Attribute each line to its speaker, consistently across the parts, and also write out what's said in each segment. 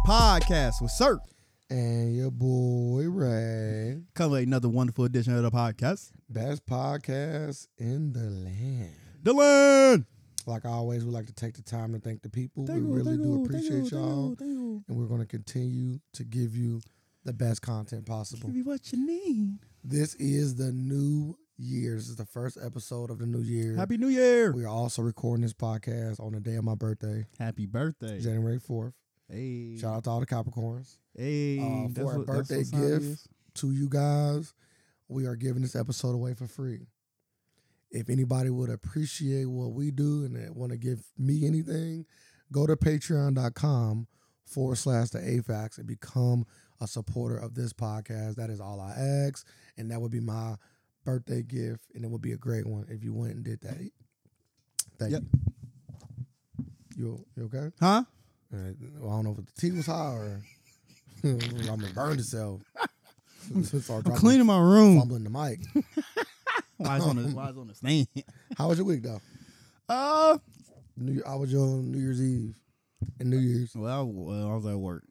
Speaker 1: podcast with Sir.
Speaker 2: And your boy Ray.
Speaker 1: Come with another wonderful edition of the podcast.
Speaker 2: Best podcast in the land.
Speaker 1: Dylan!
Speaker 2: Like always, we like to take the time to thank the people. we really do appreciate y'all. And we're going to continue to give you the best content possible.
Speaker 1: Give you what you need.
Speaker 2: This is the new year. This is the first episode of the new year.
Speaker 1: Happy New Year!
Speaker 2: we are also recording this podcast on the day of my birthday,
Speaker 1: Happy birthday.
Speaker 2: January 4th.
Speaker 1: Hey.
Speaker 2: Shout out to all the Capricorns.
Speaker 1: Hey.
Speaker 2: uh,
Speaker 1: that's
Speaker 2: for a
Speaker 1: what- that's
Speaker 2: birthday
Speaker 1: what time it
Speaker 2: gift.
Speaker 1: is.
Speaker 2: to you guys, we are giving this episode away for free. If anybody would appreciate what we do and that want to give me anything, go to patreon.com forward slash the AFAX and become a supporter of this podcast. That is all I ask. And that would be my birthday gift. And it would be a great one if you went and did that. Thank
Speaker 1: Yep.
Speaker 2: you. You, you okay?
Speaker 1: Huh?
Speaker 2: All right. Uh, Well, I don't know if the tea was high or I'm gonna burn itself. Start
Speaker 1: I'm
Speaker 2: dropping-
Speaker 1: cleaning my room.
Speaker 2: fumbling the mic.
Speaker 1: Why is on the, why is on the stand?
Speaker 2: How was your week though?
Speaker 1: Uh,
Speaker 2: New, I was your on New Year's Eve and New Year's.
Speaker 1: Well, well, I was at work.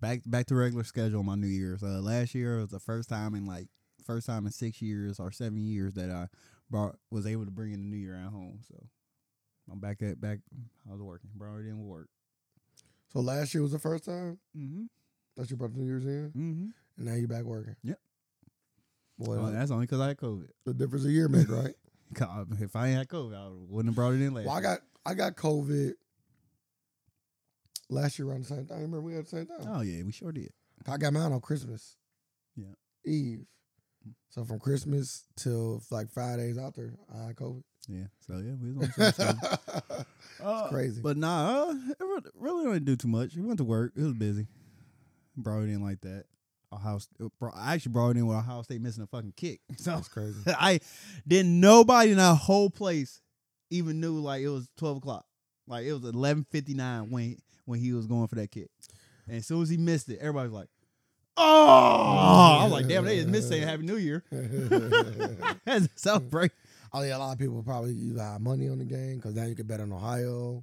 Speaker 1: Back back to regular schedule my New Year's. Uh, last year was the first time in like first time in six years or seven years that I brought was able to bring in the New Year at home. So I'm back at back. I was working. Brought it in with work.
Speaker 2: So last year was the first time
Speaker 1: Mm-hmm.
Speaker 2: that you brought the New Year's in,
Speaker 1: Mm-hmm.
Speaker 2: and now you're back working.
Speaker 1: Yep.
Speaker 2: Boy,
Speaker 1: Well, that's only because I had COVID.
Speaker 2: the difference a year made, right?
Speaker 1: 'Cause I- If I ain't had COVID, I wouldn't have brought it in last.
Speaker 2: well, I got I got COVID last year around the same time. Remember we had the same time.
Speaker 1: year. Oh yeah, we sure did.
Speaker 2: I got mine on Christmas.
Speaker 1: Yeah.
Speaker 2: Eve. So from Christmas till like five days out there, I had COVID.
Speaker 1: Yeah. So yeah, we was on the same schedule.
Speaker 2: it's
Speaker 1: Uh,
Speaker 2: crazy.
Speaker 1: But nah, uh, it re- really didn't do too much. We went to work. It was busy. Brought it in like that. Ohio, St- uh, bro- I actually brought it in with Ohio State missing a fucking kick. So
Speaker 2: That's crazy.
Speaker 1: I didn't. Nobody in that whole place even knew like it was twelve o'clock. Like it was eleven fifty nine when when he was going for that kick. And as soon as he missed it, everybody was like, "Oh!" I'm like, "Damn, they just missed saying Happy New Year." That's a celebration.
Speaker 2: I think Oh, a lot of people probably either have money on the game because now you can bet on Ohio,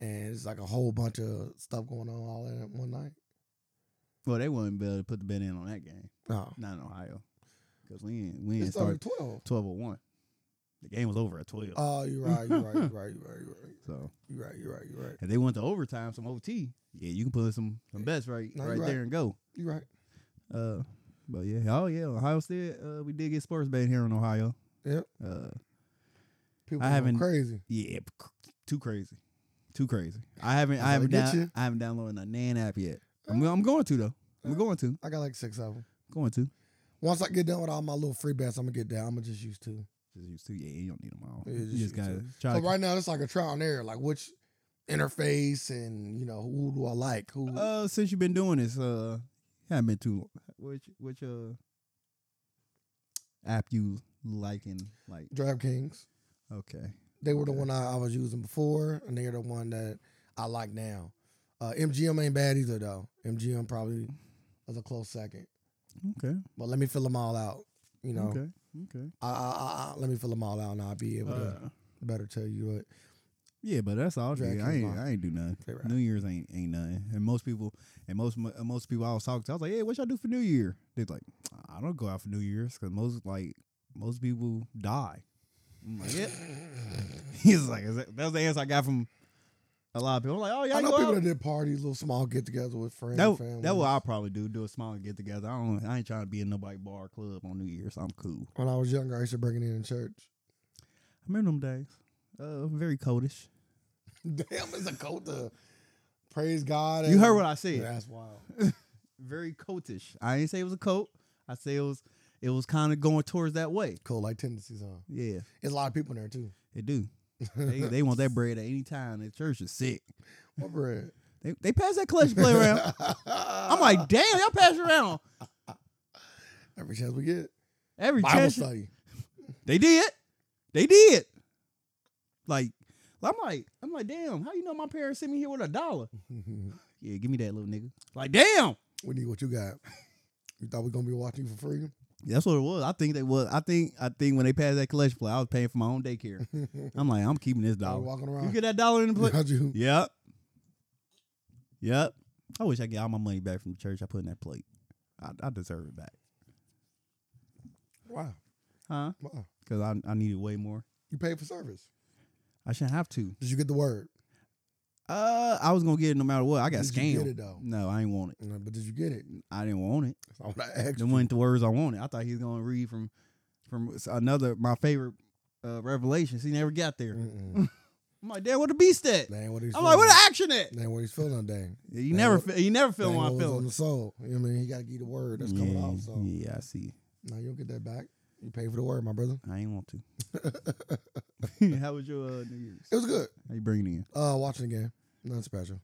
Speaker 2: and it's like a whole bunch of stuff going on all in one night.
Speaker 1: Well, they wouldn't be able to put the bet in on that game.
Speaker 2: No,
Speaker 1: Not in Ohio, because we ain't we ain't
Speaker 2: it's
Speaker 1: started
Speaker 2: started twelve.
Speaker 1: twelve oh one. The game was over at twelve.
Speaker 2: Oh, you're right. You're right. You're right. You're right.
Speaker 1: so
Speaker 2: You're right. You're right. You're right. You're right.
Speaker 1: if they went to overtime, some OT, yeah, you can put in some some bets right
Speaker 2: No,
Speaker 1: right,
Speaker 2: you're right.
Speaker 1: there and go.
Speaker 2: You're right.
Speaker 1: Uh, but yeah, oh yeah, Ohio State. Uh, we did get sports betting here in Ohio.
Speaker 2: Yep.
Speaker 1: Uh,
Speaker 2: People
Speaker 1: I
Speaker 2: going
Speaker 1: haven't-
Speaker 2: crazy.
Speaker 1: yeah, c- too crazy, too crazy. I haven't
Speaker 2: That's how
Speaker 1: I haven't
Speaker 2: they get
Speaker 1: down,
Speaker 2: you.
Speaker 1: I haven't downloaded a Nan app yet. I'm go- I'm going to though. I'm
Speaker 2: Uh.
Speaker 1: going to
Speaker 2: I got like six of them.
Speaker 1: going to.
Speaker 2: Once I get done with all my little free bets, I'm gonna get down. I'm gonna just use two.
Speaker 1: Just use two. Yeah, you don't need them all.
Speaker 2: Yeah, just
Speaker 1: you just
Speaker 2: use
Speaker 1: gotta
Speaker 2: two.
Speaker 1: try.
Speaker 2: So
Speaker 1: to-
Speaker 2: right now it's like a trial and error, like which interface and you know who do I like? Who?
Speaker 1: Uh, since you've been doing this, uh, haven't been too. Long. Which which uh app you liking? Like
Speaker 2: DraftKings.
Speaker 1: okay,
Speaker 2: They were the
Speaker 1: Okay.
Speaker 2: one I, I was using before, and they're the one that I like now. Uh, MGM ain't bad either, though. MGM probably was a close second.
Speaker 1: okay,
Speaker 2: But let me fill them all out. You know,
Speaker 1: okay, okay.
Speaker 2: I, I, I, I- let me fill them all out, and I'll be able to
Speaker 1: Uh,
Speaker 2: better tell you what.
Speaker 1: yeah, but that's all. Dude. I
Speaker 2: DraftKings
Speaker 1: ain't
Speaker 2: lock.
Speaker 1: I ain't do nothing.
Speaker 2: They right.
Speaker 1: New Year's ain't ain't nothing. And most people and most mo- uh, most people I was talking to, I was like, hey, what y'all do for New Year? They're like, I don't go out for New Year's because most like most people die. I'm like, yeah. He's like, "Is that, that's the answer I got from a lot of people. I'm like, oh yeah,
Speaker 2: I
Speaker 1: you
Speaker 2: know
Speaker 1: go
Speaker 2: people
Speaker 1: out?"
Speaker 2: that did parties, little small get together with friends,
Speaker 1: That,
Speaker 2: family.
Speaker 1: that what I'll probably do. Do a small get together. I don't. I ain't trying to be in nobody bar or club on New Year's. I'm cool.
Speaker 2: when I was younger, I used to bring it in in church.
Speaker 1: I remember them days. Uh, very coldish.
Speaker 2: Damn, it's a cult to praise God.
Speaker 1: You heard what I said.
Speaker 2: That's wild.
Speaker 1: Very coatish. I didn't say it was a coat. I say it was. It was kind of going towards that way.
Speaker 2: Cool, like tendencies, huh?
Speaker 1: Yeah,
Speaker 2: There's a lot of people in there too.
Speaker 1: it do. They, they want that bread at any time. The church is sick.
Speaker 2: What bread?
Speaker 1: They they pass that clutch play around. I'm like, damn, y'all pass it around
Speaker 2: every chance we get.
Speaker 1: every
Speaker 2: Bible
Speaker 1: chance.
Speaker 2: study.
Speaker 1: They did. They did. Like, I'm like, I'm like, damn. How you know my parents sent me here with a dollar?
Speaker 2: we
Speaker 1: Yeah, give me that little nigga. Like, damn.
Speaker 2: need what you got. You thought we gonna be watching you for free?
Speaker 1: That's what it was. I think they was. I think. I think when they passed that collection play, I was paying for my own daycare. I'm like, I'm keeping this
Speaker 2: Now
Speaker 1: dollar.
Speaker 2: we walking
Speaker 1: You
Speaker 2: around.
Speaker 1: get that dollar in the play.
Speaker 2: How'd you?
Speaker 1: yep. Yep. I wish I get all my money back from the church I put in that plate. I, I deserve it back,
Speaker 2: Wow.
Speaker 1: huh?
Speaker 2: Wow.
Speaker 1: Because I I needed way more.
Speaker 2: You paid for service.
Speaker 1: I shouldn't have to.
Speaker 2: Did you get the word?
Speaker 1: Uh, I was gonna get it no matter what. I got
Speaker 2: Did
Speaker 1: scammed.
Speaker 2: you get it though?
Speaker 1: No, I ain't want it.
Speaker 2: No, But did you get it?
Speaker 1: I didn't want it.
Speaker 2: That's all I asked.
Speaker 1: Them weren't the words I wanted. I thought he was gonna read from from another my favorite uh, revelations. He never got there.
Speaker 2: Mm-mm.
Speaker 1: I'm like, Dad, what the beast at?
Speaker 2: That ain't what he's
Speaker 1: I'm like, what
Speaker 2: feeling.
Speaker 1: the action at?
Speaker 2: That ain't what he's feeling, dang.
Speaker 1: You
Speaker 2: That
Speaker 1: never
Speaker 2: ain't
Speaker 1: feel. You never feel
Speaker 2: That ain't
Speaker 1: my
Speaker 2: what was on
Speaker 1: feeling.
Speaker 2: the soul. You know what I mean? He got to get the word that's coming
Speaker 1: yeah,
Speaker 2: off. So
Speaker 1: yeah, I see.
Speaker 2: now you don't get that back. You pay for the word, my brother.
Speaker 1: I ain't want to. How was your uh, New Year's?
Speaker 2: It was good.
Speaker 1: How you bringing in?
Speaker 2: Uh, watching the game. Nothing special.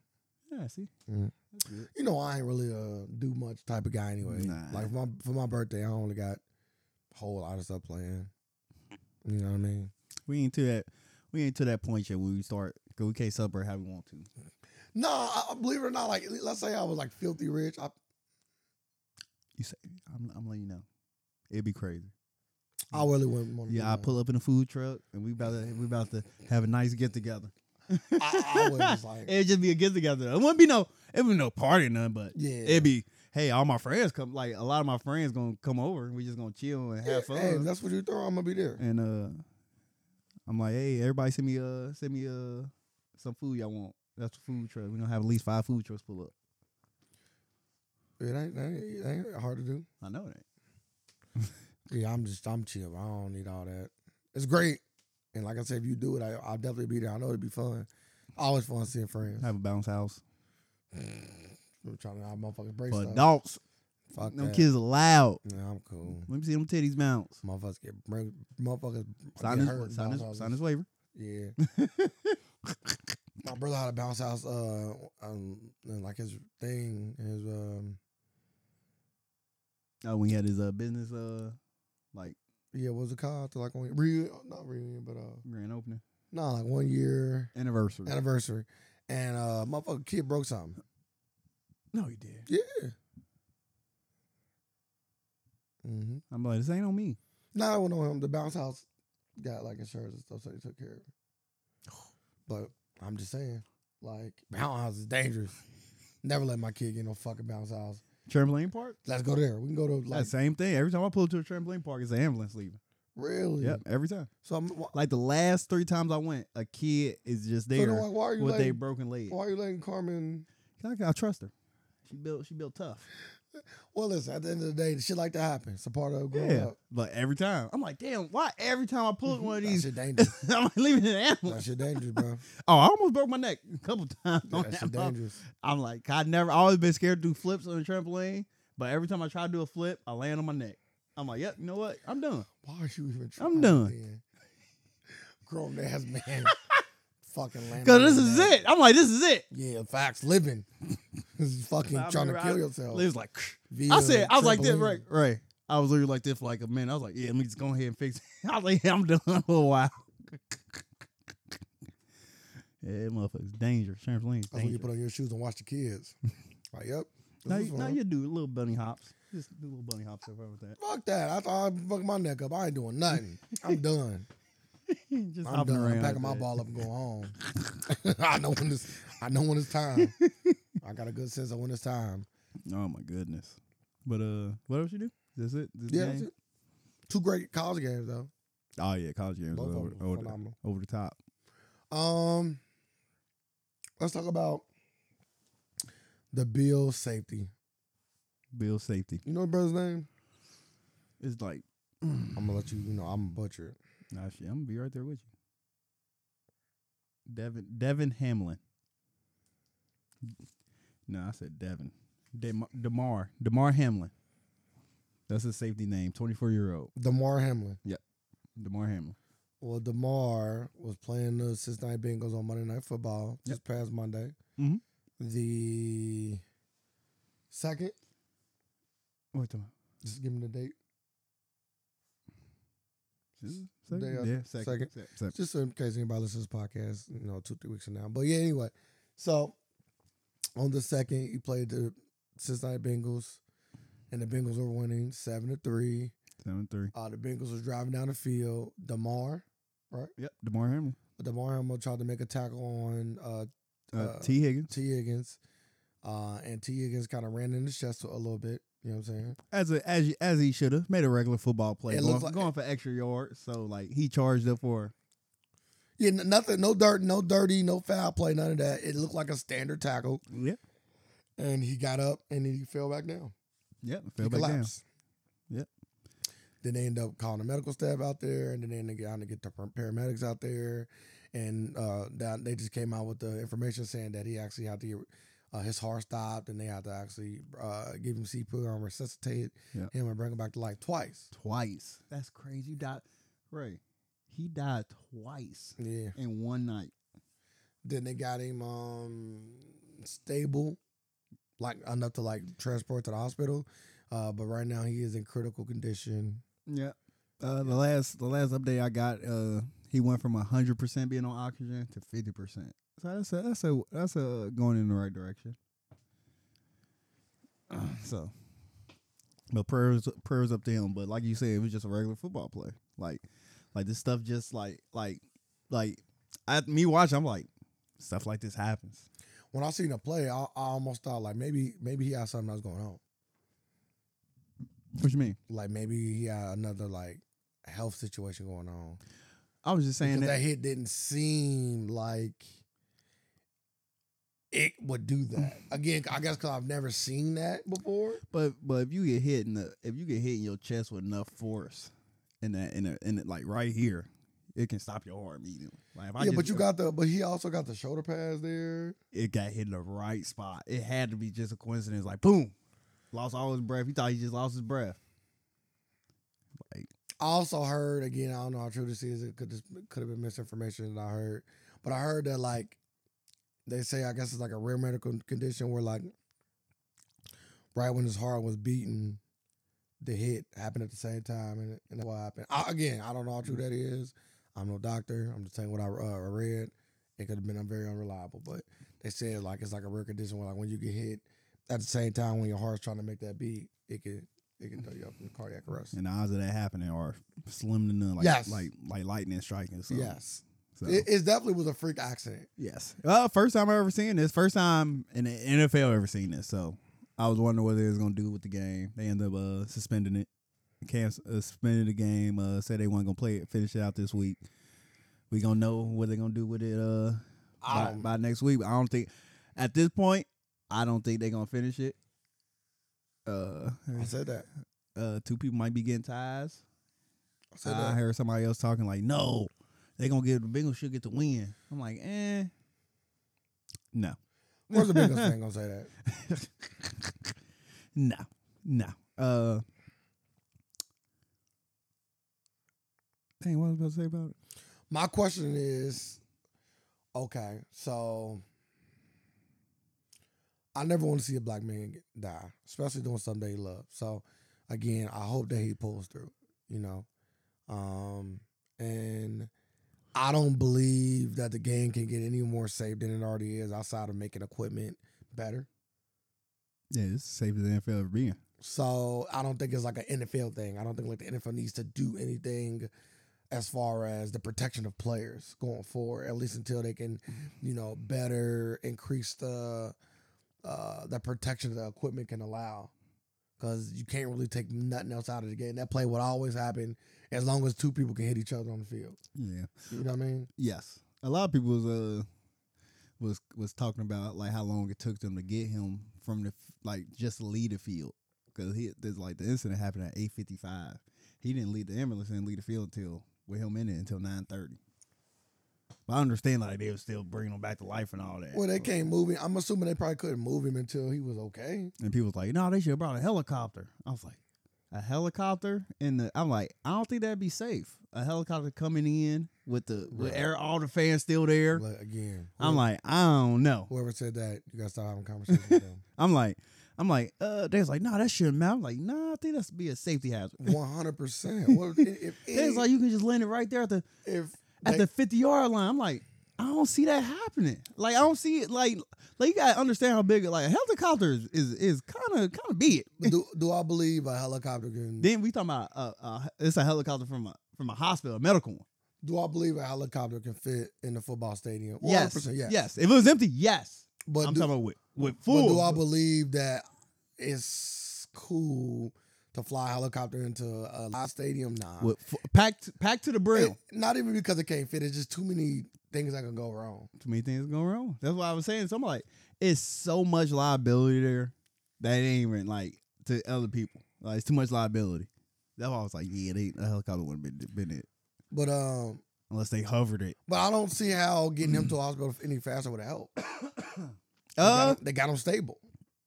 Speaker 1: Yeah, I see.
Speaker 2: Mm.
Speaker 1: That's good.
Speaker 2: You know, I ain't really a do much type of guy anyway.
Speaker 1: Nah.
Speaker 2: Like for my for my birthday, I only got a whole lot of stuff planned. You know what I mean?
Speaker 1: We ain't to that. We ain't to that point yet when we start. Cause we can't celebrate how we want to.
Speaker 2: No, I, I- believe it or not, like let's say I was like filthy rich. I,
Speaker 1: You say I'm, I'm letting you know. It'd be crazy.
Speaker 2: I really wouldn't want to.
Speaker 1: Yeah, I pull up in a food truck and we about to we about to have a nice get together.
Speaker 2: I, I was just like,
Speaker 1: It'd just be a get together. It wouldn't be no it would be no party or nothing, but
Speaker 2: yeah.
Speaker 1: it'd be hey, all my friends come like a lot of my friends gonna come over and we just gonna chill and
Speaker 2: Yeah,
Speaker 1: have fun.
Speaker 2: hey, if that's what you throw. I'm gonna be there.
Speaker 1: and uh I'm like, hey, everybody send me uh send me uh some food y'all want. That's a food truck. We gonna have at least five food trucks pull up.
Speaker 2: It ain't, it ain't, it ain't hard to do.
Speaker 1: I know that.
Speaker 2: Yeah, I'm just I'm chill. I don't need all that. It's great, and like I said, if you do it, I, I'll definitely be there. I know it'd be fun. Always fun seeing friends.
Speaker 1: Have a bounce house
Speaker 2: I'm trying to have motherfucking brace
Speaker 1: for
Speaker 2: up.
Speaker 1: adults.
Speaker 2: Fuck
Speaker 1: Them
Speaker 2: that.
Speaker 1: kids are loud.
Speaker 2: Yeah, I'm cool.
Speaker 1: Let me see them titties bounce.
Speaker 2: Motherfuckers get bring, motherfuckers
Speaker 1: Sign
Speaker 2: get
Speaker 1: this,
Speaker 2: hurt.
Speaker 1: sign
Speaker 2: bounce
Speaker 1: this,
Speaker 2: houses.
Speaker 1: sign this waiver.
Speaker 2: Yeah. My brother had a bounce house. Uh, um, and like his thing, his um,
Speaker 1: Oh, when he had his uh, business uh like
Speaker 2: yeah, what was it called? To like one reunion, not reunion, but uh,
Speaker 1: grand opening
Speaker 2: no, like one year
Speaker 1: anniversary.
Speaker 2: anniversary, and uh, motherfucker kid broke something.
Speaker 1: no, he did.
Speaker 2: Yeah. Mm-hmm.
Speaker 1: I'm like, this ain't on me.
Speaker 2: Not that one on him. The bounce house got like insurance and stuff, so they took care of it. But I'm just saying, like, bounce house is dangerous. Never let my kid get no fucking bounce house.
Speaker 1: Trampoline park.
Speaker 2: Let's go there. We can go to
Speaker 1: Like,
Speaker 2: like
Speaker 1: same thing. Every time I pull up to a trampoline park, it's an ambulance leaving.
Speaker 2: really.
Speaker 1: Yep, every time.
Speaker 2: So I'm wh-
Speaker 1: Like the last three times I went, a kid is just
Speaker 2: so
Speaker 1: there
Speaker 2: then, like, why are you
Speaker 1: with a
Speaker 2: letting
Speaker 1: broken leg.
Speaker 2: why are you letting Carmen?
Speaker 1: 'Cause I, I trust her. She built. She built tough.
Speaker 2: Well, listen. At the end of the day, shit like that happens. It's a part of growing
Speaker 1: Yeah,
Speaker 2: up.
Speaker 1: but every time I'm like, damn, why every time I pull up one of
Speaker 2: That
Speaker 1: these,
Speaker 2: shit dangerous.
Speaker 1: I'm like, leaving an
Speaker 2: that
Speaker 1: ambulance.
Speaker 2: shit dangerous, bro.
Speaker 1: Oh, I almost broke my neck a couple times. on
Speaker 2: That shit
Speaker 1: that mother-
Speaker 2: dangerous.
Speaker 1: I'm like, I never I always been scared to do flips on a trampoline, but every time I try to do a flip, I land on my neck. I'm like, yep, you know what? I'm done.
Speaker 2: Why are you even trying?
Speaker 1: I'm done.
Speaker 2: then? Grown ass man. fucking land.
Speaker 1: Cause this is it. I'm like, this is it.
Speaker 2: Yeah, facts. Living. this is fucking
Speaker 1: I
Speaker 2: trying to
Speaker 1: remember
Speaker 2: kill
Speaker 1: I- It
Speaker 2: yourself.
Speaker 1: was like,
Speaker 2: via
Speaker 1: I said, I was like this,
Speaker 2: trampoline.
Speaker 1: right, right. I was literally like this for like a minute. I was like, yeah, let me just go ahead and fix it. I was like, yeah, I'm done for a while. yeah, that motherfucker's danger. Trampoline's
Speaker 2: That's when you
Speaker 1: danger.
Speaker 2: put on your shoes and watch the kids. like, yep. This
Speaker 1: Now,
Speaker 2: is
Speaker 1: you- now
Speaker 2: fun.
Speaker 1: you do little bunny hops. Just do little bunny hops over with that.
Speaker 2: Fuck that. I thought I'd fuck my neck up. I ain't doing nothing. I'm done.
Speaker 1: just
Speaker 2: I'm
Speaker 1: hopping
Speaker 2: done.
Speaker 1: around.
Speaker 2: I'm
Speaker 1: like
Speaker 2: packing my
Speaker 1: that.
Speaker 2: ball up and going home. I know when it's I know when it's time. I got a good sense of when it's time.
Speaker 1: Oh my goodness. But uh, what else you do? That's it. This
Speaker 2: Yeah,
Speaker 1: game?
Speaker 2: that's it. Two great college games though.
Speaker 1: Oh yeah, college games
Speaker 2: Both
Speaker 1: are
Speaker 2: of
Speaker 1: over,
Speaker 2: them were
Speaker 1: over, the-
Speaker 2: phenomenal.
Speaker 1: over the top.
Speaker 2: Um, let's talk about the Bill safety.
Speaker 1: Bill safety.
Speaker 2: You know the brother's name?
Speaker 1: It's like,
Speaker 2: I'm gonna let you. You know, I'm gonna butcher it.
Speaker 1: nah, shit, I'm gonna be right there with you. Devin, Devin Hamlin. No, I said Devin. Dem- Demar, Demar Hamlin. That's his safety name. Twenty-four year old
Speaker 2: Demar Hamlin.
Speaker 1: Demar Hamlin.
Speaker 2: Well, Demar was playing the Cincinnati Bengals on Monday Night Football this past Monday.
Speaker 1: Mhm.
Speaker 2: The second.
Speaker 1: Wait, the
Speaker 2: Just give me the date, They
Speaker 1: second,
Speaker 2: are-
Speaker 1: yeah, second,
Speaker 2: second.
Speaker 1: se- second.
Speaker 2: just in case anybody listens to this podcast. You know, two three weeks from now. But yeah, anyway. So on the second, he played the Cincinnati Bengals, and the Bengals were winning seven to three.
Speaker 1: seven, three.
Speaker 2: Uh, the Bengals was driving down the field. Demar,
Speaker 1: Yep, Demar Hamlin.
Speaker 2: Demar Hamlin tried to make a tackle on uh,
Speaker 1: Uh,
Speaker 2: Uh,
Speaker 1: T Higgins.
Speaker 2: T. Higgins. Uh, and Tia gets kind of ran in his chest a little bit. You know what I'm saying?
Speaker 1: As a, as you- as he should have made a regular football play,
Speaker 2: It
Speaker 1: going,
Speaker 2: looks like-
Speaker 1: going for extra yards. So like he charged up for
Speaker 2: Yeah, n- nothing, no dirt, no dirty, no foul play, none of that. It looked like a standard tackle,
Speaker 1: yeah
Speaker 2: and he got up and then he fell back down.
Speaker 1: yeah
Speaker 2: he
Speaker 1: fell back down.
Speaker 2: collapsed.
Speaker 1: Yep.
Speaker 2: Then they end up calling the medical staff out there, and then they end up trying to get the par- paramedics out there, and uh, that they just came out with the information saying that he actually had to get uh, his heart stopped, and they had to actually uh, give him CPR and resuscitate
Speaker 1: Yeah.
Speaker 2: him and bring him back to life twice.
Speaker 1: twice. That's crazy. You died, Ray. He died twice
Speaker 2: Yeah.
Speaker 1: in one night.
Speaker 2: Then they got him um stable, like enough to like transport to the hospital. Uh, but right now he is in critical condition.
Speaker 1: Yeah. Uh, the last the last update I got, uh, he went from hundred percent being on oxygen to fifty percent. So that's a that's a that's a going in the right direction. so, but prayers prayers up to him. But like you said, it was just a regular football play. Like, like this stuff just like like like I me watch. I'm like stuff like this happens.
Speaker 2: When I seen the play, I, I almost thought like maybe maybe he had something else going on.
Speaker 1: What you mean?
Speaker 2: Like maybe he had another like health situation going on.
Speaker 1: I was just saying
Speaker 2: And
Speaker 1: that.
Speaker 2: that hit didn't seem like it would do that. Again, I guess because I've never seen that before.
Speaker 1: But but if you get hit in the if you get hit in your chest with enough force, in that in a, in it like right here, it can stop your heart beating. Like if I
Speaker 2: yeah,
Speaker 1: just,
Speaker 2: but you got the but he also got the shoulder pads there.
Speaker 1: it got hit in the right spot. It had to be just a coincidence. Like boom, lost all his breath. He thought he just lost his breath. Like
Speaker 2: I also heard again. I don't know how true this is. It could just could have been misinformation that I heard, but I heard that like they say. I guess it's like a rare medical condition where like right when his heart was beating, the hit happened at the same time, and, and that's what happened. I, again, I don't know how true that is. I'm no doctor. I'm just saying what I uh, read. It could have been uh, very unreliable, but they said like it's like a rare condition where like when you get hit at the same time when your heart's trying to make that beat, it could it can throw you up in cardiac arrest.
Speaker 1: and the odds of that happening are slim to none. Like
Speaker 2: Yes.
Speaker 1: like like lightning striking. So,
Speaker 2: Yes.
Speaker 1: So.
Speaker 2: It, it definitely was a freak accident.
Speaker 1: Yes. Well, first time I ever seen this. First time in the NFL ever seen this. So I was wondering what they was gonna do with the game. They ended up uh, suspending it. Cam uh, suspended the game. Uh, said they weren't gonna play it. Finish it out this week. We gonna know what they gonna do with it. Uh, by,
Speaker 2: Um,
Speaker 1: by next week. I don't think at this point. I don't think they gonna finish it. Uh,
Speaker 2: I said that.
Speaker 1: uh, two people might be getting ties.
Speaker 2: I said
Speaker 1: I
Speaker 2: that.
Speaker 1: heard somebody else talking like, no, they gonna get the Bengals should get the win. I'm like, eh, no,
Speaker 2: Of course, the Bengals fan gonna say that.
Speaker 1: no, no. Uh, dang, what was I about to say about it?
Speaker 2: My question is, okay, so I never want to see a black man get- die, especially doing something that he loves. So, again, I hope that he pulls through. You know, um, and I don't believe that the game can get any more safe than it already is outside of making equipment better.
Speaker 1: Yeah, it's safe as the NFL ever being.
Speaker 2: So I don't think it's like an NFL thing. I don't think like the NFL needs to do anything as far as the protection of players going forward, at least until they can, you know, better increase the uh the protection the equipment can allow. Cause you can't really take nothing else out of the game. That play would always happen as long as two people can hit each other on the field.
Speaker 1: Yeah.
Speaker 2: You know what I mean?
Speaker 1: Yes. A lot of people was uh was was talking about like how long it took them to get him from the f- like just leave the field because he there's like the incident happened at eight fifty five. He didn't leave the ambulance and leave the field until with him in it until nine thirty. But I understand like they were still bringing him back to life and all that.
Speaker 2: Well, they can't move him. I'm assuming they probably couldn't move him until he was okay.
Speaker 1: And people was like, no, they should have brought a helicopter. I was like, a helicopter in the. I'm like, I don't think that'd be safe. A helicopter coming in with the with
Speaker 2: Right.
Speaker 1: air, all the fans still there.
Speaker 2: But again,
Speaker 1: I'm like, I don't know.
Speaker 2: whoever said that, you gotta stop having conversations with them.
Speaker 1: I'm like, I'm like, uh, they was like, nah, that shouldn't matter. I'm like, nah, I think that's be a safety hazard.
Speaker 2: One hundred percent. Well, if
Speaker 1: They was
Speaker 2: any-
Speaker 1: like, you can just land it right there at the
Speaker 2: if
Speaker 1: at
Speaker 2: they-
Speaker 1: the 50 yard line. I'm like, I don't see that happening. Like, I don't see it. Like, like you gotta understand how big. Like, a helicopter is is, is kind of kind of big.
Speaker 2: do, do I believe a helicopter can?
Speaker 1: Then we talking about uh, uh, it's a helicopter from a from a hospital, a medical one.
Speaker 2: Do I believe a helicopter can fit in the football stadium?
Speaker 1: Yes,
Speaker 2: 100%,
Speaker 1: yes. If it was empty, yes.
Speaker 2: But
Speaker 1: I'm
Speaker 2: do-
Speaker 1: talking about with with
Speaker 2: But
Speaker 1: food.
Speaker 2: do I believe that it's cool to fly a helicopter into a live stadium? Nah.
Speaker 1: with fu- packed packed to the brim.
Speaker 2: It- not even because it can't fit. It's just too many things that can go wrong.
Speaker 1: Too many things going wrong. That's why I was saying. So I'm like, it's so much liability there that it ain't even like to other people. Like it's too much liability. That's why I was like, yeah, they a helicopter wouldn't been been it
Speaker 2: But um,
Speaker 1: unless they hovered it.
Speaker 2: but I don't see how getting
Speaker 1: Mm.
Speaker 2: him to a hospital any faster would help. They got
Speaker 1: Uh,
Speaker 2: him- they got him stable.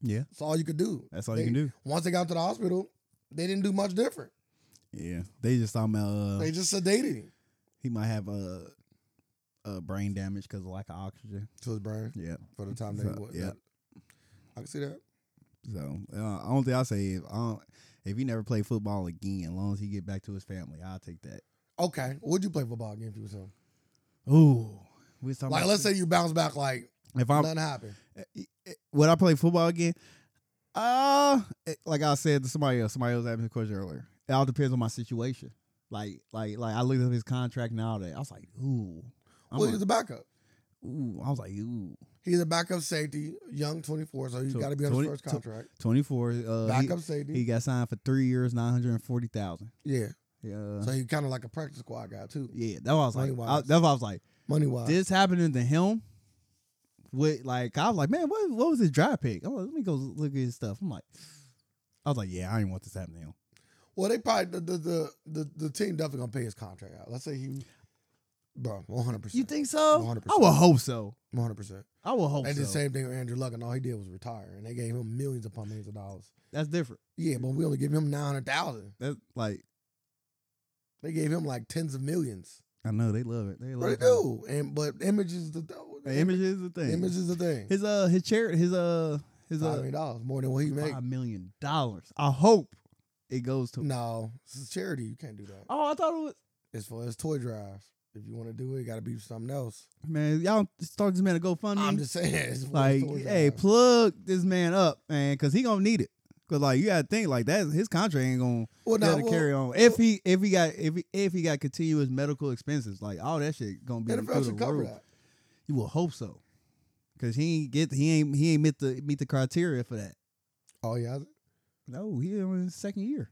Speaker 1: yeah,
Speaker 2: That's all you could do.
Speaker 1: that's all
Speaker 2: they,
Speaker 1: you can do.
Speaker 2: Once they got to the hospital, they didn't do much different.
Speaker 1: Yeah, they just talking about uh,
Speaker 2: They just sedated him
Speaker 1: he might have a uh, uh, brain damage because of lack of oxygen.
Speaker 2: to his brain
Speaker 1: Yeah,
Speaker 2: for the time that
Speaker 1: So,
Speaker 2: he was.
Speaker 1: yeah.
Speaker 2: I can see that.
Speaker 1: So uh, only thing I say is, I don't, if he never play football again, as long as he get back to his family, I'll take that.
Speaker 2: Okay, would you play football again if you was him?
Speaker 1: Ooh, we was talking
Speaker 2: Like,
Speaker 1: about-
Speaker 2: let's say you bounce back, like
Speaker 1: if I'm eh,
Speaker 2: nothing happened.
Speaker 1: would I play football again? Uh it- like I said to somebody else, somebody else asked me the question earlier. It all depends on my situation. Like, like, like I looked up his contract and all that. I was like, ooh, I'm
Speaker 2: Well,
Speaker 1: like,
Speaker 2: he's a backup.
Speaker 1: ooh. I was like, ooh,
Speaker 2: He's a backup safety, young, twenty four. So he's
Speaker 1: So,
Speaker 2: got to be on his
Speaker 1: 20
Speaker 2: first
Speaker 1: so-
Speaker 2: contract.
Speaker 1: twenty four. Uh, he,
Speaker 2: backup safety.
Speaker 1: he got signed for three years, nine hundred and forty thousand.
Speaker 2: yeah.
Speaker 1: Yeah,
Speaker 2: So he's kind of like a practice squad guy too,
Speaker 1: yeah. That was like, I,
Speaker 2: Money-wise.
Speaker 1: that's what I was like.
Speaker 2: money wise.
Speaker 1: this happening to him with like I was like, man, what what was his draft pick? Oh, let me go look at his stuff. I'm like, I was like, yeah, I didn't want this happening to him.
Speaker 2: well, they probably the the, the the the team definitely gonna pay his contract out. Let's say he, bro, one hundred percent.
Speaker 1: You think so?
Speaker 2: 100%.
Speaker 1: I would hope so.
Speaker 2: one hundred percent?
Speaker 1: I would hope
Speaker 2: They did
Speaker 1: so.
Speaker 2: the same thing with Andrew Luck, and all he did was retire, and they gave him millions upon millions of dollars.
Speaker 1: That's different.
Speaker 2: Yeah, but we only gave him nine hundred thousand.
Speaker 1: That's like
Speaker 2: They gave him like tens of millions.
Speaker 1: I know they love it. They love
Speaker 2: But they
Speaker 1: it.
Speaker 2: do, and but image is the
Speaker 1: The image is the thing.
Speaker 2: Image is the thing.
Speaker 1: His uh his charity his uh his
Speaker 2: Five
Speaker 1: uh
Speaker 2: million dollars more than what he made.
Speaker 1: five million dollars. I hope it goes to
Speaker 2: No, this is charity. You can't do that.
Speaker 1: Oh, I thought it was
Speaker 2: It's for his toy drive. If you want to do it, it got to be something else.
Speaker 1: man, y'all start this man to go fund
Speaker 2: I'm just saying. It's for his
Speaker 1: like
Speaker 2: toy
Speaker 1: hey
Speaker 2: drive.
Speaker 1: plug this man up man because he gonna need it because like you gotta think like that his contract ain't gonna
Speaker 2: well,
Speaker 1: be able
Speaker 2: no,
Speaker 1: to
Speaker 2: well,
Speaker 1: carry on if he if he got if he, if he got continuous medical expenses like all that shit gonna be through
Speaker 2: NFL
Speaker 1: the
Speaker 2: should cover
Speaker 1: roof.
Speaker 2: that.
Speaker 1: you will hope so because he ain't get he ain't he ain't meet the meet the criteria for that
Speaker 2: Oh yeah,
Speaker 1: no he in his second year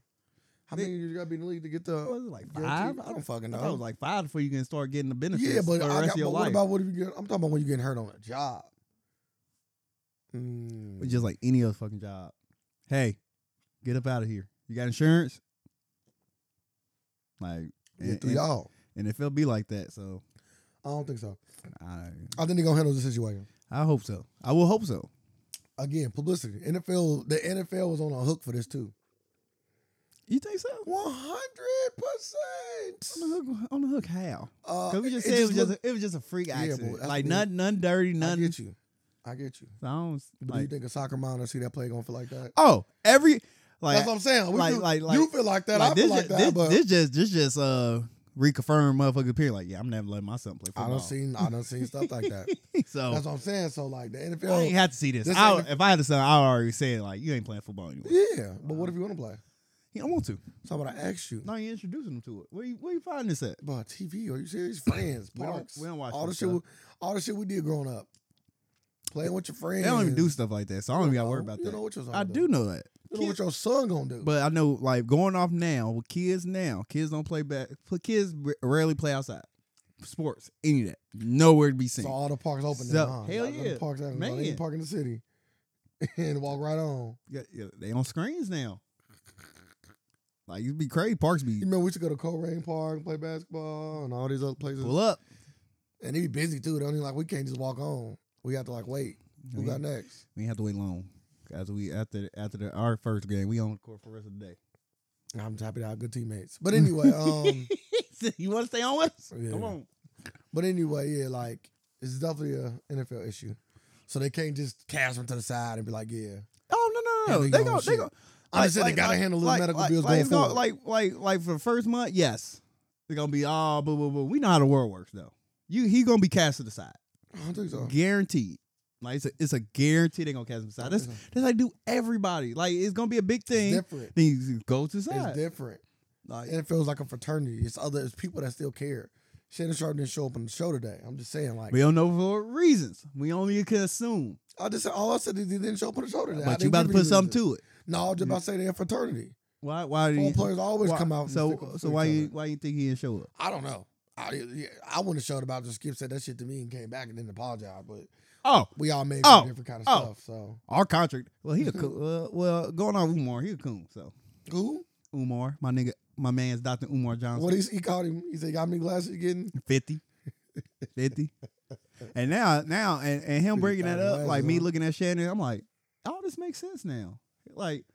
Speaker 2: how
Speaker 1: They-
Speaker 2: many years you got to be in the league to get
Speaker 1: What
Speaker 2: the?
Speaker 1: was it like
Speaker 2: Uh, guaranteed?
Speaker 1: five
Speaker 2: I don't fucking
Speaker 1: I thought it
Speaker 2: know.
Speaker 1: was like five before you can start getting the benefits
Speaker 2: yeah, but,
Speaker 1: for the
Speaker 2: I
Speaker 1: rest
Speaker 2: got,
Speaker 1: of your
Speaker 2: but
Speaker 1: life
Speaker 2: what about what if you get? I'm talking about when you getting hurt on a job. Mm.
Speaker 1: just like any other fucking job hey get up out of here you got insurance like
Speaker 2: yeah,
Speaker 1: and-
Speaker 2: through
Speaker 1: and-
Speaker 2: y'all.
Speaker 1: and if it'll be like that, so
Speaker 2: I don't think so.
Speaker 1: I
Speaker 2: I think they're gonna handle the situation.
Speaker 1: I hope so. I will hope so.
Speaker 2: Again, publicity. NFL. The NFL was on a hook for this too.
Speaker 1: You think so?
Speaker 2: One hundred
Speaker 1: On the
Speaker 2: percent.
Speaker 1: hook, on the hook how?
Speaker 2: Uh,
Speaker 1: 'Cause we just
Speaker 2: it-
Speaker 1: said it, was
Speaker 2: looked-
Speaker 1: just a, it was just a freak
Speaker 2: Yeah, but
Speaker 1: accident,
Speaker 2: that's
Speaker 1: like
Speaker 2: what it
Speaker 1: none none dirty,
Speaker 2: I
Speaker 1: none.
Speaker 2: get you. I get you.
Speaker 1: I don't
Speaker 2: But do you
Speaker 1: like,
Speaker 2: think a soccer mom and see that play gonna feel like that?
Speaker 1: oh, every like
Speaker 2: That's what I'm saying. We
Speaker 1: like-
Speaker 2: feel-
Speaker 1: like-
Speaker 2: you
Speaker 1: like-
Speaker 2: feel like that.
Speaker 1: like,
Speaker 2: I
Speaker 1: this,
Speaker 2: feel like
Speaker 1: ju-
Speaker 2: that.
Speaker 1: this,
Speaker 2: but
Speaker 1: this just this just uh reconfirm motherfucker period. Like yeah, I'm never letting myself play
Speaker 2: I
Speaker 1: football.
Speaker 2: don't seen. I don't seen stuff like that.
Speaker 1: so
Speaker 2: That's what I'm saying. So like the
Speaker 1: I ain't
Speaker 2: NFL.
Speaker 1: had to see this.
Speaker 2: this
Speaker 1: I,
Speaker 2: ain't-
Speaker 1: if I had to say, I already said like you ain't playing football anymore.
Speaker 2: Yeah, but what if you want to play?
Speaker 1: He don't want to.
Speaker 2: Somebody ask you.
Speaker 1: No, you introducing him to it. Where you where you find this at?
Speaker 2: But TV, are you serious? Friends,
Speaker 1: We don't-
Speaker 2: parks,
Speaker 1: we don't watch
Speaker 2: all the
Speaker 1: this
Speaker 2: shit.
Speaker 1: stuff.
Speaker 2: We, all the shit we did growing up, playing with your friends.
Speaker 1: They don't even do stuff like that, so I don't even got to worry about
Speaker 2: You
Speaker 1: that.
Speaker 2: know what your son
Speaker 1: I do know that.
Speaker 2: You know what your son gonna do?
Speaker 1: But I know, like going off now with kids now, kids don't play back. pl- Kids r- rarely play outside, sports, any of that. Nowhere to be seen.
Speaker 2: so all the parks open.
Speaker 1: So-
Speaker 2: now, huh?
Speaker 1: hell
Speaker 2: Y'all go to
Speaker 1: yeah.
Speaker 2: parks out Man.
Speaker 1: Man.
Speaker 2: park in the city, and walk right on.
Speaker 1: Yeah, yeah, they on screens now. Like it'd be crazy. Parks
Speaker 2: You
Speaker 1: be
Speaker 2: remember we used to go to Colerain Park and play basketball and all these other places.
Speaker 1: pull up.
Speaker 2: And they be busy too. They only like we can't just walk on. We have to like wait. Who
Speaker 1: We
Speaker 2: got
Speaker 1: ain't-
Speaker 2: next?
Speaker 1: we ain't have to wait long. As we after after the, our first game, we on the court for the rest of the day.
Speaker 2: I'm just happy to have good teammates. But anyway, um,
Speaker 1: you want to stay on with us?
Speaker 2: Yeah.
Speaker 1: Come on.
Speaker 2: but anyway, yeah, like it's definitely a NFL issue. So they can't just cast them to the side and be like, yeah.
Speaker 1: Oh no no no!
Speaker 2: Handling
Speaker 1: They
Speaker 2: your
Speaker 1: go
Speaker 2: own
Speaker 1: they
Speaker 2: shit.
Speaker 1: go.
Speaker 2: I just said they gotta handle little medical bills
Speaker 1: like,
Speaker 2: going
Speaker 1: it's gonna-
Speaker 2: forward.
Speaker 1: Like, like, like for the first month, yes, they're gonna be all boo boo boo. We know how the world works though. You he gonna be cast to the side,
Speaker 2: I don't think so.
Speaker 1: guaranteed. Like it's a, it's a guarantee they gonna cast him to the side. That's
Speaker 2: It's
Speaker 1: that's like do everybody. Like it's gonna be a big thing.
Speaker 2: different.
Speaker 1: then you go to the
Speaker 2: It's
Speaker 1: side.
Speaker 2: different.
Speaker 1: Like,
Speaker 2: NFL's like a fraternity. It's other it's people that still care. Shannon Sharp didn't show up on the show today. I'm just saying, like,
Speaker 1: We don't know for what reasons. We only can assume.
Speaker 2: I just said all I said is he didn't show up on the show today. I
Speaker 1: But
Speaker 2: didn't
Speaker 1: you about to
Speaker 2: give
Speaker 1: put
Speaker 2: any
Speaker 1: something
Speaker 2: reason.
Speaker 1: to it.
Speaker 2: No, I was just about to say they're a fraternity.
Speaker 1: Why? Why do
Speaker 2: Football
Speaker 1: you?
Speaker 2: players always
Speaker 1: why-
Speaker 2: come out. and stick
Speaker 1: So
Speaker 2: up
Speaker 1: so
Speaker 2: for
Speaker 1: why
Speaker 2: each
Speaker 1: you
Speaker 2: other.
Speaker 1: why you think he didn't show up?
Speaker 2: I don't know. I yeah, I wouldn't have showed about just Skip said that shit to me and came back and didn't apologize. But
Speaker 1: Oh,
Speaker 2: we all made
Speaker 1: Oh.
Speaker 2: some different kind of
Speaker 1: Oh.
Speaker 2: stuff. So
Speaker 1: our contract. Well, he a coon. Uh, well, going on Umar, he a coon. So
Speaker 2: who?
Speaker 1: Umar, my nigga, my man's Doctor Umar Johnson.
Speaker 2: What he, he called him? He said, "How many glasses you getting?"
Speaker 1: 50 50 and now now and, and him bringing that up like me looking at shannon i'm like all this makes sense now like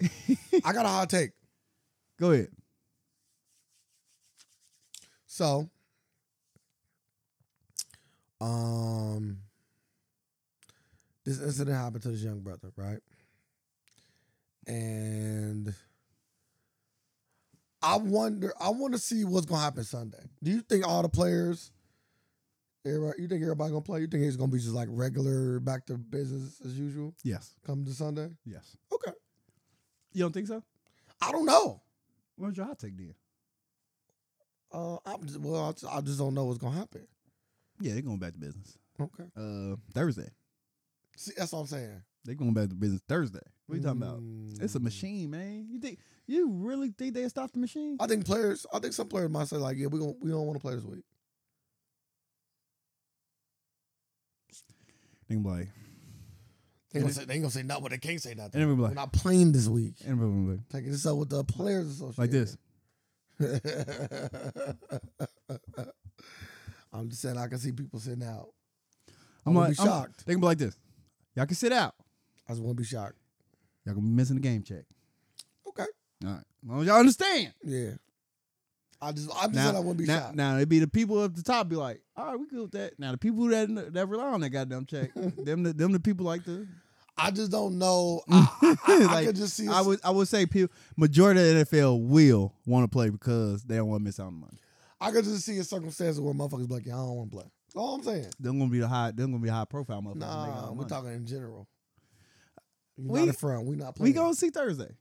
Speaker 2: I got a hot take.
Speaker 1: go ahead
Speaker 2: So, um, this incident happened to this young brother, right? And I wonder, I want to see what's gonna happen Sunday. Do you think all the players, everybody, you think everybody gonna play? You think it's gonna be just like regular, back to business as usual,
Speaker 1: yes
Speaker 2: come to Sunday?
Speaker 1: yes
Speaker 2: Okay,
Speaker 1: you don't think so
Speaker 2: I don't know.
Speaker 1: what's your hot take then
Speaker 2: Uh, I'm just, well, I just, I just don't know what's gonna happen.
Speaker 1: yeah they're going back to business
Speaker 2: Okay,
Speaker 1: uh thursday
Speaker 2: see, that's what I'm saying.
Speaker 1: they're going back to business thursday what are you talking about it's a
Speaker 2: Mm.
Speaker 1: machine man you think you really think they stop the machine
Speaker 2: I think players. I think some players might say like, "Yeah, we don't we don't want to play this week."
Speaker 1: they gonna be like
Speaker 2: They ain't
Speaker 1: And
Speaker 2: gonna say, they ain't gonna say nothing. but They can't say nothing.
Speaker 1: And they be like-
Speaker 2: We're not playing this week.
Speaker 1: and we're gonna be like,
Speaker 2: Taking this up with the players
Speaker 1: like this
Speaker 2: association. this. I'm just saying, I can see people sitting out. I
Speaker 1: i'm
Speaker 2: would
Speaker 1: like
Speaker 2: be
Speaker 1: I'm-
Speaker 2: shocked.
Speaker 1: they gonna be like this y'all can sit out
Speaker 2: I just want to be shocked.
Speaker 1: y'all gonna be missing the game check
Speaker 2: Okay.
Speaker 1: all right as long as y'all understand
Speaker 2: Yeah. I just, I just said I wouldn't be
Speaker 1: now,
Speaker 2: shocked.
Speaker 1: now it'd be the people up the top be like, all right, we good with that. Now the people that that rely on that goddamn check, them the, them the people like the.
Speaker 2: I just don't know. I, I, I
Speaker 1: Like,
Speaker 2: could just see.
Speaker 1: I would I would say people majority of the NFL will want to play because they don't want to miss out on money.
Speaker 2: I could just see a circumstance where motherfuckers be like, "Yeah, I don't want to play." That's all I'm saying.
Speaker 1: They're gonna be the high. They're gonna be high profile motherfuckers.
Speaker 2: Nah, we're talking in general. You're
Speaker 1: We-
Speaker 2: not in front. We're not
Speaker 1: We
Speaker 2: playing.
Speaker 1: gonna see Thursday.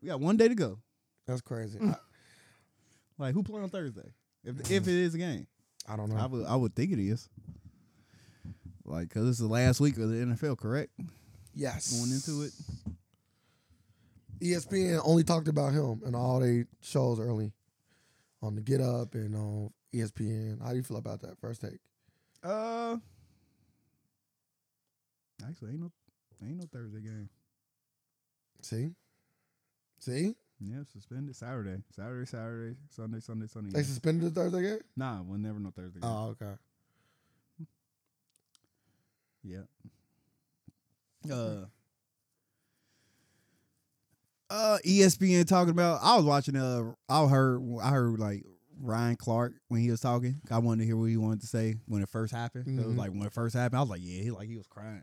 Speaker 1: We got one day to go.
Speaker 2: That's crazy.
Speaker 1: Uh, Like who play on Thursday? If if it is a game,
Speaker 2: I, I don't
Speaker 1: I
Speaker 2: know.
Speaker 1: would I would think it is. Like, cause it's the last week of the NFL, correct?
Speaker 2: Yes. E
Speaker 1: Going into it,
Speaker 2: ESPN only talked about him in all they shows early on the Get Up and on E ESPN. How do you feel about that first take?
Speaker 1: Uh, actually, ain't no, ain't no Thursday game.
Speaker 2: See? See?
Speaker 1: Yeah, suspended Saturday, Saturday, Saturday, Sunday, Sunday, Sunday.
Speaker 2: They suspended the Thursday game?
Speaker 1: nah, we'll never know Thursday. Game.
Speaker 2: Oh, okay.
Speaker 1: yeah. Uh. Uh, ESPN talking about. I was watching. Uh, I heard. I heard like Ryan Clark when he was talking. I wanted to hear what he wanted to say when it first happened. 'Cause It was
Speaker 2: Mhm.
Speaker 1: like when it first happened. I was like, yeah, he like he was crying.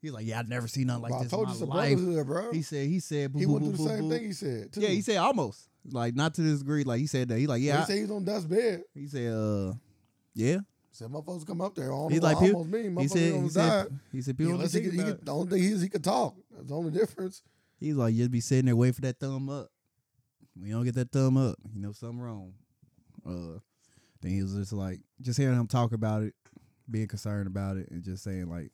Speaker 1: He was like, yeah, I've never seen nothing like
Speaker 2: Well, I
Speaker 1: this
Speaker 2: told you
Speaker 1: in
Speaker 2: it's
Speaker 1: my
Speaker 2: a
Speaker 1: life.
Speaker 2: brotherhood, bro.
Speaker 1: He said. He said. Boo,
Speaker 2: he
Speaker 1: boo,
Speaker 2: went
Speaker 1: boo,
Speaker 2: through the
Speaker 1: boo,
Speaker 2: same
Speaker 1: boo.
Speaker 2: thing he said, too.
Speaker 1: Yeah, he said almost. Like not to this degree. Like he said that. He like, yeah.
Speaker 2: He said he was on deathbed.
Speaker 1: I- he said uh yeah.
Speaker 2: Said my folks come up there. Almost,
Speaker 1: He's like, people-
Speaker 2: almost me. My
Speaker 1: He
Speaker 2: folks
Speaker 1: said he
Speaker 2: almost died.
Speaker 1: said he said people don't
Speaker 2: Unless he
Speaker 1: think
Speaker 2: could, he
Speaker 1: about
Speaker 2: could, the only thing is he could talk. That's the only difference.
Speaker 1: it. He's like, you'd be sitting there waiting for that thumb up. We don't get that thumb up. You know something wrong. Uh then he was just like just hearing him talk about it, being concerned about it, and just saying like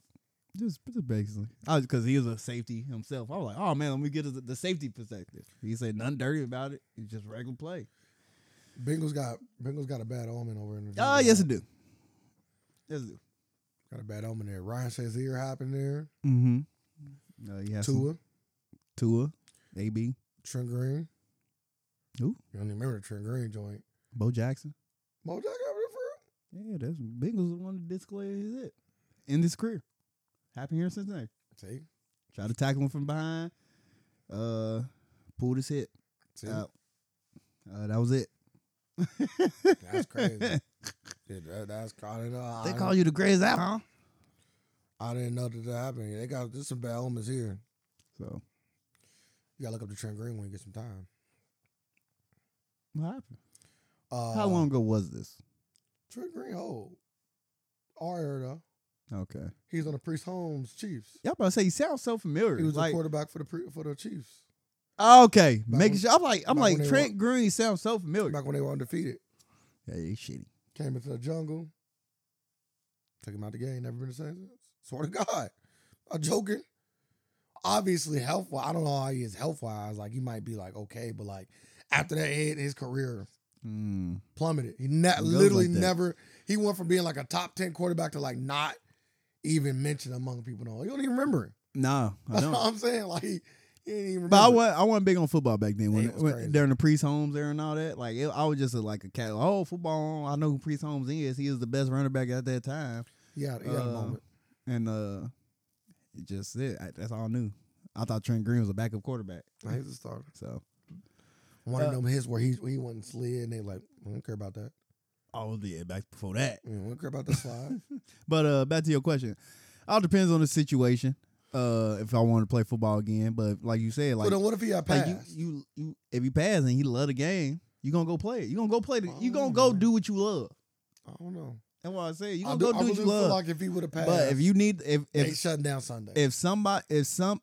Speaker 1: just, just basically, I was because he was a safety himself. I was like, "Oh man, let me get the, the safety perspective." He said nothing dirty about it. It's just regular play.
Speaker 2: Bengals got Bengals got a bad omen over in.
Speaker 1: Ah, yes it do. Yes it do.
Speaker 2: Got a bad omen there. Ryan Shazier happened there.
Speaker 1: Mm-hmm. No, you have
Speaker 2: Tua,
Speaker 1: Tua, AB,
Speaker 2: Trent Green.
Speaker 1: Who?
Speaker 2: You don't even remember the Trent Green joint.
Speaker 1: Bo Jackson.
Speaker 2: Mo Jack over there for
Speaker 1: Yeah, that's Bengals the one that declared his it in this career. Happened here in Cincinnati.
Speaker 2: real. See,
Speaker 1: Tried to tackle him from behind. Uh, pulled his hip
Speaker 2: see,
Speaker 1: out. Uh, that was it.
Speaker 2: that's crazy. Yeah, that, that's I didn't know.
Speaker 1: they
Speaker 2: I,
Speaker 1: call you the greatest out, huh?
Speaker 2: I didn't know that that happened. They got there's some bad omens here.
Speaker 1: So
Speaker 2: You gotta look up the Trent Green when you get some time.
Speaker 1: what happened?
Speaker 2: Uh,
Speaker 1: How long ago was this?
Speaker 2: Trent Green old. Our era though.
Speaker 1: Okay,
Speaker 2: He's on the Priest Holmes Chiefs.
Speaker 1: y'all about to say he sounds so familiar.
Speaker 2: He was the
Speaker 1: like,
Speaker 2: quarterback for the pre, for the Chiefs
Speaker 1: okay,
Speaker 2: Back
Speaker 1: making
Speaker 2: when-
Speaker 1: sure. I'm like, I'm
Speaker 2: back when
Speaker 1: like
Speaker 2: they
Speaker 1: Trent Green sounds so familiar.
Speaker 2: back when they were undefeated.
Speaker 1: Yeah, he's shitty.
Speaker 2: Came into the jungle. Took him out the game. Never been the same since. Swear to God. I'm joking. Obviously, health wise, I don't know how he is health wise. Like, he might be like, okay, but like, after that hit, his career
Speaker 1: Mm.
Speaker 2: plummeted. He ne-
Speaker 1: goes
Speaker 2: literally
Speaker 1: like that.
Speaker 2: never, he went from being like a top 10 quarterback to like not even mentioned among people. No, you don't even remember. him.
Speaker 1: Nah, I
Speaker 2: That's what
Speaker 1: don't.
Speaker 2: I'm saying. Like, he, he didn't even remember.
Speaker 1: But I was I wasn't big on football back then when,
Speaker 2: It was
Speaker 1: when
Speaker 2: crazy.
Speaker 1: during the priest homes there and all that. Like it, I was just a, like a cat. Oh, football! I know who priest homes is. He was the best running back at that time,
Speaker 2: yeah, yeah,
Speaker 1: Uh,
Speaker 2: moment.
Speaker 1: and uh, it just it. I, that's all I knew. I thought Trent Green was a backup quarterback.
Speaker 2: Nah, he's a starter.
Speaker 1: So
Speaker 2: One of
Speaker 1: Uh,
Speaker 2: them his where he he went and slid, and they like, we don't care about that.
Speaker 1: oh yeah, back before that.
Speaker 2: We don't care about the slide.
Speaker 1: But uh, back to your question. All depends on the situation. Uh, if I want to play football again, but like you said,
Speaker 2: so
Speaker 1: like
Speaker 2: then, what if he got
Speaker 1: Like
Speaker 2: passed?
Speaker 1: you, you, you, if you pass and he love the game, you gonna go play it. You gonna go play. The, you gonna
Speaker 2: Oh.
Speaker 1: go do what you love.
Speaker 2: I don't know.
Speaker 1: That's what I say. You
Speaker 2: I
Speaker 1: gonna
Speaker 2: do,
Speaker 1: go
Speaker 2: I
Speaker 1: do
Speaker 2: really
Speaker 1: what you
Speaker 2: feel
Speaker 1: love.
Speaker 2: like if he would have passed,
Speaker 1: but if you need, if
Speaker 2: they
Speaker 1: if
Speaker 2: shutting down Sunday
Speaker 1: if somebody, if some,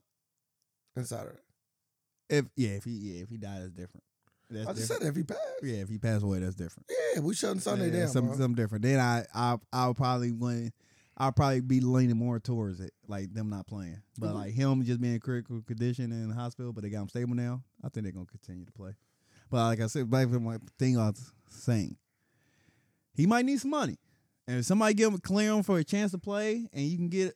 Speaker 2: and Saturday.
Speaker 1: if yeah, if he yeah, if he died, that's different. That's
Speaker 2: I just
Speaker 1: different.
Speaker 2: said if he passed. Yeah,
Speaker 1: yeah, if he passed away, that's different.
Speaker 2: we shutting Sunday
Speaker 1: yeah,
Speaker 2: down.
Speaker 1: something,
Speaker 2: bro.
Speaker 1: something different. Then I, I, I would probably want. I'll probably be leaning more towards it, like them not playing, but
Speaker 2: Mhm.
Speaker 1: like him just being in critical condition in the hospital, but they got him stable now. I think they're gonna continue to play. But like I said, back to my thing I was saying, he might need some money, and if somebody give him clear him for a chance to play, and you can get,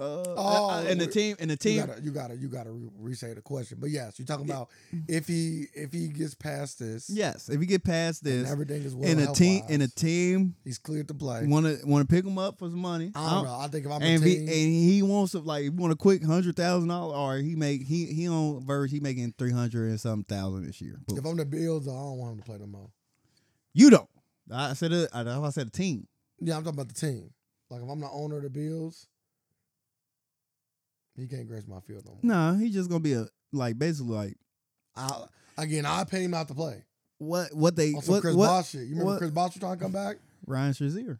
Speaker 1: uh,
Speaker 2: Oh,
Speaker 1: uh, and the
Speaker 2: we-
Speaker 1: team and the
Speaker 2: You
Speaker 1: team,
Speaker 2: gotta, you gotta, you gotta re- re-say the question. But yes, you're talking
Speaker 1: Yeah.
Speaker 2: about if he if he gets past this,
Speaker 1: yes, if you get past
Speaker 2: and
Speaker 1: this,
Speaker 2: everything is well
Speaker 1: and a team
Speaker 2: health-wise,
Speaker 1: and a team
Speaker 2: he's cleared to play.
Speaker 1: want to want to pick him up for some money.
Speaker 2: I don't know. I think if I'm
Speaker 1: and
Speaker 2: a
Speaker 1: if he,
Speaker 2: team,
Speaker 1: and he wants to like want a quick hundred thousand dollar or he make he he on verge he making three hundred and something thousand this year. Boom.
Speaker 2: if I'm the Bills, I don't want him to play no more.
Speaker 1: You don't. I said it. I, I said a team.
Speaker 2: Yeah, I'm talking about the team. Like if I'm the owner of the Bills, he can't grace my field no more.
Speaker 1: Nah, he just gonna be a like basically like
Speaker 2: I, again, I pay him not to play.
Speaker 1: what what they
Speaker 2: On some
Speaker 1: what,
Speaker 2: Chris
Speaker 1: what
Speaker 2: Bosh shit. You remember
Speaker 1: what-
Speaker 2: Chris Bosh was trying to come back?
Speaker 1: Ryan Shazier.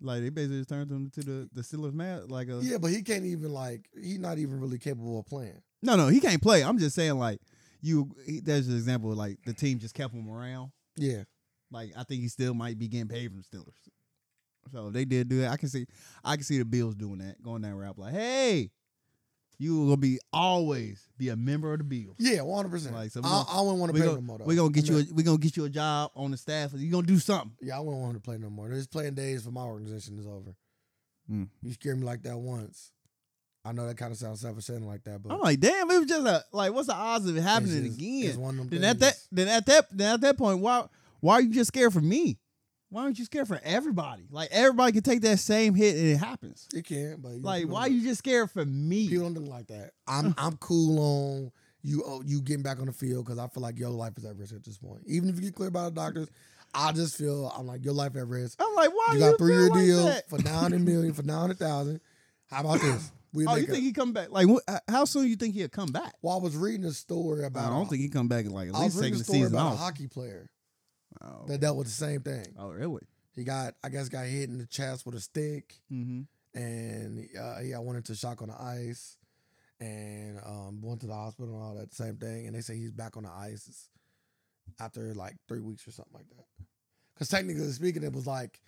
Speaker 1: Like they basically just turned him to the the Steelers mad like a
Speaker 2: Yeah, but he can't even like he's not even really capable of playing.
Speaker 1: no no he can't play. I'm just saying like you he, there's an example of, like the team just kept him around.
Speaker 2: Yeah.
Speaker 1: Like I think he still might be getting paid from Steelers. So if they did do it. I can see I can see the Bills doing that, going that route. Like, hey, you will be always be a member of the Bills.
Speaker 2: Yeah, one hundred percent.
Speaker 1: Like, so we
Speaker 2: I,
Speaker 1: gonna-
Speaker 2: I wouldn't want to
Speaker 1: We
Speaker 2: play
Speaker 1: gonna,
Speaker 2: no more though.
Speaker 1: we gonna get
Speaker 2: I'm
Speaker 1: you a,
Speaker 2: not-
Speaker 1: we gonna get you a job on the staff. You gonna do something.
Speaker 2: yeah, I wouldn't want him to play no more. His playing days for my organization is over.
Speaker 1: Mm.
Speaker 2: You scared me like that once. I know that kind of sounds selfish saying like that, but
Speaker 1: I'm like, damn, it was just a like what's the odds of it
Speaker 2: it's
Speaker 1: happening
Speaker 2: just- it's
Speaker 1: again?
Speaker 2: one of them
Speaker 1: Then at that
Speaker 2: things.
Speaker 1: then at that then at that point, why why are you just scared for me? Why aren't you scared for everybody? Like everybody can take that same hit and it happens.
Speaker 2: it can't. But you know,
Speaker 1: Like,
Speaker 2: people
Speaker 1: why
Speaker 2: don't-
Speaker 1: you just scared for me?
Speaker 2: People don't do like that.
Speaker 1: Oh.
Speaker 2: I'm I'm cool on you oh, you getting back on the field because I feel like your life is at risk at this point. Even if you get cleared by the doctors, I just feel I'm like your life at risk.
Speaker 1: I'm like, why
Speaker 2: you
Speaker 1: you
Speaker 2: got
Speaker 1: feel
Speaker 2: three year
Speaker 1: like
Speaker 2: deal
Speaker 1: that?
Speaker 2: for nine hundred million for nine hundred thousand. How about this? We
Speaker 1: Oh,
Speaker 2: make
Speaker 1: you
Speaker 2: a-
Speaker 1: think he come back? Like, wh- h- how soon you think he'll come back?
Speaker 2: well, I was reading a story about.
Speaker 1: I don't think he come back. Like at
Speaker 2: I was
Speaker 1: least taking
Speaker 2: reading a
Speaker 1: the
Speaker 2: story
Speaker 1: season
Speaker 2: about a
Speaker 1: off.
Speaker 2: hockey player
Speaker 1: Oh,
Speaker 2: that dealt with the same thing.
Speaker 1: oh, really?
Speaker 2: He got, I guess, got hit in the chest with a stick.
Speaker 1: Mm-hmm.
Speaker 2: and uh, he got went into shock on the ice and um, went to the hospital and all that same thing. And they say he's back on the ice after like three weeks or something like that. Because technically speaking, it was like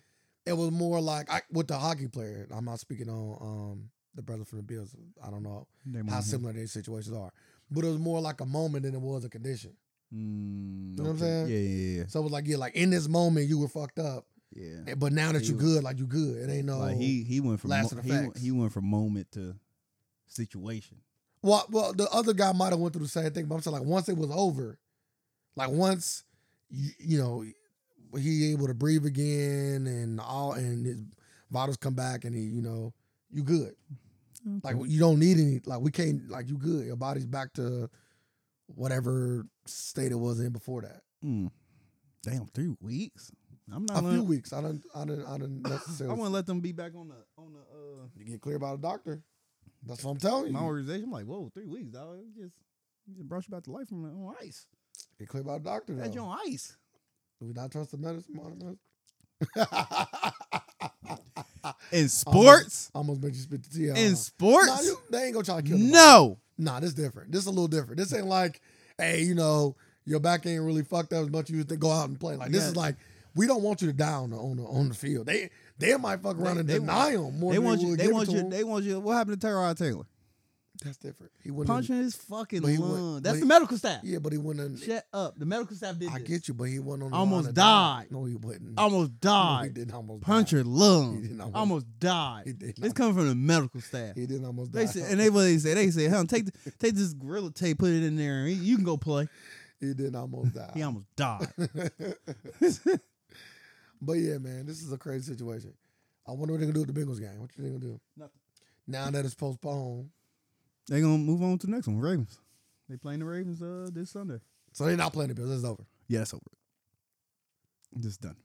Speaker 2: it was more like I, with the hockey player. I'm not speaking on um, the brother from the Bills. I don't know
Speaker 1: Mm-hmm.
Speaker 2: how similar their situations are, but it was more like a moment than it was a condition.
Speaker 1: Mm,
Speaker 2: You know what I'm
Speaker 1: okay.
Speaker 2: saying?
Speaker 1: Yeah, yeah,
Speaker 2: So it was like yeah, like in this moment you were fucked up,
Speaker 1: yeah. yeah.
Speaker 2: eh, but now that
Speaker 1: He
Speaker 2: you
Speaker 1: was-
Speaker 2: good, like you good. It ain't no
Speaker 1: like he he went from
Speaker 2: last
Speaker 1: mo-
Speaker 2: of the
Speaker 1: he, went-
Speaker 2: facts.
Speaker 1: he went from moment to situation.
Speaker 2: Well, well, the other guy might have went through the same thing, but I'm saying like once it was over, like once you, you know he able to breathe again and all, and his vitals come back, and he you know you good. Like
Speaker 1: Okay.
Speaker 2: you don't need any. Like we can't. Like you good. Your body's back to whatever state it was in before that.
Speaker 1: Mm. damn, three weeks. I'm not.
Speaker 2: A few
Speaker 1: Gonna,
Speaker 2: weeks. I don't. I don't. I don't
Speaker 1: I
Speaker 2: necessarily.
Speaker 1: want to let them be back on the on the. Uh,
Speaker 2: you get cleared by the doctor. That's what I'm telling
Speaker 1: my
Speaker 2: you.
Speaker 1: organization, I'm like, whoa, three weeks, dog. It Just, it just brought you back to life from on ice.
Speaker 2: Get cleared by the doctor.
Speaker 1: That's you
Speaker 2: Though.
Speaker 1: on ice.
Speaker 2: Do we not trust the medicine? modern medicine?
Speaker 1: In
Speaker 2: sports? Almost made you spit the tea out.
Speaker 1: in
Speaker 2: Nah,
Speaker 1: sports,
Speaker 2: you- they ain't gonna try to kill nobody.
Speaker 1: no.
Speaker 2: Nah, this different. This a little different. This ain't like, hey, you know, your back ain't really fucked up as much as you think. Go out and play. Like this
Speaker 1: Yeah.
Speaker 2: is like we don't want you to die on the on the, on the field. They they might fuck around
Speaker 1: They-
Speaker 2: and
Speaker 1: they
Speaker 2: deny him more
Speaker 1: They
Speaker 2: than
Speaker 1: want
Speaker 2: they,
Speaker 1: you.
Speaker 2: would
Speaker 1: They
Speaker 2: give it
Speaker 1: want
Speaker 2: to
Speaker 1: you.
Speaker 2: him.
Speaker 1: They want you. What happened to Tyrod Taylor?
Speaker 2: That's different. He wouldn't.
Speaker 1: Punching his fucking
Speaker 2: but he went-
Speaker 1: lung.
Speaker 2: but
Speaker 1: That's
Speaker 2: he-
Speaker 1: the medical staff.
Speaker 2: Yeah, but he wouldn't.
Speaker 1: Shut up. The medical staff did.
Speaker 2: I
Speaker 1: this.
Speaker 2: get you, but he wasn't on. The
Speaker 1: Almost
Speaker 2: line to die.
Speaker 1: died.
Speaker 2: No, he wouldn't.
Speaker 1: Almost
Speaker 2: No, he
Speaker 1: died.
Speaker 2: didn't almost
Speaker 1: Punch
Speaker 2: die.
Speaker 1: your lung.
Speaker 2: He didn't almost-
Speaker 1: almost died.
Speaker 2: He didn't.
Speaker 1: It's coming from the medical staff.
Speaker 2: He didn't almost die.
Speaker 1: They said, and they what they said, they said, "Hell, take the, take this gorilla tape, put it in there, and you can go play."
Speaker 2: he didn't almost die.
Speaker 1: He almost died.
Speaker 2: but yeah, man, this is a crazy situation. I wonder what they're gonna do with the Bengals game. What you think they gonna do?
Speaker 1: Nothing.
Speaker 2: Now that it's postponed,
Speaker 1: they gonna move on to the next one. Ravens. They playing the Ravens uh this Sunday.
Speaker 2: so they're not playing the Bills. It's over.
Speaker 1: Yeah, it's over. Just done.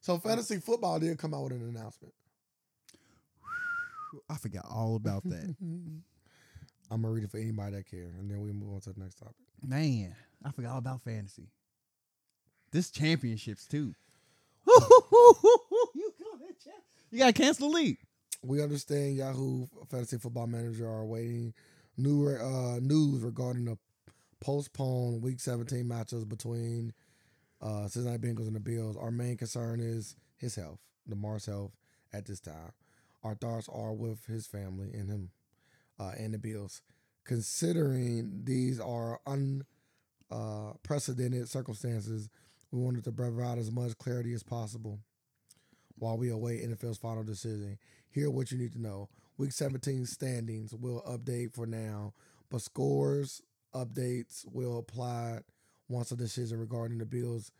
Speaker 2: So fantasy football did come out with an announcement.
Speaker 1: I forgot all about that.
Speaker 2: I'm gonna read it for anybody that care, and then we move on to the next topic.
Speaker 1: Man, I forgot all about fantasy. This championships too. you got that champ- You gotta cancel the league.
Speaker 2: We understand Yahoo Fantasy Football Manager are awaiting new uh, news regarding the postponed Week 17 matchups between uh, Cincinnati Bengals and the Bills. Our main concern is his health, Lamar's health at this time. Our thoughts are with his family and him uh, and the Bills, considering these are unprecedented circumstances. We wanted to provide as much clarity as possible while we await NFL's final decision. Here, are what you need to know: Week 17 standings will update for now, but scores updates will apply once a decision regarding the Bills,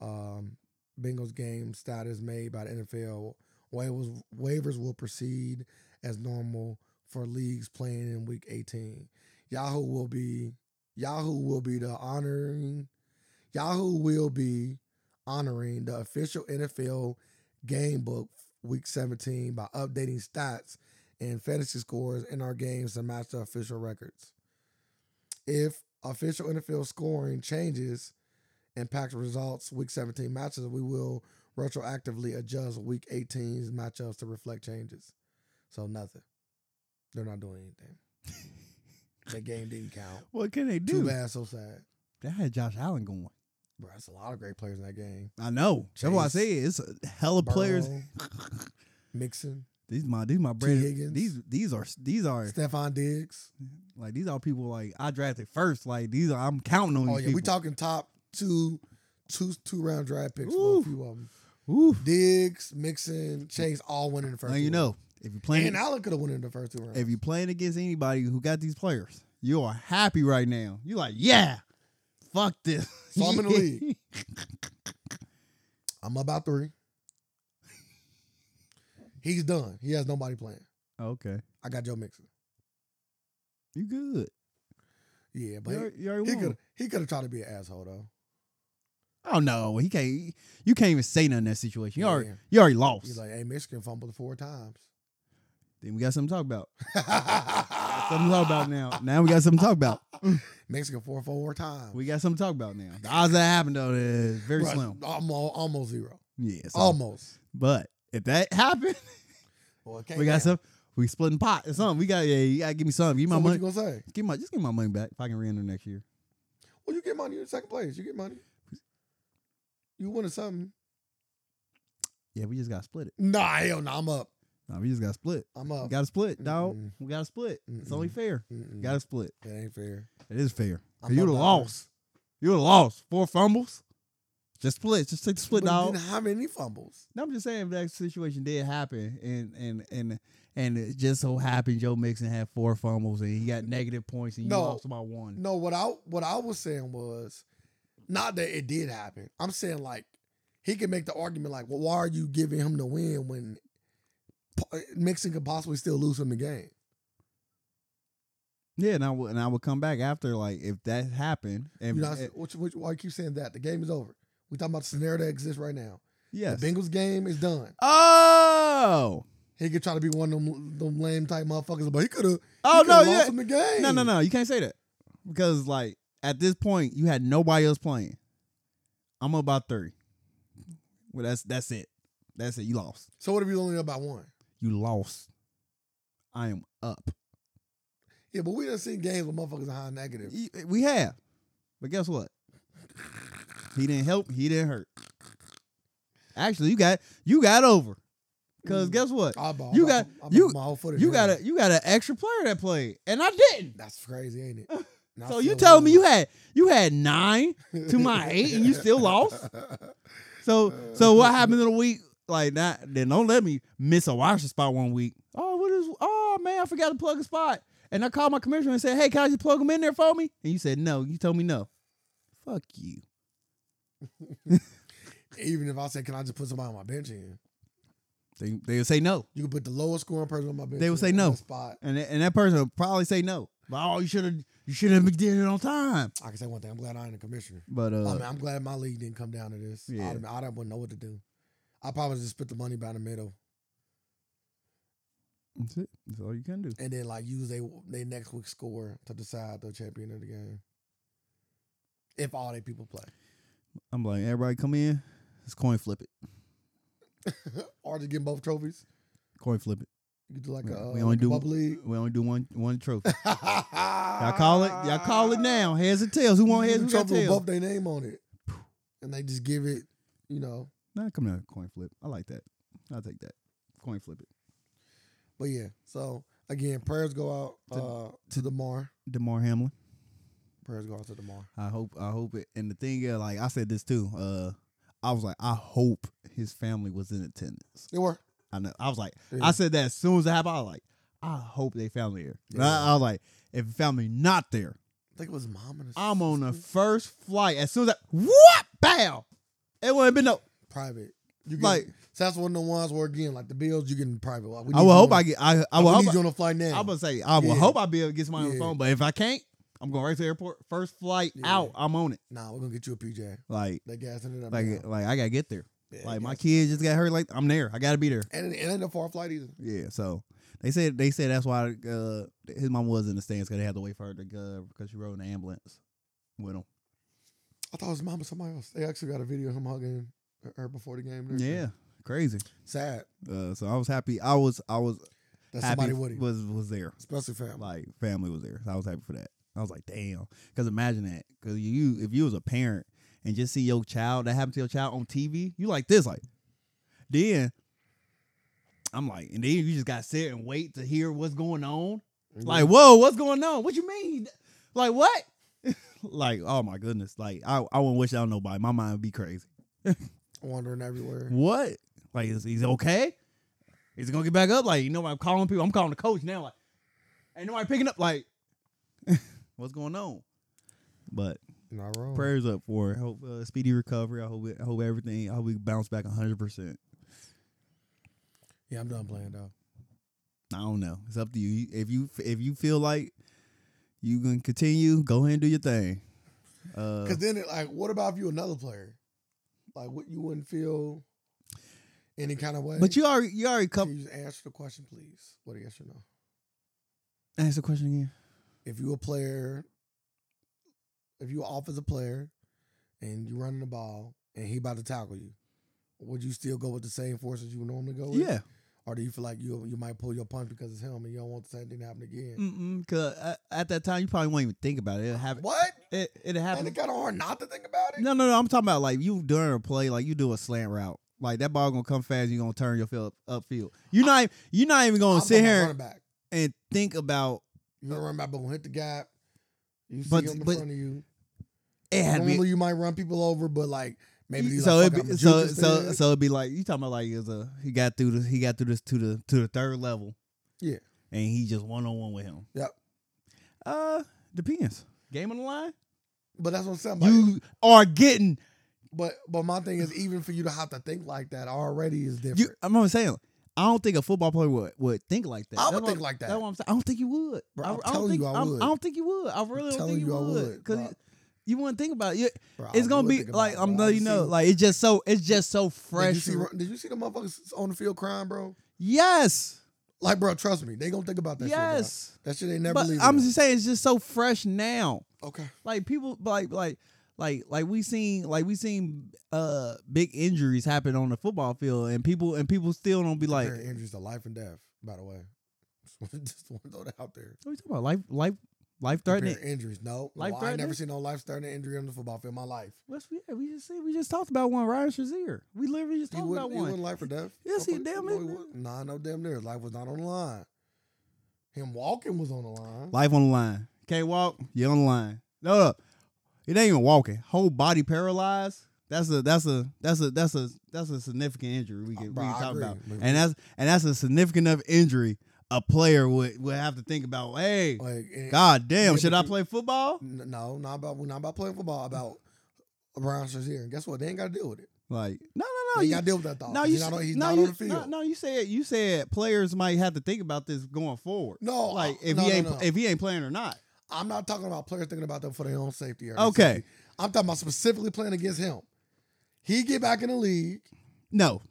Speaker 2: um, Bengals game status made by the NFL. Waivers waivers will proceed as normal for leagues playing in Week 18. Yahoo will be Yahoo will be the honoring. Yahoo will be honoring the official NFL game book week 17 by updating stats and fantasy scores in our games to match the official records. If official NFL scoring changes impacts results week 17 matches, we will retroactively adjust week 18's matchups to reflect changes. So nothing. They're not doing anything. that game didn't count.
Speaker 1: What can they
Speaker 2: Too
Speaker 1: do?
Speaker 2: bad, so sad.
Speaker 1: They had Josh Allen going.
Speaker 2: Bro, that's a lot of great players in that game.
Speaker 1: I know. That's why I
Speaker 2: Chase,
Speaker 1: say it's a hell of players.
Speaker 2: Burrow, Mixon,
Speaker 1: These my these my bread.
Speaker 2: Higgins.
Speaker 1: These these are these are
Speaker 2: Stephon Diggs.
Speaker 1: like these are people like I drafted first. Like these are I'm counting on
Speaker 2: Oh
Speaker 1: these
Speaker 2: yeah,
Speaker 1: people.
Speaker 2: we talking top two, two two round draft picks for a
Speaker 1: Oof.
Speaker 2: few of them.
Speaker 1: Oof.
Speaker 2: Diggs, Mixon, Chase, all winning the first.
Speaker 1: Now you
Speaker 2: two
Speaker 1: know if you're
Speaker 2: rounds.
Speaker 1: playing
Speaker 2: and Allen could have won in the first two rounds.
Speaker 1: if you're playing against anybody who got these players, you are happy right now. You're like, yeah, fuck this.
Speaker 2: So I'm in the league. I'm about three. He's done. He has nobody playing.
Speaker 1: okay,
Speaker 2: I got Joe Mixon.
Speaker 1: you good?
Speaker 2: Yeah,
Speaker 1: you
Speaker 2: but
Speaker 1: already, you already
Speaker 2: he
Speaker 1: won.
Speaker 2: could he could have tried to be an asshole though.
Speaker 1: Oh no, he can't. You can't even say nothing in that situation. You
Speaker 2: Yeah.
Speaker 1: already you already lost.
Speaker 2: He's like, hey, Michigan fumbled four times.
Speaker 1: then we got something to talk about. Something
Speaker 2: Something
Speaker 1: to talk about now. Now we got something to talk about.
Speaker 2: Mexican four four times.
Speaker 1: We got something to talk about now. The odds that happened though is very
Speaker 2: Bruh,
Speaker 1: slim.
Speaker 2: Almost, almost zero.
Speaker 1: Yeah, so-
Speaker 2: Almost.
Speaker 1: But if that happened,
Speaker 2: Well, it came
Speaker 1: we got
Speaker 2: down.
Speaker 1: some. We splitting pot or something. We got yeah. You gotta give me some. Give me
Speaker 2: So
Speaker 1: my
Speaker 2: what
Speaker 1: money.
Speaker 2: you gonna say?
Speaker 1: give my just give my money back if I can re-enter next year.
Speaker 2: Well, you get money. You're in second place. You get money. You wanted something.
Speaker 1: Yeah, we just got to split it.
Speaker 2: Nah, hell no. I'm up.
Speaker 1: Nah, we just got to split.
Speaker 2: I'm up.
Speaker 1: Got to split, dog.
Speaker 2: Oh. Mm-mm.
Speaker 1: We got to split. It's only
Speaker 2: Mm-mm.
Speaker 1: fair.
Speaker 2: Mm-mm.
Speaker 1: Got to split.
Speaker 2: That ain't fair.
Speaker 1: It is fair.
Speaker 2: I'm
Speaker 1: You would have
Speaker 2: up that
Speaker 1: lost. You would have lost four fumbles. Just split. Just take the
Speaker 2: But
Speaker 1: split,
Speaker 2: you
Speaker 1: dog.
Speaker 2: didn't have any fumbles.
Speaker 1: No, I'm just saying if that situation did happen, and and and and it just so happened Joe Mixon had four fumbles and he got negative points and you
Speaker 2: No.
Speaker 1: lost by one.
Speaker 2: No, what I what I was saying was, not that it did happen. I'm saying like he can make the argument like, well, why are you giving him the win when po- Mixon could possibly still lose him the game?
Speaker 1: Yeah, and I would and I would come back after like if that happened
Speaker 2: You
Speaker 1: and,
Speaker 2: know, I
Speaker 1: and
Speaker 2: said- what you- what you- why you keep saying that? The game is over. We talking about the scenario that exists right now.
Speaker 1: yes.
Speaker 2: The Bengals game is done.
Speaker 1: Oh.
Speaker 2: He could try to be one of them, them lame type motherfuckers, but he could have.
Speaker 1: Oh no,
Speaker 2: lost
Speaker 1: yeah.
Speaker 2: him the game.
Speaker 1: No, no, no. You can't say that because like at this point you had nobody else playing. I'm about thirty. Well, that's that's it. That's it. You lost.
Speaker 2: So what if you only up by one?
Speaker 1: You lost. I am up.
Speaker 2: Yeah, but we done seen games with motherfuckers are high negative.
Speaker 1: Y- We have, but guess what? He didn't help. He didn't hurt. Actually, you got you got over. Cause guess what?
Speaker 2: Mm. I bought,
Speaker 1: You
Speaker 2: I bought-
Speaker 1: got-
Speaker 2: I bought
Speaker 1: you-
Speaker 2: my whole footage
Speaker 1: You
Speaker 2: in
Speaker 1: got
Speaker 2: there.
Speaker 1: a you got an extra player that played, and I didn't.
Speaker 2: That's crazy, ain't it? And I
Speaker 1: So you
Speaker 2: still
Speaker 1: told me you
Speaker 2: won.
Speaker 1: had you had nine to my eight, and you still lost. So
Speaker 2: Uh,
Speaker 1: so what happened in the week? Like not then don't let me miss a washer spot one week. Oh what is oh man I forgot to plug a spot, and I called my commissioner and said hey can I just plug them in there for me? And you said no. You told me no. Fuck you.
Speaker 2: Even if I said, "Can I just put somebody on my bench in?"
Speaker 1: They they would say no,
Speaker 2: You can put the lowest scoring person on my bench.
Speaker 1: They would
Speaker 2: in
Speaker 1: say
Speaker 2: on
Speaker 1: no.
Speaker 2: that Spot.
Speaker 1: and that- and that person would probably say no. But oh you should have you should have did it on time.
Speaker 2: I can say one thing. I'm glad I ain't a commissioner.
Speaker 1: But
Speaker 2: I
Speaker 1: uh
Speaker 2: mean, I'm glad my league didn't come down to this.
Speaker 1: Yeah.
Speaker 2: I, I wouldn't know what to do. I probably just split the money down the middle,
Speaker 1: that's it. That's all you can do.
Speaker 2: and then like use they they next week's score to decide the champion of the game. If all they people play,
Speaker 1: I'm like everybody come in, let's coin flip it,
Speaker 2: or just get both trophies.
Speaker 1: coin flip it.
Speaker 2: You could do like
Speaker 1: Yeah,
Speaker 2: a
Speaker 1: we only
Speaker 2: uh, like a
Speaker 1: do-
Speaker 2: bubble league.
Speaker 1: We only do one one trophy.
Speaker 2: y'all
Speaker 1: Y'all call it. Y'all call it now. Heads or tails. Who
Speaker 2: Ah. You
Speaker 1: want heads?
Speaker 2: do
Speaker 1: Who
Speaker 2: the
Speaker 1: got
Speaker 2: trophy with
Speaker 1: tails?
Speaker 2: both their name on it, and they just give it. You know,
Speaker 1: Nah, come on. Coin flip. I like that. I'll take that. Coin flip it.
Speaker 2: but yeah. So again, prayers go out
Speaker 1: To-
Speaker 2: uh, to Demar.
Speaker 1: Demar Hamlin.
Speaker 2: Prayers go out to Demar.
Speaker 1: I hope. I hope it. And the thing is, like I said this too. Uh, I was like, I hope his family was in attendance.
Speaker 2: They were.
Speaker 1: I know. I was like,
Speaker 2: Yeah.
Speaker 1: I said that as soon as it happened. I was like, I hope they family here. And I,
Speaker 2: Yeah.
Speaker 1: I was like, if family not there,
Speaker 2: I think it was mom and his
Speaker 1: I'm on the
Speaker 2: sister.
Speaker 1: first flight. As soon as I what bow, it wouldn't have been no.
Speaker 2: private. You get,
Speaker 1: Like-
Speaker 2: so that's one of the ones where again, like the bills, you getting private. Like, we
Speaker 1: I
Speaker 2: need
Speaker 1: would
Speaker 2: you
Speaker 1: hope
Speaker 2: on-
Speaker 1: I get. I, I
Speaker 2: like,
Speaker 1: would
Speaker 2: we
Speaker 1: hope.
Speaker 2: need you on the flight now.
Speaker 1: I'm gonna say I
Speaker 2: Yeah.
Speaker 1: will hope I be able to get somebody on
Speaker 2: Yeah.
Speaker 1: the phone, but if I can't, I'm going right to the airport. First flight
Speaker 2: Yeah.
Speaker 1: out, I'm on it.
Speaker 2: nah, we're gonna get you a PJ.
Speaker 1: Like,
Speaker 2: That gas ended up.
Speaker 1: like,
Speaker 2: now.
Speaker 1: like I gotta get there.
Speaker 2: Yeah,
Speaker 1: like my
Speaker 2: gas-
Speaker 1: kids just got hurt. Like I'm there. I gotta be there.
Speaker 2: and it ain't a far flight either.
Speaker 1: Yeah. So they said they said that's why uh, his mom was in the stands because they had to wait for her to go because she rode in the ambulance with him.
Speaker 2: I thought it was mom or somebody else. They actually got a video of him hugging her before the game. and everything.
Speaker 1: Yeah. Crazy.
Speaker 2: sad
Speaker 1: Uh, so I was happy. I was I was
Speaker 2: that
Speaker 1: happy
Speaker 2: somebody would,
Speaker 1: was was there.
Speaker 2: especially family.
Speaker 1: Like family was there. So I was happy for that. I was like, damn. Because imagine that. Because you, if you was a parent and just see your child that happened to your child on TV, you like this, like. Then I'm like, and then you just got to sit and wait to hear what's going on. Like, whoa, what's going on? What you mean? Like what? like, oh my goodness. Like, I, I wouldn't wish out on nobody. My mind would be crazy.
Speaker 2: wandering everywhere.
Speaker 1: What? Like, is he's okay? Is he gonna get back up? Like, you know, I'm calling people. I'm calling the coach now. Like, ain't nobody picking up. Like, what's going on? But
Speaker 2: Not wrong.
Speaker 1: prayers up for. It. Hope uh, speedy recovery. I hope. It, I hope everything. I hope we bounce back 100. percent
Speaker 2: Yeah, I'm done playing though.
Speaker 1: I don't know. It's up to you. If you if you feel like you can continue, go ahead and do your thing. Uh,
Speaker 2: Because then, it, like, what about if you another player? Like, what you wouldn't feel any kind of way.
Speaker 1: but you already you already
Speaker 2: can
Speaker 1: come.
Speaker 2: you just answer the question, please? What a yes or no?
Speaker 1: Ask the question again.
Speaker 2: If you a player, if you an offensive player, and you running the ball, and he about to tackle you, would you still go with the same force as you would normally go with?
Speaker 1: Yeah.
Speaker 2: Or do you feel like you you might pull your punch because it's him, and you don't want the same thing to happen again?
Speaker 1: Mm-mm, Cause uh, at that time you probably won't even think about it. It'll happen.
Speaker 2: What?
Speaker 1: It it
Speaker 2: And
Speaker 1: happen.
Speaker 2: it kind of hard not to think about it.
Speaker 1: No, no, no. I'm talking about like you during a play, like you do a slant route. Like that ball gonna come fast, you're gonna turn your field upfield. You're not you're not even
Speaker 2: I'm
Speaker 1: gonna
Speaker 2: talking
Speaker 1: sit
Speaker 2: about
Speaker 1: here
Speaker 2: Running back.
Speaker 1: and think about
Speaker 2: You gonna run back, but gonna hit the gap. You see
Speaker 1: But-
Speaker 2: him in
Speaker 1: but-
Speaker 2: front of you.
Speaker 1: it had to be
Speaker 2: Normally, you might run people over, but like maybe these
Speaker 1: so
Speaker 2: like,
Speaker 1: it
Speaker 2: fuck, I'm
Speaker 1: be,
Speaker 2: a
Speaker 1: so
Speaker 2: juke
Speaker 1: so
Speaker 2: instead.
Speaker 1: so it'd be like you talking about like it was a he got through the he got through this to the to the third level.
Speaker 2: Yeah.
Speaker 1: And he just one on one with him.
Speaker 2: Yep.
Speaker 1: Uh depends. Game on the line.
Speaker 2: But that's what I'm saying. like,
Speaker 1: You are getting
Speaker 2: but but my thing is, even for you to have to think like that already is different.
Speaker 1: you I'm not saying I don't think a football player would, would think like that.
Speaker 2: I
Speaker 1: That's
Speaker 2: would
Speaker 1: what
Speaker 2: think
Speaker 1: I'm-
Speaker 2: like that.
Speaker 1: That's what I'm saying. I don't think you would.
Speaker 2: Bro,
Speaker 1: I,
Speaker 2: I'm
Speaker 1: I
Speaker 2: telling
Speaker 1: don't think
Speaker 2: you I
Speaker 1: I'm-
Speaker 2: would.
Speaker 1: I don't think you would. I really don't
Speaker 2: telling
Speaker 1: think you,
Speaker 2: you I
Speaker 1: would
Speaker 2: would,
Speaker 1: because
Speaker 2: bro.
Speaker 1: you, you wouldn't think about it. You-
Speaker 2: Bro, I
Speaker 1: it's gonna
Speaker 2: would
Speaker 1: be
Speaker 2: think about
Speaker 1: like
Speaker 2: it,
Speaker 1: I'm
Speaker 2: bro.
Speaker 1: letting you
Speaker 2: see-
Speaker 1: know. Like it's just so it's just so
Speaker 2: did you
Speaker 1: fresh.
Speaker 2: see, did you see the motherfuckers on the field crying, bro?
Speaker 1: yes,
Speaker 2: Like, bro, trust me, they gonna think about that. shit,
Speaker 1: yes.
Speaker 2: bro. that shit ain't never
Speaker 1: But
Speaker 2: leaving.
Speaker 1: I'm
Speaker 2: them.
Speaker 1: just saying it's just so fresh now.
Speaker 2: okay.
Speaker 1: Like people like like like like we seen like we seen uh big injuries happen on the football field and people and people still don't be like
Speaker 2: Comparing injuries to life and death. By the way, just want to throw that out there.
Speaker 1: What are you talking about? Life, life, Life threatening.
Speaker 2: Compare Injuries. No.
Speaker 1: Life
Speaker 2: Well, I ain't never
Speaker 1: threatening?
Speaker 2: seen no life threatening injury on the football field in my life.
Speaker 1: What's we? We just see. We just talked about one. Ryan Shazier. We literally just
Speaker 2: He
Speaker 1: talked about
Speaker 2: wouldn't, he
Speaker 1: one.
Speaker 2: wouldn't life or death.
Speaker 1: Yes, he
Speaker 2: Motherfucker,
Speaker 1: damn
Speaker 2: no,
Speaker 1: near
Speaker 2: he
Speaker 1: did.
Speaker 2: wouldn't. Nah, no damn near. His life was not on the line. Him walking was on the line.
Speaker 1: Life on the line. Can't walk. You're on the line. No, no, it ain't even walking. Whole body paralyzed. That's a that's a that's a that's a that's a significant injury we can,
Speaker 2: Bro,
Speaker 1: we
Speaker 2: I
Speaker 1: can talk
Speaker 2: agree.
Speaker 1: about,
Speaker 2: Like-
Speaker 1: and that's and that's a significant enough injury a player would would have to think about. Hey,
Speaker 2: Like and-
Speaker 1: god damn,
Speaker 2: Oh, yeah,
Speaker 1: should
Speaker 2: but
Speaker 1: I
Speaker 2: you-
Speaker 1: play football?
Speaker 2: N- No, not about we're not about playing football. About Brian here. And guess what? They ain't got to deal with it.
Speaker 1: Like no
Speaker 2: They
Speaker 1: no no
Speaker 2: ain't
Speaker 1: you-
Speaker 2: got to deal with that thought.
Speaker 1: no
Speaker 2: he's
Speaker 1: you
Speaker 2: not,
Speaker 1: s-
Speaker 2: on- he's
Speaker 1: no
Speaker 2: not
Speaker 1: you
Speaker 2: on the field.
Speaker 1: no no you said you said players might have to think about this going forward.
Speaker 2: No,
Speaker 1: Like
Speaker 2: I-
Speaker 1: if
Speaker 2: Oh, no,
Speaker 1: he
Speaker 2: no,
Speaker 1: ain't
Speaker 2: no.
Speaker 1: if he ain't playing or not.
Speaker 2: I'm not talking about players thinking about them for their own safety. Or their
Speaker 1: Okay.
Speaker 2: safety. I'm talking about specifically playing against him. He get back in the league.
Speaker 1: No,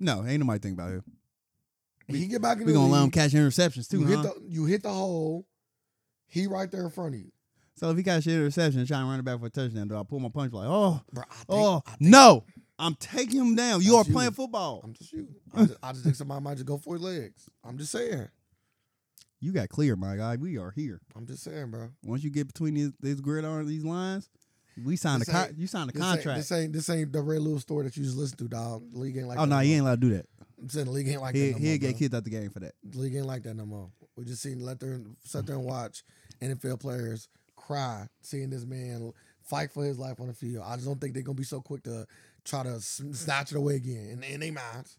Speaker 1: no, ain't nobody think about it.
Speaker 2: He get back in
Speaker 1: We
Speaker 2: the
Speaker 1: gonna
Speaker 2: league.
Speaker 1: let him catch interceptions too,
Speaker 2: you,
Speaker 1: huh?
Speaker 2: hit the, you hit the hole. He right there in front of you.
Speaker 1: So if he catch an interception and try and run it back for a touchdown, do I pull my punch like, oh,
Speaker 2: Bro, I think,
Speaker 1: oh,
Speaker 2: I think
Speaker 1: no, I'm taking him down. You are
Speaker 2: That's
Speaker 1: playing
Speaker 2: you.
Speaker 1: football.
Speaker 2: I'm just you. I'm just, I just think somebody might just go for his legs. I'm just saying.
Speaker 1: You got clear, my guy. We are here.
Speaker 2: I'm just saying, bro.
Speaker 1: Once you get between these, these gridiron, these lines, we signed
Speaker 2: This
Speaker 1: a con-
Speaker 2: ain't-
Speaker 1: you signed a
Speaker 2: This ain't- This
Speaker 1: contract.
Speaker 2: ain't this ain't the red little story that you just listened to, dog. The league ain't like
Speaker 1: Oh
Speaker 2: that
Speaker 1: no, he
Speaker 2: more.
Speaker 1: ain't allowed to do that.
Speaker 2: I'm saying the league ain't like
Speaker 1: He
Speaker 2: that. No
Speaker 1: he'll
Speaker 2: more,
Speaker 1: get
Speaker 2: bro.
Speaker 1: kicked out the game for that.
Speaker 2: The league ain't like that no more. We just seen let there sit there and watch NFL players cry seeing this man fight for his life on the field. I just don't think they're gonna be so quick to try to s- snatch it away again in, in their minds.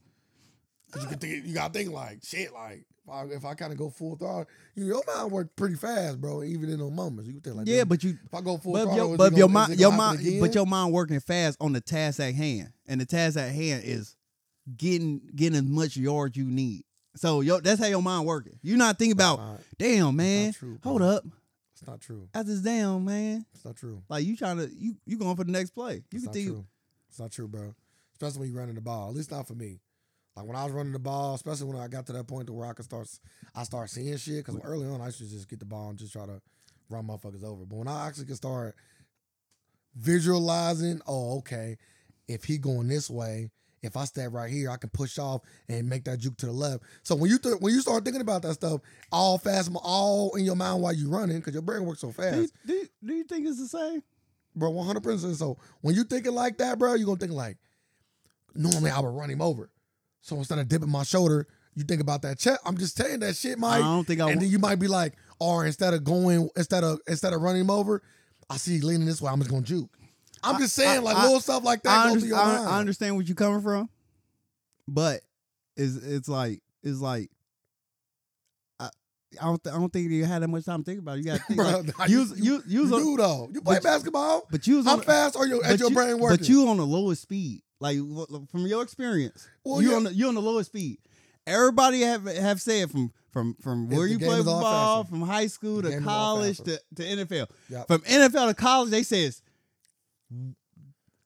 Speaker 2: 'Cause you, can think, you gotta think like shit. Like if I, if I kind of go full throttle, you your mind work pretty fast, bro. Even in those moments, you can think like
Speaker 1: yeah,
Speaker 2: damn,
Speaker 1: but you,
Speaker 2: if I go full
Speaker 1: but
Speaker 2: throttle, is
Speaker 1: your,
Speaker 2: it
Speaker 1: but
Speaker 2: gonna-
Speaker 1: your
Speaker 2: is it
Speaker 1: mind,
Speaker 2: gonna
Speaker 1: your
Speaker 2: happen
Speaker 1: mind, but
Speaker 2: again?
Speaker 1: your mind working fast on the task at hand, and the task at hand is getting getting as much yard you need. So yo, that's how your mind working. You're not thinking
Speaker 2: That's
Speaker 1: about
Speaker 2: not-
Speaker 1: Damn, man.
Speaker 2: not true,
Speaker 1: Hold
Speaker 2: bro.
Speaker 1: up.
Speaker 2: It's not true.
Speaker 1: That's just damn, man.
Speaker 2: It's not true.
Speaker 1: Like you trying to you you going for the next play. You
Speaker 2: It's
Speaker 1: can
Speaker 2: not
Speaker 1: think
Speaker 2: true. It's not true, bro. Especially when you're running the ball. At least not for me. Like when I was running the ball, especially when I got to that point to where I could start, s- I start seeing shit. Because early on, I used to just get the ball and just try to run motherfuckers over. But when I actually could start visualizing, oh, okay, if he going this way, if I step right here, I can push off and make that juke to the left. So when you th- when you start thinking about that stuff, all fast, all in your mind while you running, because your brain works so fast
Speaker 1: do, you, do, you, do you think it's the same?
Speaker 2: bro, one hundred percent. So when you thinking like that, bro, you gonna think like, normally I would run him over. So instead of dipping my shoulder, you think about that check. I'm just telling that shit,
Speaker 1: I
Speaker 2: Mike.
Speaker 1: don't think I
Speaker 2: and then
Speaker 1: want
Speaker 2: you might be like, or instead of going, instead of instead of running him over, I see you leaning this way. I'm just gonna juke. I'm just saying,
Speaker 1: I-
Speaker 2: like
Speaker 1: I-
Speaker 2: little stuff like that
Speaker 1: I,
Speaker 2: goes
Speaker 1: under-
Speaker 2: through your
Speaker 1: I,
Speaker 2: mind.
Speaker 1: I understand where you coming from. But it's it's like it's like I I don't th- I don't think you had that much time to think about it. You got to think
Speaker 2: Bro,
Speaker 1: like,
Speaker 2: nah,
Speaker 1: you,
Speaker 2: you,
Speaker 1: was- you, you, was
Speaker 2: you
Speaker 1: on-
Speaker 2: do though. You play
Speaker 1: but-
Speaker 2: basketball.
Speaker 1: but you was
Speaker 2: How
Speaker 1: on
Speaker 2: fast are your
Speaker 1: but
Speaker 2: at your
Speaker 1: you-
Speaker 2: brain working?
Speaker 1: But you on the lowest speed. Like wh- from your experience,
Speaker 2: Well,
Speaker 1: you
Speaker 2: yeah.
Speaker 1: on the, you on the lowest speed. Everybody have have said from from from
Speaker 2: If
Speaker 1: where
Speaker 2: the
Speaker 1: you
Speaker 2: game
Speaker 1: play
Speaker 2: is all
Speaker 1: football,
Speaker 2: faster.
Speaker 1: from high school
Speaker 2: The
Speaker 1: to
Speaker 2: game is all
Speaker 1: college to,
Speaker 2: faster.
Speaker 1: to NFL.
Speaker 2: Yep.
Speaker 1: From NFL to college, they says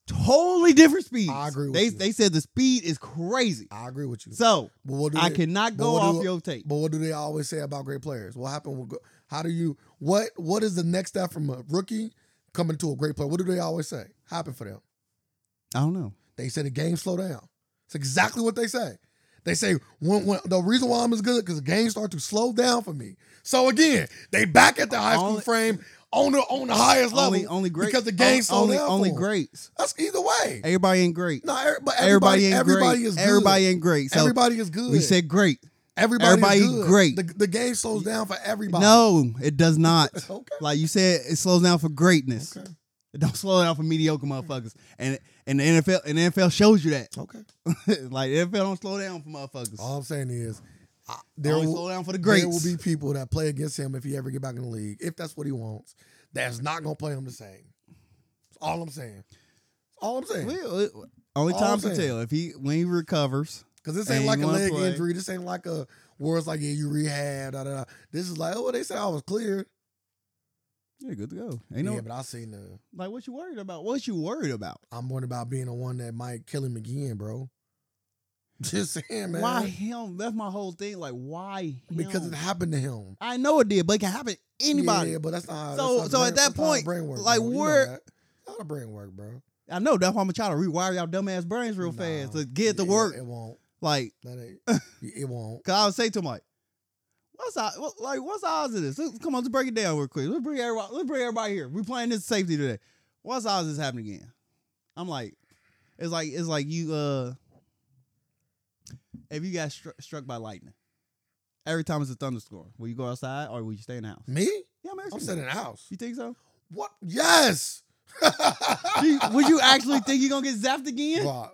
Speaker 1: totally different speeds.
Speaker 2: I agree with
Speaker 1: they
Speaker 2: you.
Speaker 1: they said the speed is crazy.
Speaker 2: I agree with you.
Speaker 1: So
Speaker 2: but what do
Speaker 1: I
Speaker 2: they-
Speaker 1: cannot
Speaker 2: but
Speaker 1: go
Speaker 2: what do-
Speaker 1: off your tape.
Speaker 2: But what do they always say about great players? What happened? With, gr- how do you? What What is the next step from a rookie coming to a great player? What do they always say happened for them?
Speaker 1: I don't know.
Speaker 2: They say the game slow down. It's exactly what they say. They say when, when the reason why I'm as good because the game started to slow down for me. So again, they back at the high school
Speaker 1: Only-
Speaker 2: frame on the on the highest
Speaker 1: Only
Speaker 2: level
Speaker 1: only great
Speaker 2: because the
Speaker 1: only-
Speaker 2: game slowed
Speaker 1: only
Speaker 2: down.
Speaker 1: only
Speaker 2: for 'em.
Speaker 1: greats.
Speaker 2: That's either way.
Speaker 1: Everybody ain't great.
Speaker 2: No, every- but
Speaker 1: everybody,
Speaker 2: everybody
Speaker 1: ain't
Speaker 2: everybody
Speaker 1: great.
Speaker 2: is good.
Speaker 1: Everybody ain't great. So
Speaker 2: everybody is good.
Speaker 1: we said great.
Speaker 2: everybody, is
Speaker 1: everybody
Speaker 2: good.
Speaker 1: great.
Speaker 2: The, the game slows down for everybody.
Speaker 1: No, it does not.
Speaker 2: Okay.
Speaker 1: Like you said, it slows down for greatness.
Speaker 2: Okay.
Speaker 1: It don't slow down for mediocre motherfuckers. And and the NFL and the NFL shows you that.
Speaker 2: Okay.
Speaker 1: like the NFL don't slow down for motherfuckers.
Speaker 2: All I'm saying is, I,
Speaker 1: They
Speaker 2: there
Speaker 1: only
Speaker 2: will
Speaker 1: slow down for the
Speaker 2: there will
Speaker 1: greats.
Speaker 2: be people that play against him if he ever get back in the league, if that's what he wants. That's not gonna play him the same. That's all I'm saying. All I'm saying.
Speaker 1: Well, it- only
Speaker 2: All
Speaker 1: time
Speaker 2: I'm
Speaker 1: to
Speaker 2: saying.
Speaker 1: tell if he when he recovers.
Speaker 2: Because this
Speaker 1: And
Speaker 2: ain't
Speaker 1: he
Speaker 2: like a
Speaker 1: wanna
Speaker 2: leg
Speaker 1: play.
Speaker 2: injury. This ain't like a where it's like yeah you rehab. Da, da, da. This is like oh they said I was clear.
Speaker 1: Yeah, good to go. Ain't
Speaker 2: yeah,
Speaker 1: no
Speaker 2: but I seen the.
Speaker 1: like what you worried about? What you worried about?
Speaker 2: I'm worried about being the one that might kill him again, bro. Just saying, man.
Speaker 1: Why him? That's my whole thing. Like why him?
Speaker 2: Because it happened to him.
Speaker 1: I know it did, but it can happen to anybody.
Speaker 2: Yeah, but that's not how.
Speaker 1: So-
Speaker 2: that's not
Speaker 1: so
Speaker 2: brain-
Speaker 1: at that
Speaker 2: that's not how
Speaker 1: point,
Speaker 2: brain work,
Speaker 1: like,
Speaker 2: bro. You know
Speaker 1: we're-
Speaker 2: that. not a brain work, bro.
Speaker 1: I know that's why I'm gonna try to rewire y'all dumbass brains real fast
Speaker 2: Nah.
Speaker 1: to get it to
Speaker 2: It-
Speaker 1: work.
Speaker 2: It, won't.
Speaker 1: Like
Speaker 2: That ain't, it won't.
Speaker 1: Cause I would say to him like, What's I, what, like? What's the odds of this? Let's, come on, let's break it down real quick. Let's bring everybody. Let's bring everybody here. We're playing this safety today. What's the odds of this happening again? I'm like, it's like it's like you uh, if you got stru- struck by lightning, every time it's a thunderstorm, will you go outside or will you stay in the house?
Speaker 2: Me?
Speaker 1: Yeah, I'm asking.
Speaker 2: I'm
Speaker 1: you.
Speaker 2: sitting in the house.
Speaker 1: You think so?
Speaker 2: What? Yes.
Speaker 1: You- would you actually think you're gonna get zapped again?
Speaker 2: Well,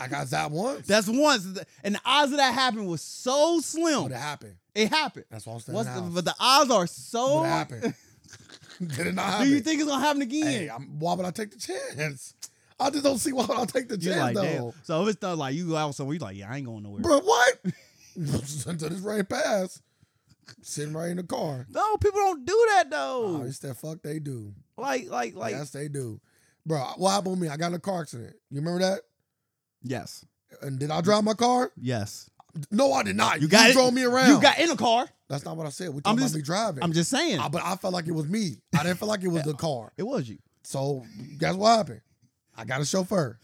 Speaker 2: I got that once.
Speaker 1: That's once, and the odds of that happening was so
Speaker 2: But
Speaker 1: slim.
Speaker 2: it happened.
Speaker 1: It happened.
Speaker 2: That's why I'm staying
Speaker 1: What's
Speaker 2: in
Speaker 1: the,
Speaker 2: the house.
Speaker 1: but the odds are so.
Speaker 2: But it happened. Did it not
Speaker 1: Do
Speaker 2: happen?
Speaker 1: you think it's gonna happen again?
Speaker 2: Hey, I'm, why would I take the chance? I just don't see why would I take the
Speaker 1: You're like,
Speaker 2: chance
Speaker 1: damn.
Speaker 2: though,
Speaker 1: So if it's not like you go out somewhere, you're like, yeah, I ain't going nowhere.
Speaker 2: bro. What? Until this rain pass, sitting right in the car.
Speaker 1: No, people don't do that though.
Speaker 2: Oh, it's that fuck they do.
Speaker 1: like, like, like.
Speaker 2: yes, they do, bro. What happened with me? I got in a car accident. You remember that?
Speaker 1: Yes.
Speaker 2: And did I drive my car?
Speaker 1: Yes.
Speaker 2: No, I did not.
Speaker 1: You got it.
Speaker 2: drove me around.
Speaker 1: You got in the car.
Speaker 2: That's not what I said. We
Speaker 1: I'm
Speaker 2: talking
Speaker 1: just-
Speaker 2: about me driving.
Speaker 1: I'm just saying.
Speaker 2: I- but I felt like it was me. I didn't feel like it was the car.
Speaker 1: it was you.
Speaker 2: So guess what happened? I got a chauffeur.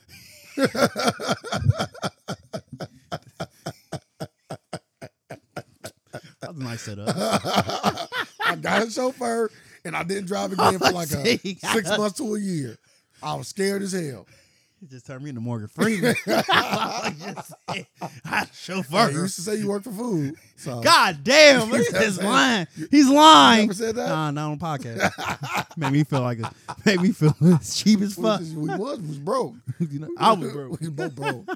Speaker 1: That was a nice setup.
Speaker 2: I got a chauffeur, and I didn't drive again for like a
Speaker 1: See,
Speaker 2: six months to a year. I was scared as hell.
Speaker 1: You just turned me into Morgan Freeman. I was just saying, I had a
Speaker 2: Hey, you
Speaker 1: chauffeur.
Speaker 2: used to say you work for food. So
Speaker 1: God damn, look at this line. He's
Speaker 2: you
Speaker 1: lying.
Speaker 2: ever said that?
Speaker 1: Nah, not on podcast. Made me feel like a, made me feel cheap as
Speaker 2: We
Speaker 1: fuck.
Speaker 2: just- we was, we was broke.
Speaker 1: You know, I was broke.
Speaker 2: we both broke.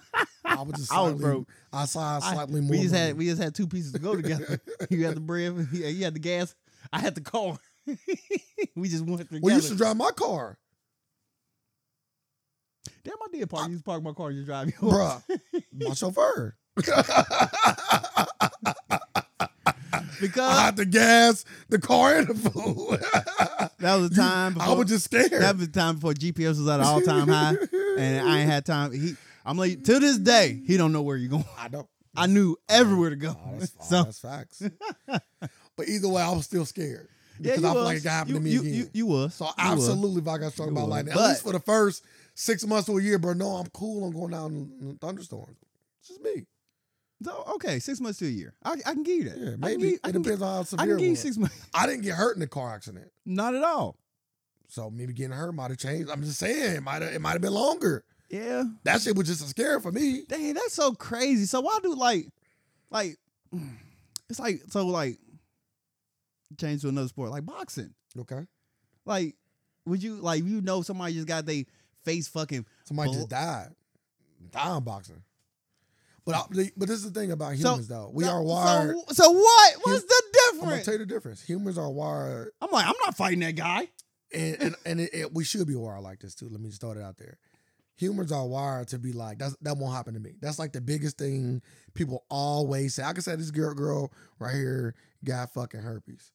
Speaker 2: I was just
Speaker 1: I was
Speaker 2: slightly,
Speaker 1: broke.
Speaker 2: I saw
Speaker 1: I-
Speaker 2: slightly more.
Speaker 1: we just
Speaker 2: money.
Speaker 1: had we just had two pieces to go together. you had the bread, yeah, you had the gas. I had the car. we just went together.
Speaker 2: well, you used to drive my car,
Speaker 1: Damn, I did park. You used to park my car and just drive yours.
Speaker 2: bruh. my chauffeur. I
Speaker 1: Uh, because
Speaker 2: had the gas, the car, and the food.
Speaker 1: that was a
Speaker 2: You-
Speaker 1: time. Before,
Speaker 2: I was just scared.
Speaker 1: that was the time before GPS was at an all time high, and I ain't had time. He, I'm like to this day, he don't know where you're going.
Speaker 2: I don't.
Speaker 1: I knew everywhere to go.
Speaker 2: Oh, that's, oh,
Speaker 1: so
Speaker 2: that's facts. but either way, I was still scared
Speaker 1: yeah,
Speaker 2: because
Speaker 1: you
Speaker 2: I feel
Speaker 1: was.
Speaker 2: like it could happen
Speaker 1: you,
Speaker 2: to me
Speaker 1: you,
Speaker 2: again.
Speaker 1: you, you was.
Speaker 2: so
Speaker 1: You was.
Speaker 2: absolutely, if I got struck
Speaker 1: You
Speaker 2: by
Speaker 1: was.
Speaker 2: lightning, at
Speaker 1: But-
Speaker 2: least for the first six months to a year, bro. No, I'm cool. I'm going down in in thunderstorms. It's just me.
Speaker 1: So okay, six months to a year. I, I can give you that.
Speaker 2: Yeah,
Speaker 1: I can
Speaker 2: maybe
Speaker 1: give,
Speaker 2: it
Speaker 1: I can, give-
Speaker 2: depends on how
Speaker 1: I
Speaker 2: severe
Speaker 1: can
Speaker 2: it
Speaker 1: give you
Speaker 2: was.
Speaker 1: six months.
Speaker 2: I didn't get hurt in the car accident,
Speaker 1: Not at all.
Speaker 2: so maybe getting hurt might have changed. I'm just saying it might have it might have been longer.
Speaker 1: Yeah.
Speaker 2: That shit was just a scare for me.
Speaker 1: Dang, that's so crazy. So why do like, like, it's like so like, change to another sport like boxing.
Speaker 2: Okay,
Speaker 1: Like, would you like you know somebody just got they face fucking?
Speaker 2: somebody
Speaker 1: Bull-
Speaker 2: just died. Dying boxing. But I, but this is the thing about humans though. We are
Speaker 1: So-
Speaker 2: wired.
Speaker 1: So, so what? What's
Speaker 2: Hum-
Speaker 1: the
Speaker 2: I'm gonna
Speaker 1: difference?
Speaker 2: tell you the difference. Humans are wired,
Speaker 1: I'm like I'm not fighting that guy.
Speaker 2: and and, and it, it- we should be wired like this too. Let me just throw it out there. Humans are wired to be like that's, that. Won't happen to me. That's like the biggest thing people always say. I can say this girl, girl right here got fucking herpes.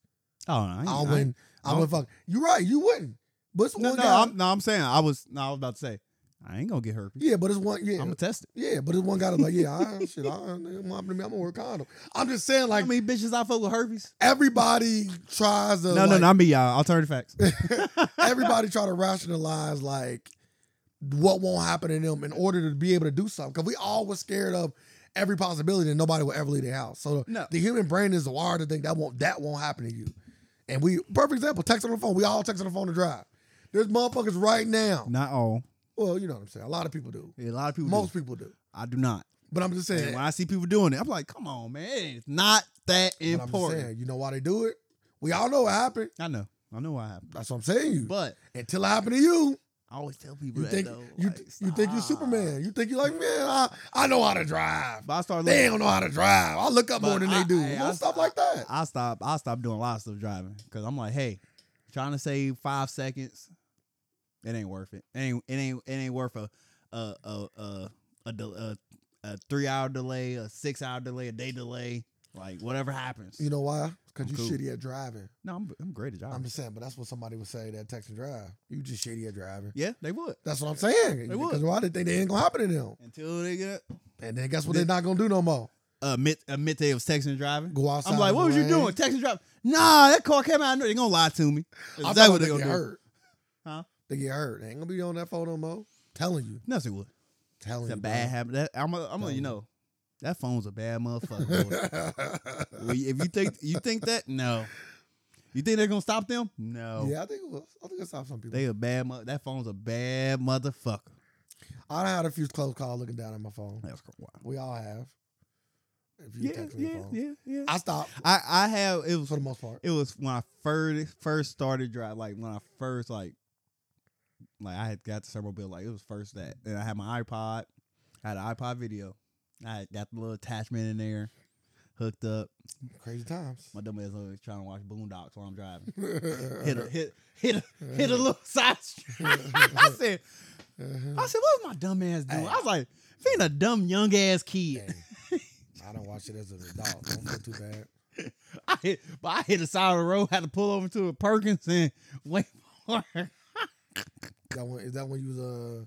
Speaker 1: Oh no,
Speaker 2: I,
Speaker 1: ain't- I ain't-
Speaker 2: wouldn't. I,
Speaker 1: I
Speaker 2: wouldn't fuck. You right. You wouldn't. But it's
Speaker 1: No,
Speaker 2: one
Speaker 1: no,
Speaker 2: guy.
Speaker 1: I'm, no, I'm saying I was. No, I was about to say I ain't gonna get herpes.
Speaker 2: yeah, but it's one. Yeah,
Speaker 1: I'm gonna test it.
Speaker 2: yeah, but it's one guy that's like, yeah, I, shit, I, it won't happen to me. I'm gonna wear a condom. I'm just saying,
Speaker 1: Like,
Speaker 2: like,
Speaker 1: How many bitches I fuck with herpes?
Speaker 2: everybody tries to.
Speaker 1: No,
Speaker 2: like,
Speaker 1: no, no. I'm be y'all. Alternative facts.
Speaker 2: everybody try to rationalize like what won't happen to them in order to be able to do something. Because we all was scared of every possibility and nobody will ever leave the house. So
Speaker 1: No.
Speaker 2: the human brain is wired to think that won't that won't happen to you. And we perfect example, text on the phone. We all text on the phone to drive. There's motherfuckers right now.
Speaker 1: Not all.
Speaker 2: Well, you know what I'm saying. A lot of people do.
Speaker 1: Yeah, a lot of people.
Speaker 2: Most
Speaker 1: do.
Speaker 2: people do.
Speaker 1: I do not.
Speaker 2: But I'm just saying.
Speaker 1: And when I see people doing it, I'm like, come on, man, it's not that
Speaker 2: but I'm just
Speaker 1: important.
Speaker 2: saying, you know why they do it? We all know what happened.
Speaker 1: I know, I know what happened,
Speaker 2: That's what I'm saying. You
Speaker 1: but
Speaker 2: until it happened to you.
Speaker 1: I always tell people
Speaker 2: You
Speaker 1: that
Speaker 2: think
Speaker 1: though.
Speaker 2: you
Speaker 1: like,
Speaker 2: you think you're
Speaker 1: stop.
Speaker 2: Superman? You think you're like man? I, I know how to drive.
Speaker 1: But I start
Speaker 2: They
Speaker 1: looking.
Speaker 2: don't know how to drive. I look up
Speaker 1: But
Speaker 2: more than
Speaker 1: I-
Speaker 2: they do.
Speaker 1: I-
Speaker 2: no
Speaker 1: I-
Speaker 2: stuff like that.
Speaker 1: I stop. I stop doing a lot of stuff driving because I'm like, hey, trying to save five seconds, it ain't worth it. It ain't. It ain't. It ain't worth a a a a a, del- a, a three hour delay, a six hour delay, a day delay, like whatever happens.
Speaker 2: you know why?
Speaker 1: I'm
Speaker 2: Because you
Speaker 1: cool.
Speaker 2: shitty at driving.
Speaker 1: no, I'm, I'm great at driving.
Speaker 2: I'm just saying, but that's what somebody would say that text and drive. You just shitty at driving.
Speaker 1: yeah, they would
Speaker 2: That's what I'm saying.
Speaker 1: They would.
Speaker 2: Because why they think they ain't gonna happen to them?
Speaker 1: until they get
Speaker 2: And then guess what?
Speaker 1: They-
Speaker 2: They're not gonna do no more.
Speaker 1: a mid a midday of texting and driving.
Speaker 2: Go outside.
Speaker 1: I'm like,
Speaker 2: in
Speaker 1: what
Speaker 2: the
Speaker 1: was you
Speaker 2: rain.
Speaker 1: doing? Text and drive. Nah, that car came out. I knew they gonna lie to me.
Speaker 2: I'm
Speaker 1: That's
Speaker 2: talking
Speaker 1: what
Speaker 2: about
Speaker 1: they
Speaker 2: they
Speaker 1: gonna
Speaker 2: get
Speaker 1: do.
Speaker 2: hurt.
Speaker 1: Huh?
Speaker 2: They get hurt. They ain't gonna be on that phone no more. Telling you.
Speaker 1: Nothing would.
Speaker 2: Telling
Speaker 1: It's
Speaker 2: you.
Speaker 1: a
Speaker 2: bro.
Speaker 1: bad habit. That, I'm gonna I'm gonna let you
Speaker 2: Telling you.
Speaker 1: know. That phone's a bad motherfucker. boy. Well, if you think you think that, no. You think they're gonna stop them? No.
Speaker 2: Yeah, I think it was. I think it stopped some people.
Speaker 1: They a bad. Mo- that phone's a bad motherfucker.
Speaker 2: I had a few close calls looking down at my phone.
Speaker 1: That's wild.
Speaker 2: We all have. If you
Speaker 1: Yeah,
Speaker 2: text me
Speaker 1: yeah,
Speaker 2: your phone.
Speaker 1: yeah, yeah.
Speaker 2: I stopped
Speaker 1: I I have it was
Speaker 2: for the most part.
Speaker 1: it was when I first first started drive like when I first like like I had got the servo bill like it was first that and I had my iPod I had an iPod video I had got the little attachment in there hooked up
Speaker 2: Crazy times.
Speaker 1: my dumb ass always trying to watch Boondocks while I'm driving hit a hit hit a, hit a little side street. I said I said what's my dumb ass doing I was like being a dumb young ass kid
Speaker 2: Hey, I don't watch it as an adult. Don't feel too bad.
Speaker 1: I hit but I hit the side of the road had to pull over to a Perkins and wait for her.
Speaker 2: That one is that when you was uh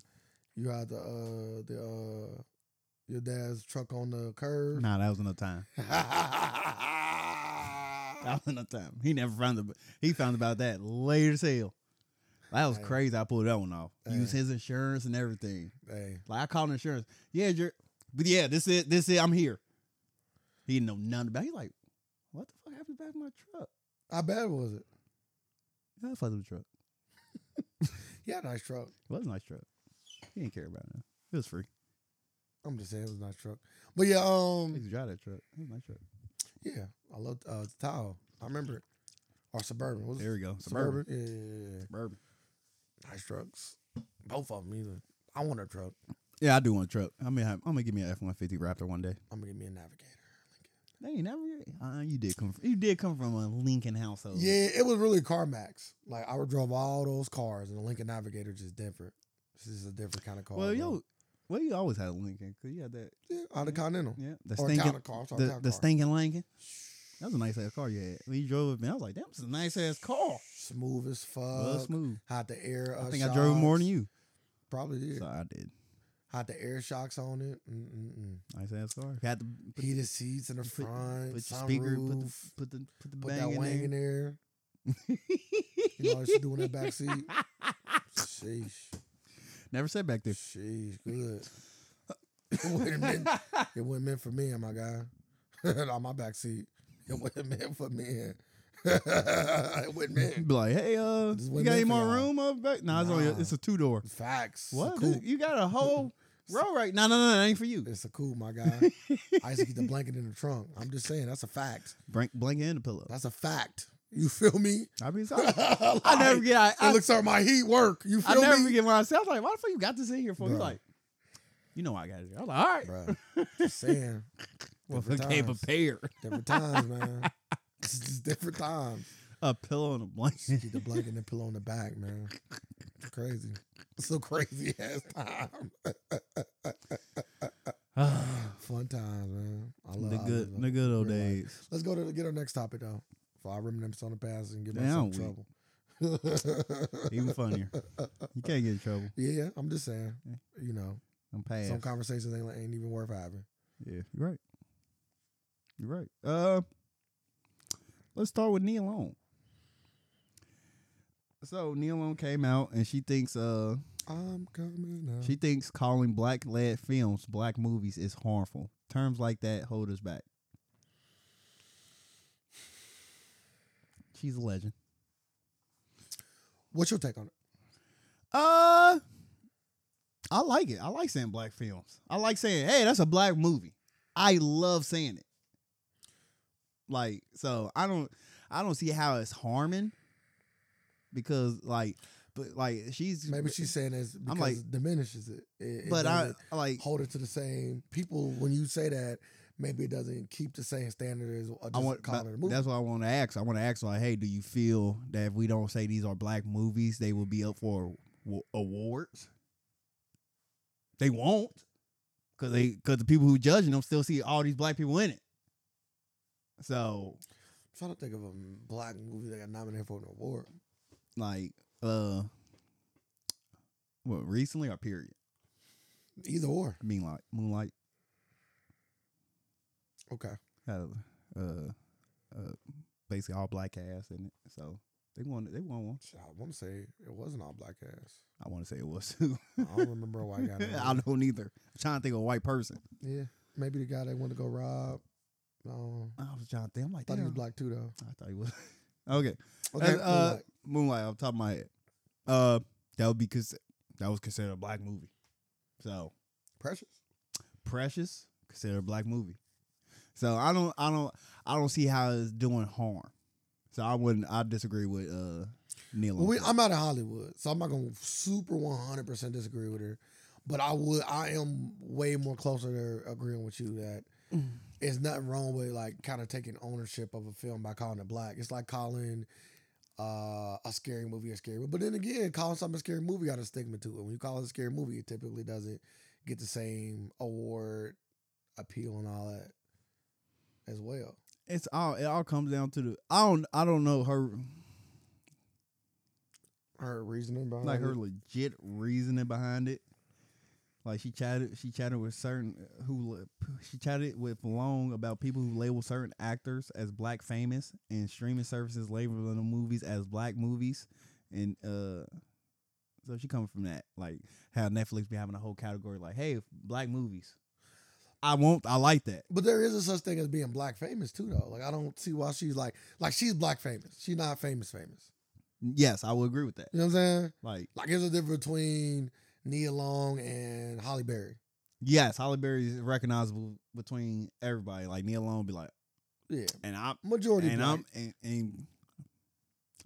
Speaker 2: you had the uh the uh your dad's truck on the curb.
Speaker 1: Nah, that was another time. That was enough time. He never found the. He found about that later as hell. That was
Speaker 2: Hey.
Speaker 1: crazy. I pulled that one off. Use
Speaker 2: Hey.
Speaker 1: his insurance and everything.
Speaker 2: hey,
Speaker 1: Like I called insurance. Yeah, you're. But yeah, this is this is. I'm here. He didn't know nothing about. He like, what the fuck happened back in my truck?
Speaker 2: how bad was it?
Speaker 1: Yeah, I fucked up the truck.
Speaker 2: He had a nice truck.
Speaker 1: It was a nice truck. He didn't care about it. It was free.
Speaker 2: I'm just saying it was a nice truck. But yeah,
Speaker 1: He
Speaker 2: um
Speaker 1: could drive that truck. It was a nice truck.
Speaker 2: yeah, I love uh Tahoe. I remember it. Or suburban. What was
Speaker 1: There
Speaker 2: it?
Speaker 1: we go.
Speaker 2: Suburban.
Speaker 1: Suburban.
Speaker 2: Yeah, yeah, yeah,
Speaker 1: Suburban.
Speaker 2: yeah. Nice trucks. Both of them either. I want a truck.
Speaker 1: Yeah, I do want a truck. I mean, I'm gonna give me an F-150 Raptor one day.
Speaker 2: I'm gonna get me a navigator.
Speaker 1: They ain't never. Uh, you did come. From, you did come from a Lincoln household.
Speaker 2: Yeah, it was really CarMax. Like I drove all those cars, and the Lincoln Navigator just different. This is a different kind of car.
Speaker 1: Well,
Speaker 2: bro.
Speaker 1: yo, well, you always had a Lincoln because you had that.
Speaker 2: yeah, out of Continental
Speaker 1: Yeah, the
Speaker 2: or
Speaker 1: stinking,
Speaker 2: town car. Sorry,
Speaker 1: the,
Speaker 2: town
Speaker 1: the
Speaker 2: car.
Speaker 1: stinking Lincoln. That was a nice ass car you had. When you drove it, man, I was like, "Damn, it's a nice ass car."
Speaker 2: smooth as fuck.
Speaker 1: Well, smooth.
Speaker 2: Had the air.
Speaker 1: I
Speaker 2: uh,
Speaker 1: think I drove it more than
Speaker 2: shocks.
Speaker 1: you.
Speaker 2: Probably did.
Speaker 1: So I did.
Speaker 2: Had the air shocks on it. Mm-mm-mm.
Speaker 1: Nice ass car. Had to put,
Speaker 2: Heated seats in the
Speaker 1: put-
Speaker 2: front.
Speaker 1: put your
Speaker 2: sunroof,
Speaker 1: speaker, put the put the put the
Speaker 2: put
Speaker 1: bang
Speaker 2: that
Speaker 1: in
Speaker 2: wang
Speaker 1: there.
Speaker 2: in there. You know what she do in that back seat? Sheesh.
Speaker 1: Never sat back there.
Speaker 2: Sheesh. Good. Wait a minute. It wasn't meant for me, my guy. On my back seat. It wasn't meant for men. it
Speaker 1: You
Speaker 2: wasn't meant.
Speaker 1: Be like, hey, uh,
Speaker 2: This
Speaker 1: you
Speaker 2: wasn't
Speaker 1: got any
Speaker 2: meant
Speaker 1: more
Speaker 2: for y'all.
Speaker 1: room up back? Nah, it's only a,
Speaker 2: Nah.
Speaker 1: it's a two door.
Speaker 2: Facts. It's a
Speaker 1: What?
Speaker 2: Coupe.
Speaker 1: This- You got a whole row right? No, no, no, that ain't for you.
Speaker 2: It's a cool, my guy. I used to keep the blanket in the trunk. I'm just saying, that's a fact.
Speaker 1: Blank, blanket in the pillow.
Speaker 2: That's a fact. You feel me?
Speaker 1: I mean, sorry.
Speaker 2: I,
Speaker 1: I never get. I, I,
Speaker 2: It looks like my heat work. You
Speaker 1: I
Speaker 2: feel
Speaker 1: never
Speaker 2: me?
Speaker 1: forget when I said, I was like, why the fuck you got this in here for? He's
Speaker 2: Bruh.
Speaker 1: like, you know why I got it here. I was like, all right.
Speaker 2: Bruh, just saying.
Speaker 1: Well,
Speaker 2: Different
Speaker 1: I gave a
Speaker 2: times.
Speaker 1: pair.
Speaker 2: Different times, man. It's just different times.
Speaker 1: A pillow and a blanket.
Speaker 2: Keep the blanket and the pillow in the back, man. It's crazy. It's a crazy ass time.
Speaker 1: the
Speaker 2: Fun times, man. I love I
Speaker 1: good,
Speaker 2: love
Speaker 1: the good old
Speaker 2: real life.
Speaker 1: days.
Speaker 2: Let's go to the, get our next topic though. Before I reminisce on the past and get
Speaker 1: Now
Speaker 2: myself in trouble.
Speaker 1: Even funnier. You can't get in trouble.
Speaker 2: yeah, yeah. I'm just saying. You know,
Speaker 1: I'm past.
Speaker 2: some conversations ain't, ain't even worth having.
Speaker 1: yeah, you're right. You're right. Uh, let's start with Neil Long. So Neil Long came out, and she thinks uh
Speaker 2: I'm coming out.
Speaker 1: She thinks calling black led films black movies is harmful. Terms like that hold us back. She's a legend.
Speaker 2: What's your take on it?
Speaker 1: Uh I like it. I like saying black films. I like saying, hey, that's a black movie. I love saying it. Like, so I don't I don't see how it's harming. Because like but like she's
Speaker 2: Maybe she's saying it's because
Speaker 1: like-
Speaker 2: it diminishes it. It- it
Speaker 1: but I
Speaker 2: doesn't
Speaker 1: like
Speaker 2: hold it to the same people. When you say that, maybe it doesn't keep the same standard as uh, just
Speaker 1: I want
Speaker 2: calling
Speaker 1: but
Speaker 2: it a movie.
Speaker 1: that's what I want to ask. I want to ask like, hey, do you feel that if we don't say these are black movies, they will be up for w- awards? They won't, cause they cause the people who judging them still see all these black people in it. So
Speaker 2: I'm trying to think of a black movie that got nominated for an award.
Speaker 1: like, uh, what recently or period?
Speaker 2: Either or.
Speaker 1: I mean, like Moonlight
Speaker 2: Okay.
Speaker 1: had a uh, uh, basically all black cast in it, so they won. They won one.
Speaker 2: Shit, I want to say it wasn't all black ass.
Speaker 1: I want to say it was too.
Speaker 2: I don't remember a white guy.
Speaker 1: I don't either. I'm trying to think of a white person.
Speaker 2: yeah. Maybe the guy they want to go rob. No,
Speaker 1: I was trying to think. I'm like,
Speaker 2: I thought he was
Speaker 1: damn.
Speaker 2: black too though.
Speaker 1: I thought he was. okay.
Speaker 2: Okay,
Speaker 1: That's, uh,
Speaker 2: Moonlight.
Speaker 1: Moonlight off the top of my head. Uh, that would be cons- that was considered a black movie. So
Speaker 2: Precious.
Speaker 1: Precious considered a black movie. So I don't I don't I don't see how it's doing harm. So I wouldn't I disagree with uh Neil.
Speaker 2: Well,
Speaker 1: on
Speaker 2: we,
Speaker 1: that.
Speaker 2: I'm out of Hollywood, so I'm not gonna super 100 percent disagree with her, but I would. I am way more closer to agreeing with you that it's nothing wrong with like kind of taking ownership of a film by calling it black. It's like calling uh, a scary movie a scary movie, but then again, calling something a scary movie got a stigma to it. When you call it a scary movie, it typically doesn't get the same award appeal and all that as well.
Speaker 1: it's all it all comes down to the I don't I don't know her
Speaker 2: Her reasoning behind
Speaker 1: like
Speaker 2: it.
Speaker 1: her legit reasoning behind it. Like she chatted, she chatted with certain who li- she chatted with Long about people who label certain actors as black famous and streaming services labeling the movies as black movies, and uh, so she coming from that like how Netflix be having a whole category like hey black movies. I won't. I like that.
Speaker 2: But there is a such thing as being black famous too, though. Like I don't see why she's like like she's black famous. She's not famous famous.
Speaker 1: Yes, I will agree with that.
Speaker 2: You know what I'm saying?
Speaker 1: Like
Speaker 2: Like there's a difference between Nia Long and Holly Berry.
Speaker 1: yes, Holly Berry is recognizable between everybody. Like Neil Long be like,
Speaker 2: Yeah,
Speaker 1: and I
Speaker 2: majority.
Speaker 1: and
Speaker 2: black.
Speaker 1: I'm and, and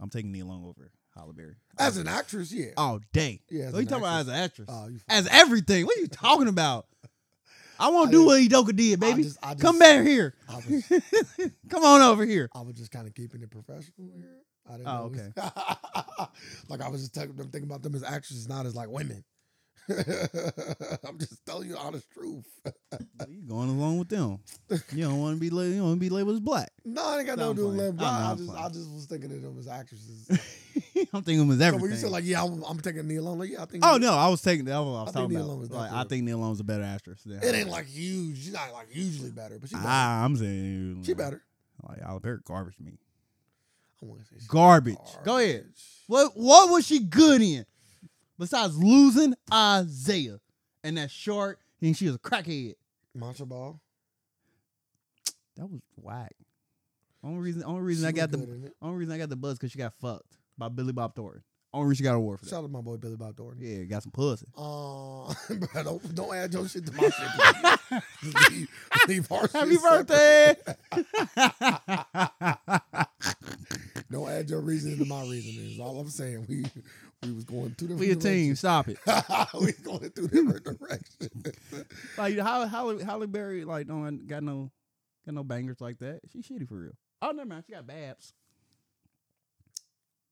Speaker 1: I'm taking Neil Long over Halle Berry
Speaker 2: as an actress, yeah.
Speaker 1: all day.
Speaker 2: yeah.
Speaker 1: What are Oh, you talking about as an actress?
Speaker 2: Oh, you
Speaker 1: as everything. What are you talking about? I want
Speaker 2: I
Speaker 1: to do
Speaker 2: just-
Speaker 1: what Edoka did,
Speaker 2: I
Speaker 1: baby.
Speaker 2: just- I
Speaker 1: Come
Speaker 2: just-
Speaker 1: back here.
Speaker 2: I was,
Speaker 1: Come on over here.
Speaker 2: I was just kind of keeping it professional here. I didn't
Speaker 1: Oh,
Speaker 2: know it was- like I was just talking, I'm thinking about them as actresses, not as like women. I'm just telling you the honest truth.
Speaker 1: You going along with them? You don't want to be la- you don't want to be labeled as black.
Speaker 2: No, I ain't got
Speaker 1: No,
Speaker 2: no
Speaker 1: I'm
Speaker 2: do
Speaker 1: playing.
Speaker 2: left.
Speaker 1: I know,
Speaker 2: I
Speaker 1: I'm
Speaker 2: just, I
Speaker 1: playing.
Speaker 2: just was thinking of them as actresses.
Speaker 1: I'm thinking of as
Speaker 2: So
Speaker 1: everything.
Speaker 2: when you said like, yeah, I'm, I'm taking Neil Long, like, yeah, I think.
Speaker 1: oh no, I was taking. I was, I was
Speaker 2: I think
Speaker 1: talking
Speaker 2: Neil
Speaker 1: about.
Speaker 2: Long was
Speaker 1: like,
Speaker 2: down for
Speaker 1: I
Speaker 2: it.
Speaker 1: think Neil Long's a better actress than.
Speaker 2: it ain't like huge. She's not like usually better, but she better.
Speaker 1: Ah, I'm saying
Speaker 2: she better.
Speaker 1: Like Halle Berry, garbage to me.
Speaker 2: I want to say she
Speaker 1: Garbage. Go ahead. What what was she good in? Besides losing Isaiah and that short, and she was a crackhead.
Speaker 2: Monster Ball.
Speaker 1: That was whack. Only reason only reason I got the only reason I got the buzz because she got fucked by Billy Bob Thornton. Only reason she got an award for that.
Speaker 2: Shout out to my boy Billy Bob Thornton.
Speaker 1: Yeah, got some pussy.
Speaker 2: Uh, bro, don't don't add your shit to my shit. please. leave, leave our shit
Speaker 1: Happy
Speaker 2: separate.
Speaker 1: birthday!
Speaker 2: Don't add your reasoning to my reasoning. Is all I'm saying. We we was going two different.
Speaker 1: we a team.
Speaker 2: directions.
Speaker 1: Stop it.
Speaker 2: we going two different directions.
Speaker 1: Like Holly, Holly, Holly Berry, like don't got no got no bangers like that. She shitty for real. Oh, never mind. She got Babs.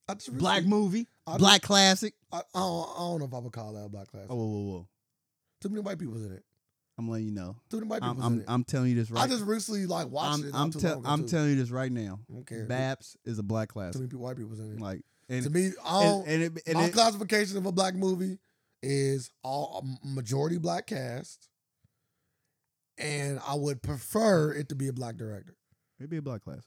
Speaker 2: I just really-
Speaker 1: Black movie,
Speaker 2: I just-
Speaker 1: black classic.
Speaker 2: I, I, don't, I don't know if I would call that a black class.
Speaker 1: Oh, whoa, whoa, whoa!
Speaker 2: Too many white people's in it.
Speaker 1: I'm letting you know.
Speaker 2: Too many white
Speaker 1: I'm
Speaker 2: people's in
Speaker 1: I'm,
Speaker 2: it.
Speaker 1: I'm telling you this right.
Speaker 2: I just recently like watched
Speaker 1: I'm
Speaker 2: it.
Speaker 1: I'm,
Speaker 2: too
Speaker 1: tell-
Speaker 2: long ago,
Speaker 1: I'm
Speaker 2: too.
Speaker 1: telling you this right now.
Speaker 2: I don't care.
Speaker 1: Babs is a black
Speaker 2: Too
Speaker 1: classic.
Speaker 2: many people, white people's in it.
Speaker 1: Like
Speaker 2: to
Speaker 1: and
Speaker 2: me, I
Speaker 1: and,
Speaker 2: don't,
Speaker 1: and it and
Speaker 2: my
Speaker 1: it,
Speaker 2: classification of a black movie is all a majority black cast, and I would prefer it to be a black director.
Speaker 1: it'd be a black classic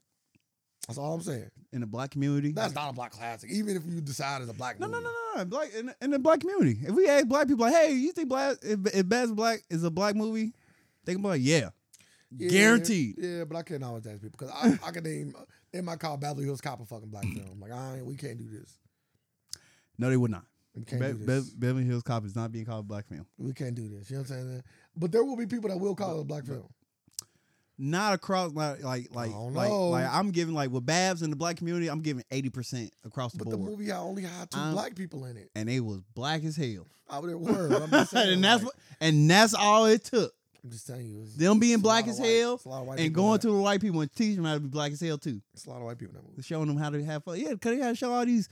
Speaker 2: That's all I'm saying.
Speaker 1: in the black community.
Speaker 2: That's not a black classic, even if you decide it's a black
Speaker 1: no, no,
Speaker 2: movie.
Speaker 1: no, no, no. Black in, the- in the black community. If we ask black people, like, hey, you think black if, if Babs Black is a black movie, they can be like, yeah,
Speaker 2: Yeah,
Speaker 1: guaranteed.
Speaker 2: Yeah, but I can't always ask people because I, I can name they might call Beverly Hills Cop a fucking black film. Like I ain't, we can't do this.
Speaker 1: No, they would not.
Speaker 2: We can't
Speaker 1: Be-
Speaker 2: do this.
Speaker 1: Be- Beverly Hills Cop is not being called a black film.
Speaker 2: we can't do this. You know what I'm saying? But there will be people that will call it a black film.
Speaker 1: Not across like like like
Speaker 2: don't
Speaker 1: like,
Speaker 2: know.
Speaker 1: like I'm giving like with Babs in the black community, I'm giving eighty percent across the
Speaker 2: But the
Speaker 1: board,
Speaker 2: movie had only had 2
Speaker 1: I'm-
Speaker 2: black people in it.
Speaker 1: and they was black as hell.
Speaker 2: I would have word. but I'm just saying,
Speaker 1: and that's
Speaker 2: like,
Speaker 1: what, and that's all it took.
Speaker 2: I'm just telling you. it's-
Speaker 1: Them being
Speaker 2: it's a
Speaker 1: black
Speaker 2: lot
Speaker 1: as
Speaker 2: of white-
Speaker 1: hell
Speaker 2: it's a lot of white
Speaker 1: And
Speaker 2: people in
Speaker 1: going
Speaker 2: that-
Speaker 1: to the white people and teaching them how to be black as hell too.
Speaker 2: it's a lot of white people in that movie.
Speaker 1: Showing them how to have fun. Yeah, because they gotta show all these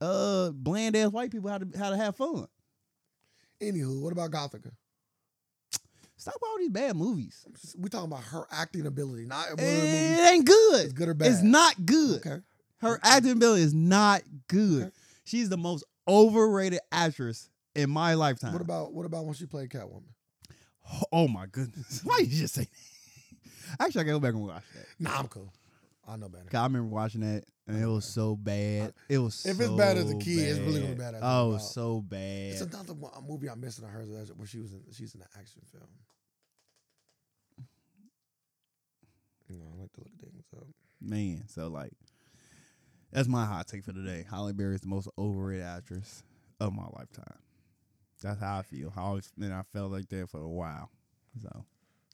Speaker 1: uh bland ass white people how to how to have fun.
Speaker 2: Anywho, what about Gothica?
Speaker 1: Stop all these bad movies.
Speaker 2: We talking about her acting ability, not
Speaker 1: It,
Speaker 2: whether the movie
Speaker 1: ain't
Speaker 2: is
Speaker 1: good.
Speaker 2: good or bad.
Speaker 1: Eh, It's not good.
Speaker 2: Okay.
Speaker 1: Her acting ability is not good.
Speaker 2: Okay.
Speaker 1: She's the most overrated actress in my lifetime.
Speaker 2: What about what about when she played Catwoman?
Speaker 1: oh my goodness. Why you just say that? Actually, I gotta go back and watch that.
Speaker 2: Nah, I'm cool. I know better.
Speaker 1: 'Cause I remember watching that and it was so bad. It was
Speaker 2: Uh, If
Speaker 1: so
Speaker 2: it's bad as a kid, it's really gonna be bad as an
Speaker 1: Oh,
Speaker 2: adult.
Speaker 1: so bad.
Speaker 2: It's another one, a movie I'm missing of hers that's- where she was in. She's in an action film. No, I like to look things up.
Speaker 1: Man, so like that's my hot take for today. Holly Berry is the most overrated actress of my lifetime. That's how I feel. I always and I felt like that for a while. So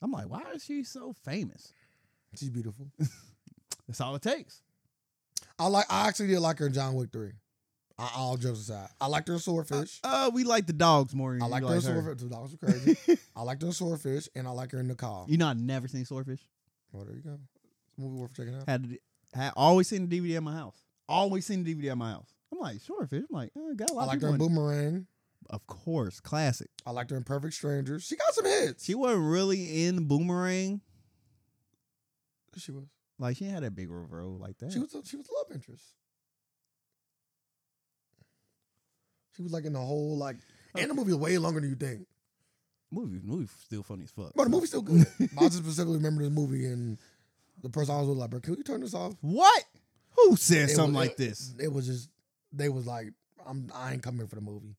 Speaker 1: I'm like, why is she so famous?
Speaker 2: She's beautiful.
Speaker 1: That's all it takes.
Speaker 2: I like. I actually did like her in John Wick three. I, all jokes aside, I liked her in Swordfish.
Speaker 1: Uh, we like the dogs more. Than
Speaker 2: I
Speaker 1: you
Speaker 2: liked her in
Speaker 1: like her.
Speaker 2: Swordfish. The dogs were crazy. I liked her in Swordfish, and I like her in The Call.
Speaker 1: you know, I never seen Swordfish.
Speaker 2: Well, there you go. It's a movie worth checking out.
Speaker 1: Had had always seen the DVD at my house. Always seen the DVD at my house. I'm like Swordfish. I'm like, oh, got a
Speaker 2: I
Speaker 1: lot of
Speaker 2: liked her
Speaker 1: people.
Speaker 2: in
Speaker 1: in-
Speaker 2: Boomerang.
Speaker 1: Of course, classic.
Speaker 2: I liked her in Perfect Strangers. She got some hits.
Speaker 1: She wasn't really in Boomerang.
Speaker 2: she was.
Speaker 1: Like she ain't had that big of a role like that.
Speaker 2: She was. A, she was a love interest. She was like in the whole like, and the movie is way longer than you think.
Speaker 1: movie movie still funny as fuck.
Speaker 2: But the movie's still good. I just specifically remember this movie and the person I was with like, bro, can you turn this off?
Speaker 1: What? Who said
Speaker 2: It
Speaker 1: something
Speaker 2: was-
Speaker 1: like this?
Speaker 2: It was just they was like, I'm I ain't coming for the movie.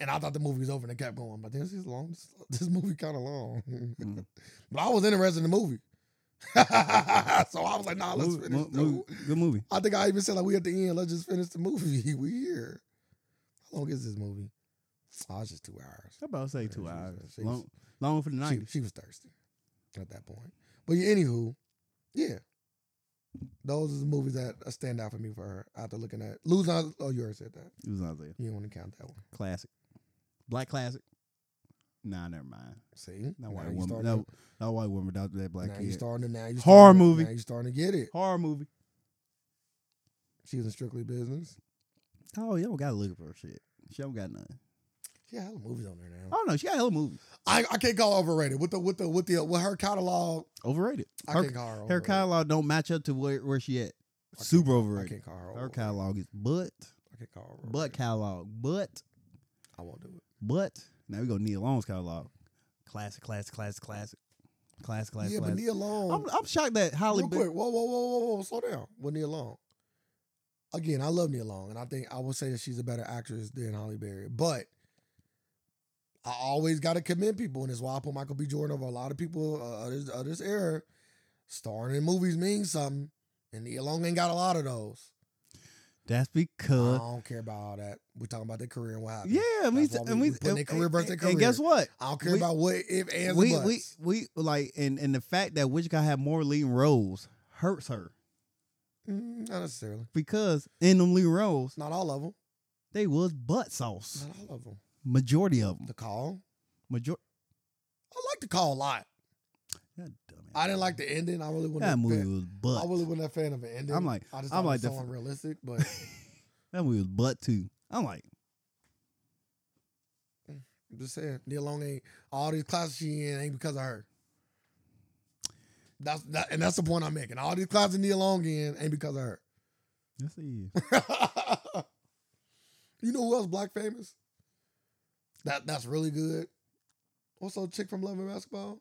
Speaker 2: And I thought the movie was over and it kept going, but this is long. This, this movie kind of long,
Speaker 1: Mm.
Speaker 2: but I was interested in the movie, so I was like, "Nah, let's
Speaker 1: Movie-
Speaker 2: finish."
Speaker 1: mo-
Speaker 2: the
Speaker 1: movie- Good movie.
Speaker 2: I think I even said like, "We at the end. Let's just finish the movie. we here." How long is this movie? Oh, it's just two hours.
Speaker 1: I about to say
Speaker 2: Yeah,
Speaker 1: two
Speaker 2: she was-
Speaker 1: hours.
Speaker 2: she was-
Speaker 1: long, long for the
Speaker 2: She,
Speaker 1: nineties.
Speaker 2: she was thirsty at that point. But yeah, anywho, yeah. Those are the movies that uh, stand out for me for her after looking at Lose Eyes. Oh, you already said that.
Speaker 1: It was not there.
Speaker 2: You didn't want to count that one.
Speaker 1: Classic. Black classic. Nah, never mind.
Speaker 2: See?
Speaker 1: That
Speaker 2: Now
Speaker 1: white
Speaker 2: you
Speaker 1: woman.
Speaker 2: starting
Speaker 1: That,
Speaker 2: to-
Speaker 1: that white woman without that black
Speaker 2: now you
Speaker 1: kid.
Speaker 2: starting to now you
Speaker 1: Horror
Speaker 2: starting to-
Speaker 1: movie.
Speaker 2: Now you starting to get it.
Speaker 1: Horror movie.
Speaker 2: She was in Strictly Business.
Speaker 1: Oh, you don't gotta look for her shit. She don't got nothing.
Speaker 2: She got hella movies on there
Speaker 1: I
Speaker 2: now.
Speaker 1: don't know. She got hella movies.
Speaker 2: I, I can't call her overrated. With the with the with the with her catalog,
Speaker 1: Overrated.
Speaker 2: I
Speaker 1: Her,
Speaker 2: can't call her overrated.
Speaker 1: her catalog don't match up to where, where she at.
Speaker 2: I can't-
Speaker 1: Super
Speaker 2: I
Speaker 1: overrated.
Speaker 2: can't call her
Speaker 1: Her
Speaker 2: overrated.
Speaker 1: catalog is but
Speaker 2: I can't call her overrated.
Speaker 1: but catalog but
Speaker 2: I won't do it.
Speaker 1: But now we go Neil Long's catalog. Classic, classic, classic, classic, classic, classic.
Speaker 2: yeah, but
Speaker 1: classic.
Speaker 2: Neil Long.
Speaker 1: I'm, I'm shocked that Holly.
Speaker 2: Real
Speaker 1: Be-
Speaker 2: quick, whoa, whoa, whoa, whoa, whoa, slow down. With Nia Long. Again, I love Nia Long, and I think I would say that she's a better actress than Holly Berry. But I always got to commend people, and it's why I put Michael B. Jordan over a lot of people uh, of, this, of this era. Starring in movies means something, and Nia Long ain't got a lot of those.
Speaker 1: That's because
Speaker 2: I don't care about all that. We're talking about their career and what happened.
Speaker 1: Uh-huh. yeah, and we,
Speaker 2: Oh, That's why
Speaker 1: and
Speaker 2: we-
Speaker 1: we,
Speaker 2: we putting their
Speaker 1: and-
Speaker 2: career versus
Speaker 1: and-
Speaker 2: their
Speaker 1: And guess
Speaker 2: career.
Speaker 1: what?
Speaker 2: I don't care
Speaker 1: We-
Speaker 2: about what if ands
Speaker 1: We,
Speaker 2: and buts.
Speaker 1: we we like and and the fact that Witch guy had more leading roles hurts her
Speaker 2: Mm, not necessarily.
Speaker 1: because in them leading roles
Speaker 2: Not all of them.
Speaker 1: they was butt sauce.
Speaker 2: Not all of them.
Speaker 1: Majority of them.
Speaker 2: The call.
Speaker 1: Major.
Speaker 2: I like the call a lot.
Speaker 1: God damn it.
Speaker 2: I didn't like the ending. I really wasn't.
Speaker 1: that
Speaker 2: a
Speaker 1: movie
Speaker 2: fan-
Speaker 1: was butt.
Speaker 2: I really wasn't a fan of an ending.
Speaker 1: I'm like-
Speaker 2: I just
Speaker 1: I'm
Speaker 2: thought
Speaker 1: like
Speaker 2: it was so
Speaker 1: the-
Speaker 2: unrealistic, but
Speaker 1: that movie was butt too. I'm like,
Speaker 2: I'm just saying, Neil Long ain't all these classes she in ain't because of her. That's that, and that's the point I'm making. All these classes Neil Long in ain't because of her.
Speaker 1: yes, it is.
Speaker 2: you know who else black famous? That that's really good. Also, chick from Love and Basketball,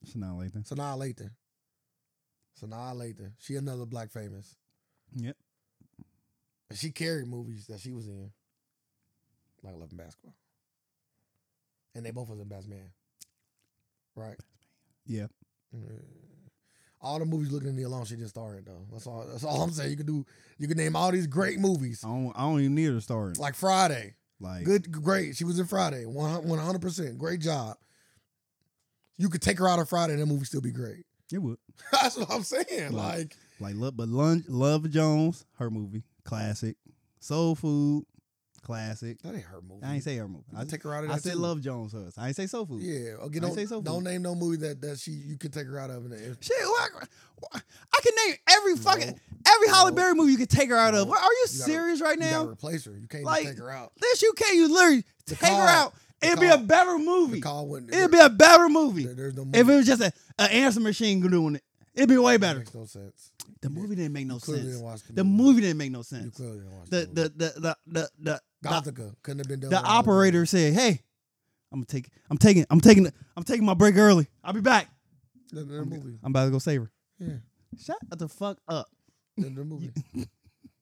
Speaker 1: It's not like that.
Speaker 2: Sanaa Lathan. Sanaa Lathan, she another black famous.
Speaker 1: Yep.
Speaker 2: And she carried movies that she was in, like Love and Basketball. And they both was in Best Man, right?
Speaker 1: Yeah.
Speaker 2: Mm. All the movies looking at Neil Long, she just started though. That's all. That's all I'm saying. You can do. You can name all these great movies,
Speaker 1: I don't. I don't even need her starring.
Speaker 2: like Friday.
Speaker 1: Like
Speaker 2: Good, great. She was in Friday. One hundred percent. Great job. You could take her out of Friday, and that movie still be great.
Speaker 1: It would.
Speaker 2: that's what I'm saying. Like,
Speaker 1: Like love, but Lun- Love Jones, her movie, classic. Soul Food, classic.
Speaker 2: that ain't her movie.
Speaker 1: I ain't say her movie.
Speaker 2: You
Speaker 1: I,
Speaker 2: could take her out of.
Speaker 1: I
Speaker 2: that,
Speaker 1: said
Speaker 2: too.
Speaker 1: Love Jones hers. I ain't say Soul Food.
Speaker 2: Yeah, okay.
Speaker 1: I
Speaker 2: Don't,
Speaker 1: say so,
Speaker 2: don't
Speaker 1: food.
Speaker 2: name no movie that that she you can take her out of. And it-
Speaker 1: Shit, why- why- I can name every fucking
Speaker 2: No.
Speaker 1: every Holly
Speaker 2: No.
Speaker 1: Berry movie you can take her out of.
Speaker 2: No.
Speaker 1: Are you
Speaker 2: You gotta-
Speaker 1: serious right
Speaker 2: You gotta
Speaker 1: now?
Speaker 2: replace her. You can't
Speaker 1: Like,
Speaker 2: just take her out.
Speaker 1: This you can. You literally
Speaker 2: The
Speaker 1: take
Speaker 2: call-
Speaker 1: her out.
Speaker 2: the
Speaker 1: It'd be a
Speaker 2: call-
Speaker 1: better
Speaker 2: The
Speaker 1: movie.
Speaker 2: call wouldn't.
Speaker 1: It'd be a better movie.
Speaker 2: there- there's no movie.
Speaker 1: If it was just a, an answer machine doing it, it'd be way
Speaker 2: That
Speaker 1: better.
Speaker 2: Makes no sense.
Speaker 1: The
Speaker 2: You did-
Speaker 1: movie didn't make no
Speaker 2: you clearly
Speaker 1: sense.
Speaker 2: Didn't watch the,
Speaker 1: The movie didn't make no
Speaker 2: You
Speaker 1: sense.
Speaker 2: clearly didn't watch
Speaker 1: The
Speaker 2: movie.
Speaker 1: the the the the the, the
Speaker 2: Gothica couldn't have been done.
Speaker 1: the
Speaker 2: without the
Speaker 1: operator said, "Hey, I'm gonna take, I'm taking, I'm taking, I'm taking my break early. I'll be back.
Speaker 2: movie. The, the
Speaker 1: I'm,
Speaker 2: movie.
Speaker 1: I'm about to go save her.
Speaker 2: Yeah,
Speaker 1: Shut the fuck up.
Speaker 2: the, the movie.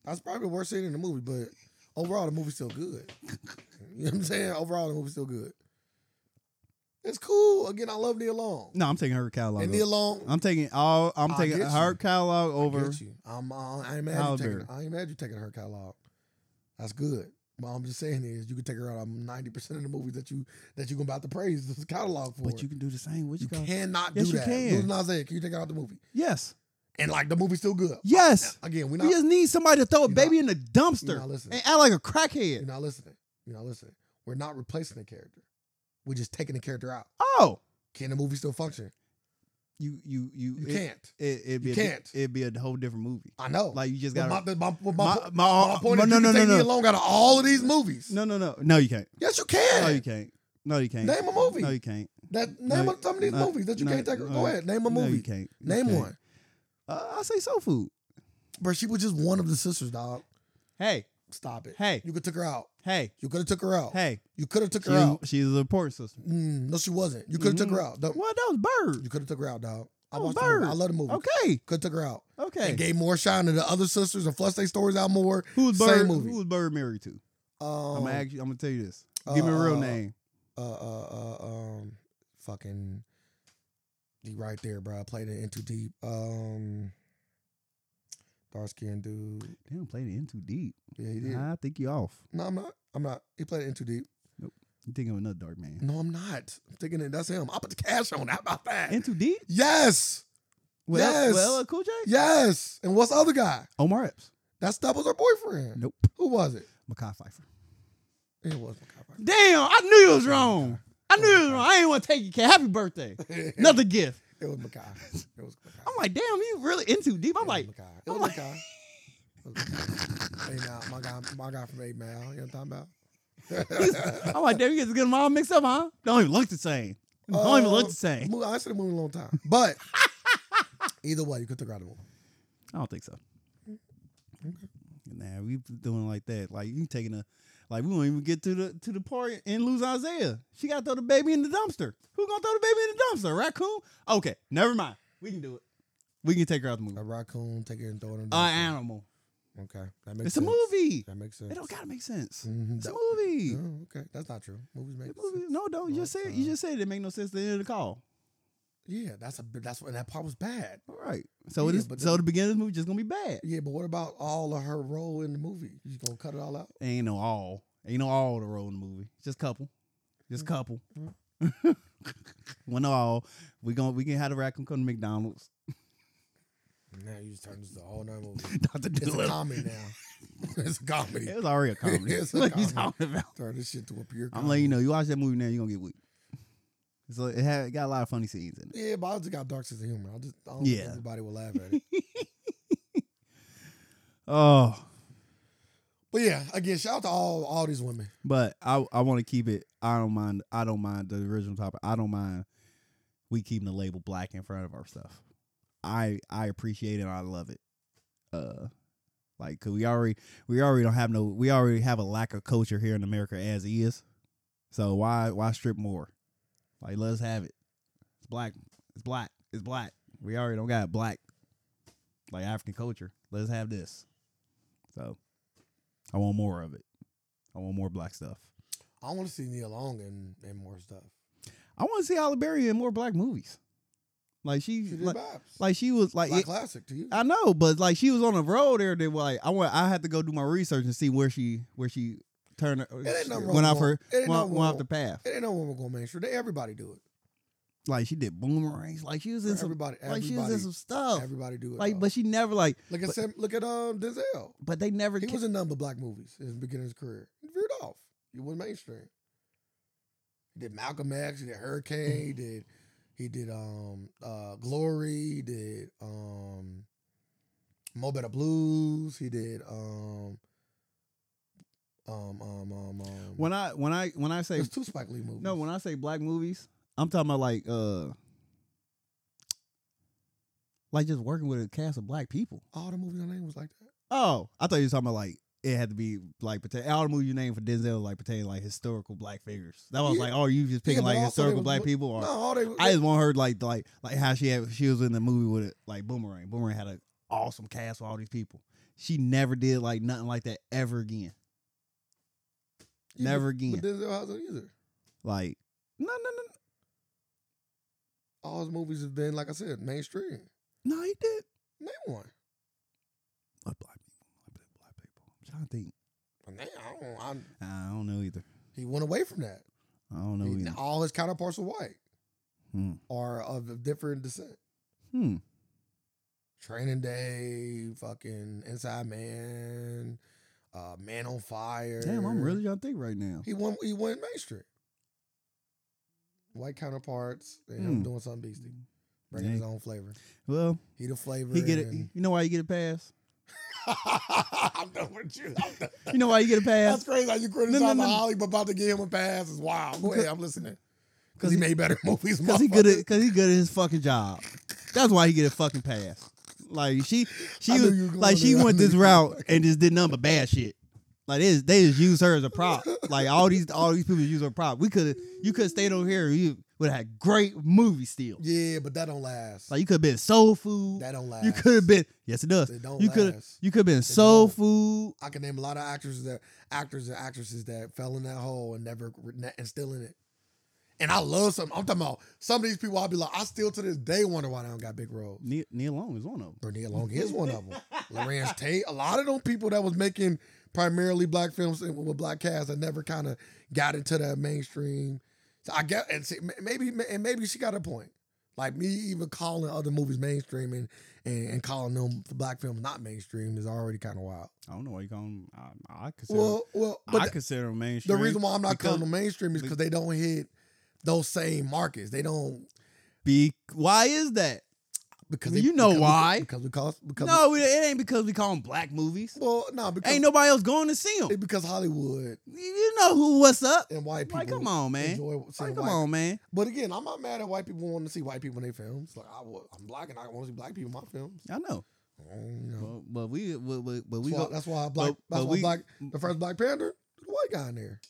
Speaker 2: That's probably the worst scene in the movie, but overall the movie's still good. You know what I'm saying? Overall the movie's still good. It's cool. Again, I love Nia Long.
Speaker 1: No, I'm taking her catalog.
Speaker 2: and Nia
Speaker 1: over.
Speaker 2: Long,
Speaker 1: I'm taking all. I'm
Speaker 2: I
Speaker 1: taking
Speaker 2: get
Speaker 1: her
Speaker 2: you.
Speaker 1: catalog
Speaker 2: I
Speaker 1: over.
Speaker 2: get you. I'm, uh, I ain't mad
Speaker 1: Halle
Speaker 2: you taking.
Speaker 1: Berry.
Speaker 2: I ain't mad you taking her catalog. That's good. But I'm just saying is you can take her out on ninety percent of the movies that you that you gonna about to praise this catalog for.
Speaker 1: But you can do the same. What
Speaker 2: You
Speaker 1: you got?
Speaker 2: cannot
Speaker 1: Yes,
Speaker 2: do
Speaker 1: you
Speaker 2: that.
Speaker 1: can.
Speaker 2: Lil Nas X, can you take her out the movie?
Speaker 1: Yes.
Speaker 2: And like the movie's still good.
Speaker 1: Yes.
Speaker 2: Again, we're
Speaker 1: We
Speaker 2: not
Speaker 1: just need somebody to throw a
Speaker 2: You're
Speaker 1: baby in the
Speaker 2: you're
Speaker 1: dumpster
Speaker 2: not listening.
Speaker 1: and act like a
Speaker 2: You're
Speaker 1: crackhead.
Speaker 2: not listening. You're not listening. We're not replacing the character. We're just taking the character out.
Speaker 1: Oh,
Speaker 2: Can the movie still function?
Speaker 1: you you you.
Speaker 2: You
Speaker 1: it-
Speaker 2: can't.
Speaker 1: It, it'd be
Speaker 2: You
Speaker 1: a, di-
Speaker 2: can't.
Speaker 1: It'd be a whole different movie.
Speaker 2: I know.
Speaker 1: Like you just
Speaker 2: But
Speaker 1: got.
Speaker 2: my, but my, but my,
Speaker 1: my,
Speaker 2: po-
Speaker 1: my,
Speaker 2: my point
Speaker 1: no,
Speaker 2: is
Speaker 1: no,
Speaker 2: you
Speaker 1: no,
Speaker 2: can
Speaker 1: no,
Speaker 2: take Nia
Speaker 1: no,
Speaker 2: Long out of all of these movies.
Speaker 1: no, no, no, no. You can't.
Speaker 2: Yes, you can.
Speaker 1: No, you can't. No, you can't.
Speaker 2: Name a movie.
Speaker 1: No, you can't.
Speaker 2: that name
Speaker 1: no,
Speaker 2: of some of these
Speaker 1: no,
Speaker 2: movies that you
Speaker 1: no,
Speaker 2: can't take.
Speaker 1: no,
Speaker 2: Go ahead, name a
Speaker 1: No, you
Speaker 2: movie.
Speaker 1: can't. You
Speaker 2: name
Speaker 1: can't.
Speaker 2: one.
Speaker 1: Uh, I say soul food.
Speaker 2: Bro, she was just one of the sisters, dog.
Speaker 1: Hey,
Speaker 2: Stop it.
Speaker 1: Hey.
Speaker 2: you could took her out.
Speaker 1: hey,
Speaker 2: You could have took her out.
Speaker 1: hey.
Speaker 2: you could have took her
Speaker 1: She's,
Speaker 2: out.
Speaker 1: she's an important sister.
Speaker 2: Mm, no, she wasn't. You could have took her out. Don't-
Speaker 1: Well, that was
Speaker 2: You
Speaker 1: Bird.
Speaker 2: could have took her out, dog. I
Speaker 1: Mm-hmm. Oh,
Speaker 2: watched the movie.
Speaker 1: Bird.
Speaker 2: I love the movie.
Speaker 1: Okay,
Speaker 2: Could have took her out. And
Speaker 1: okay.
Speaker 2: gave more shine to the other sisters and flushed their stories out more.
Speaker 1: Who's
Speaker 2: same
Speaker 1: Bird?
Speaker 2: movie.
Speaker 1: Who's Bird married to?
Speaker 2: Um,
Speaker 1: I'm gonna ask you, I'm gonna tell you this. Give me a real
Speaker 2: uh,
Speaker 1: name.
Speaker 2: Uh, uh, uh, um, fucking, he right there, bro. I played it in too deep. Um, dark skinned dude.
Speaker 1: They don't play the in too deep.
Speaker 2: Yeah, he did.
Speaker 1: Nah, I think you off.
Speaker 2: No, I'm not. I'm not. He played it in too deep.
Speaker 1: You think of another dark man?
Speaker 2: No, I'm not. I'm thinking that that's him. I put the cash on that. How about that?
Speaker 1: In too deep?
Speaker 2: yes,
Speaker 1: Well,
Speaker 2: Yes.
Speaker 1: well, uh, Cool J.
Speaker 2: yes. And what's the other guy?
Speaker 1: Omar Epps.
Speaker 2: That's that was her boyfriend.
Speaker 1: Nope.
Speaker 2: Who was it?
Speaker 1: Makai Pfeiffer.
Speaker 2: It was Macabre.
Speaker 1: Damn, I knew you was wrong. I knew you was wrong. I ain't want to take you. Cat. Happy birthday. Another gift.
Speaker 2: It was Macabre. It was Macabre.
Speaker 1: I'm like, damn, you really in too deep. I'm like,
Speaker 2: it was
Speaker 1: I'm like-
Speaker 2: Macabre. It was Macabre. Eight Mile, my guy, my guy from Eight Mile. You know what I'm talking about?
Speaker 1: I'm like, damn, you guys get them all mixed up, huh? Don't even look the same. Don't even look the same.
Speaker 2: Mo- Uh, I said the movie a long time, but either way, you could take out the movie.
Speaker 1: I don't think so. Nah, we doing like that. Like you taking a, like we won't even get to the to the party and lose Isaiah. She got to throw the baby in the dumpster. Who gonna throw the baby in the dumpster? Raccoon? Okay, never mind. We can do it. We can take her out the movie.
Speaker 2: A raccoon, take it and throw it in. the
Speaker 1: An
Speaker 2: dumpster.
Speaker 1: animal.
Speaker 2: Okay, that makes
Speaker 1: It's a
Speaker 2: sense.
Speaker 1: movie.
Speaker 2: That makes sense.
Speaker 1: It don't gotta make sense.
Speaker 2: Mhm.
Speaker 1: It's a
Speaker 2: That-
Speaker 1: movie.
Speaker 2: Oh, okay, that's not true. Movies make
Speaker 1: It movie.
Speaker 2: sense.
Speaker 1: No, don't. You just said you just said it make no sense at the end of the call.
Speaker 2: Yeah, that's a bit- that's what that part was bad.
Speaker 1: All right. So it
Speaker 2: Yeah,
Speaker 1: is.
Speaker 2: but
Speaker 1: So the beginning of the movie just gonna be bad.
Speaker 2: Yeah, but what about all of her role in the movie? You gonna cut it all out?
Speaker 1: Ain't no all. Ain't no all the role in the movie. Just couple. Just
Speaker 2: Mm-hmm.
Speaker 1: couple. One all. We gon' we can have the raccoon come to McDonald's.
Speaker 2: Now you just turn this to all night movie.
Speaker 1: Dr.
Speaker 2: It's a
Speaker 1: Doolittle.
Speaker 2: comedy now. it's a comedy.
Speaker 1: It was already a comedy.
Speaker 2: It's a
Speaker 1: what you
Speaker 2: comedy.
Speaker 1: talking about?
Speaker 2: Turn this shit to a pure.
Speaker 1: I'm letting you know. You watch that movie now, you're gonna get weak. So it had it got a lot of funny scenes in it.
Speaker 2: Yeah, but I just got dark sense of humor. I just I don't think
Speaker 1: Yeah.
Speaker 2: everybody will laugh at it.
Speaker 1: Oh.
Speaker 2: but yeah, again, shout out to all all these women.
Speaker 1: But I I wanna keep it. I don't mind I don't mind the original topic. I don't mind we keeping the label black in front of our stuff. I I appreciate it. I love it. Uh, like 'cause we already we already don't have no we already have a lack of culture here in America as is. So why why strip more? Like let's have it. It's black. It's black. It's black. We already don't got black like African culture. Let's have this. So I want more of it. I want more black stuff.
Speaker 2: I want to see Nia Long and and more stuff.
Speaker 1: I want to see Halle Berry in more black movies. Like she,
Speaker 2: She did
Speaker 1: like,
Speaker 2: vibes.
Speaker 1: like she was like
Speaker 2: Black
Speaker 1: it-
Speaker 2: classic to you.
Speaker 1: I know, but like she was on the road there. They were like, I went. I had to go do my research and see where she where she turned
Speaker 2: ain't nothing wrong
Speaker 1: went off
Speaker 2: with-
Speaker 1: her
Speaker 2: it ain't
Speaker 1: went,
Speaker 2: nothing
Speaker 1: went off
Speaker 2: wrong.
Speaker 1: the path.
Speaker 2: it ain't no one gonna make sure that everybody do it.
Speaker 1: Like she did boomerangs. Like she was in some
Speaker 2: Everybody,
Speaker 1: like she was in
Speaker 2: everybody,
Speaker 1: some stuff.
Speaker 2: everybody do it.
Speaker 1: Like,
Speaker 2: dog.
Speaker 1: but she never like.
Speaker 2: Look at
Speaker 1: But-
Speaker 2: Sam, look at um Denzel.
Speaker 1: But they never.
Speaker 2: He
Speaker 1: ca-
Speaker 2: was in none but black movies in the beginning of his career. He veered off. He was mainstream. He did Malcolm X. He did Hurricane.
Speaker 1: Mm-hmm.
Speaker 2: He did he did um uh Glory. He did um Mo Better Blues. He did um um um um. um
Speaker 1: when I when I when I say
Speaker 2: there's two Spike Lee movies.
Speaker 1: no when I say black movies, I'm talking about like uh. Like just working with a cast of black people.
Speaker 2: all the movies I named was like that.
Speaker 1: Oh, I thought you were talking about like it had to be like pertain. All the movies you named for Denzel like pertaining like historical black figures. That was
Speaker 2: Yeah.
Speaker 1: like, oh, you just
Speaker 2: Yeah,
Speaker 1: picking
Speaker 2: but
Speaker 1: like
Speaker 2: also they
Speaker 1: historical
Speaker 2: was
Speaker 1: black
Speaker 2: mo-
Speaker 1: people. Or
Speaker 2: No, all they.
Speaker 1: I just want her like like like how she had she was in the movie with it like Boomerang. Boomerang had an awesome cast with all these people. She never did like nothing like that ever again.
Speaker 2: Yeah,
Speaker 1: never
Speaker 2: but-
Speaker 1: again.
Speaker 2: But Denzel hasn't either.
Speaker 1: Like no no no.
Speaker 2: all his movies have been, like I said, mainstream.
Speaker 1: No, he did.
Speaker 2: Name one.
Speaker 1: What black people? What black- black people? I'm trying to think.
Speaker 2: But name- I don't, I,
Speaker 1: I don't know either.
Speaker 2: he went away from that.
Speaker 1: I don't know
Speaker 2: He-
Speaker 1: either.
Speaker 2: all his counterparts are white
Speaker 1: Hmm.
Speaker 2: or of different descent.
Speaker 1: Hmm.
Speaker 2: Training Day, fucking Inside Man, uh, Man on Fire.
Speaker 1: Damn, I'm really trying to think right now.
Speaker 2: He won. He won Main Street. White counterparts and him
Speaker 1: Hmm.
Speaker 2: doing something beastie, bringing his
Speaker 1: Dang.
Speaker 2: own flavor.
Speaker 1: Well,
Speaker 2: He the flavor.
Speaker 1: he get it.
Speaker 2: and-
Speaker 1: You know why you get a pass?
Speaker 2: I'm done with you. I'm done.
Speaker 1: You know why you get a pass?
Speaker 2: That's crazy. How you criticizing
Speaker 1: No, no, no.
Speaker 2: Holly, but about to give him a pass is wild. Go ahead. I'm listening. Because he,
Speaker 1: he-
Speaker 2: made better movies.
Speaker 1: Cause he good at cause he good at his fucking job. That's why he get a fucking pass. Like she she
Speaker 2: I knew
Speaker 1: was
Speaker 2: you were going
Speaker 1: like she
Speaker 2: there. I
Speaker 1: went
Speaker 2: knew
Speaker 1: this
Speaker 2: you were
Speaker 1: route and just did nothing but bad shit. Like they just, they just used her as a prop. Like all these all these people use her prop. We could have you could have stayed over here. You would have had great movie steals.
Speaker 2: Yeah, but that don't last.
Speaker 1: Like you could have been soul food.
Speaker 2: that don't last.
Speaker 1: You could have been yes it does.
Speaker 2: It don't
Speaker 1: You could have
Speaker 2: last.
Speaker 1: you could have been soul
Speaker 2: don't.
Speaker 1: food.
Speaker 2: I can name a lot of actors that actors and actresses that fell in that hole and never and still in it. And I love some. I'm talking about some of these people. I'll be like, I still to this day wonder why they don't got big roles.
Speaker 1: Neil, Neil Long is one of them.
Speaker 2: Bernard Long is one of them. Lawrence Tate. A lot of them people that was making primarily black films and with black cast that never kind of got into that mainstream. So I guess and see, maybe and maybe she got a point. Like me even calling other movies mainstream and and, and calling them black films not mainstream is already kind of wild.
Speaker 1: I don't know why you call him. I, I consider
Speaker 2: Well, well, but
Speaker 1: I consider him mainstream.
Speaker 2: the reason why I'm not calling
Speaker 1: because-
Speaker 2: them mainstream is because they don't hit those same markets. They don't
Speaker 1: Be why is that?
Speaker 2: because
Speaker 1: Well,
Speaker 2: they-
Speaker 1: you know
Speaker 2: because we-
Speaker 1: why.
Speaker 2: because we call because
Speaker 1: No, it ain't because we call them black movies.
Speaker 2: well no because
Speaker 1: Ain't nobody else going to see them.
Speaker 2: it's because Hollywood
Speaker 1: You know who? What's up?
Speaker 2: and white people
Speaker 1: Like, come on, man.
Speaker 2: enjoy seeing
Speaker 1: Like, come
Speaker 2: white.
Speaker 1: on, man.
Speaker 2: But again, I'm not mad at white people wanting to see white people in their films. Like I, wa- I'm black and I want to see black people in my films.
Speaker 1: I know,
Speaker 2: Mm, you know.
Speaker 1: but, but we, but, but, but
Speaker 2: that's,
Speaker 1: we
Speaker 2: why,
Speaker 1: go.
Speaker 2: that's why black.
Speaker 1: but-
Speaker 2: that's
Speaker 1: but
Speaker 2: why
Speaker 1: we-
Speaker 2: black. The first Black Panther, the white guy in there.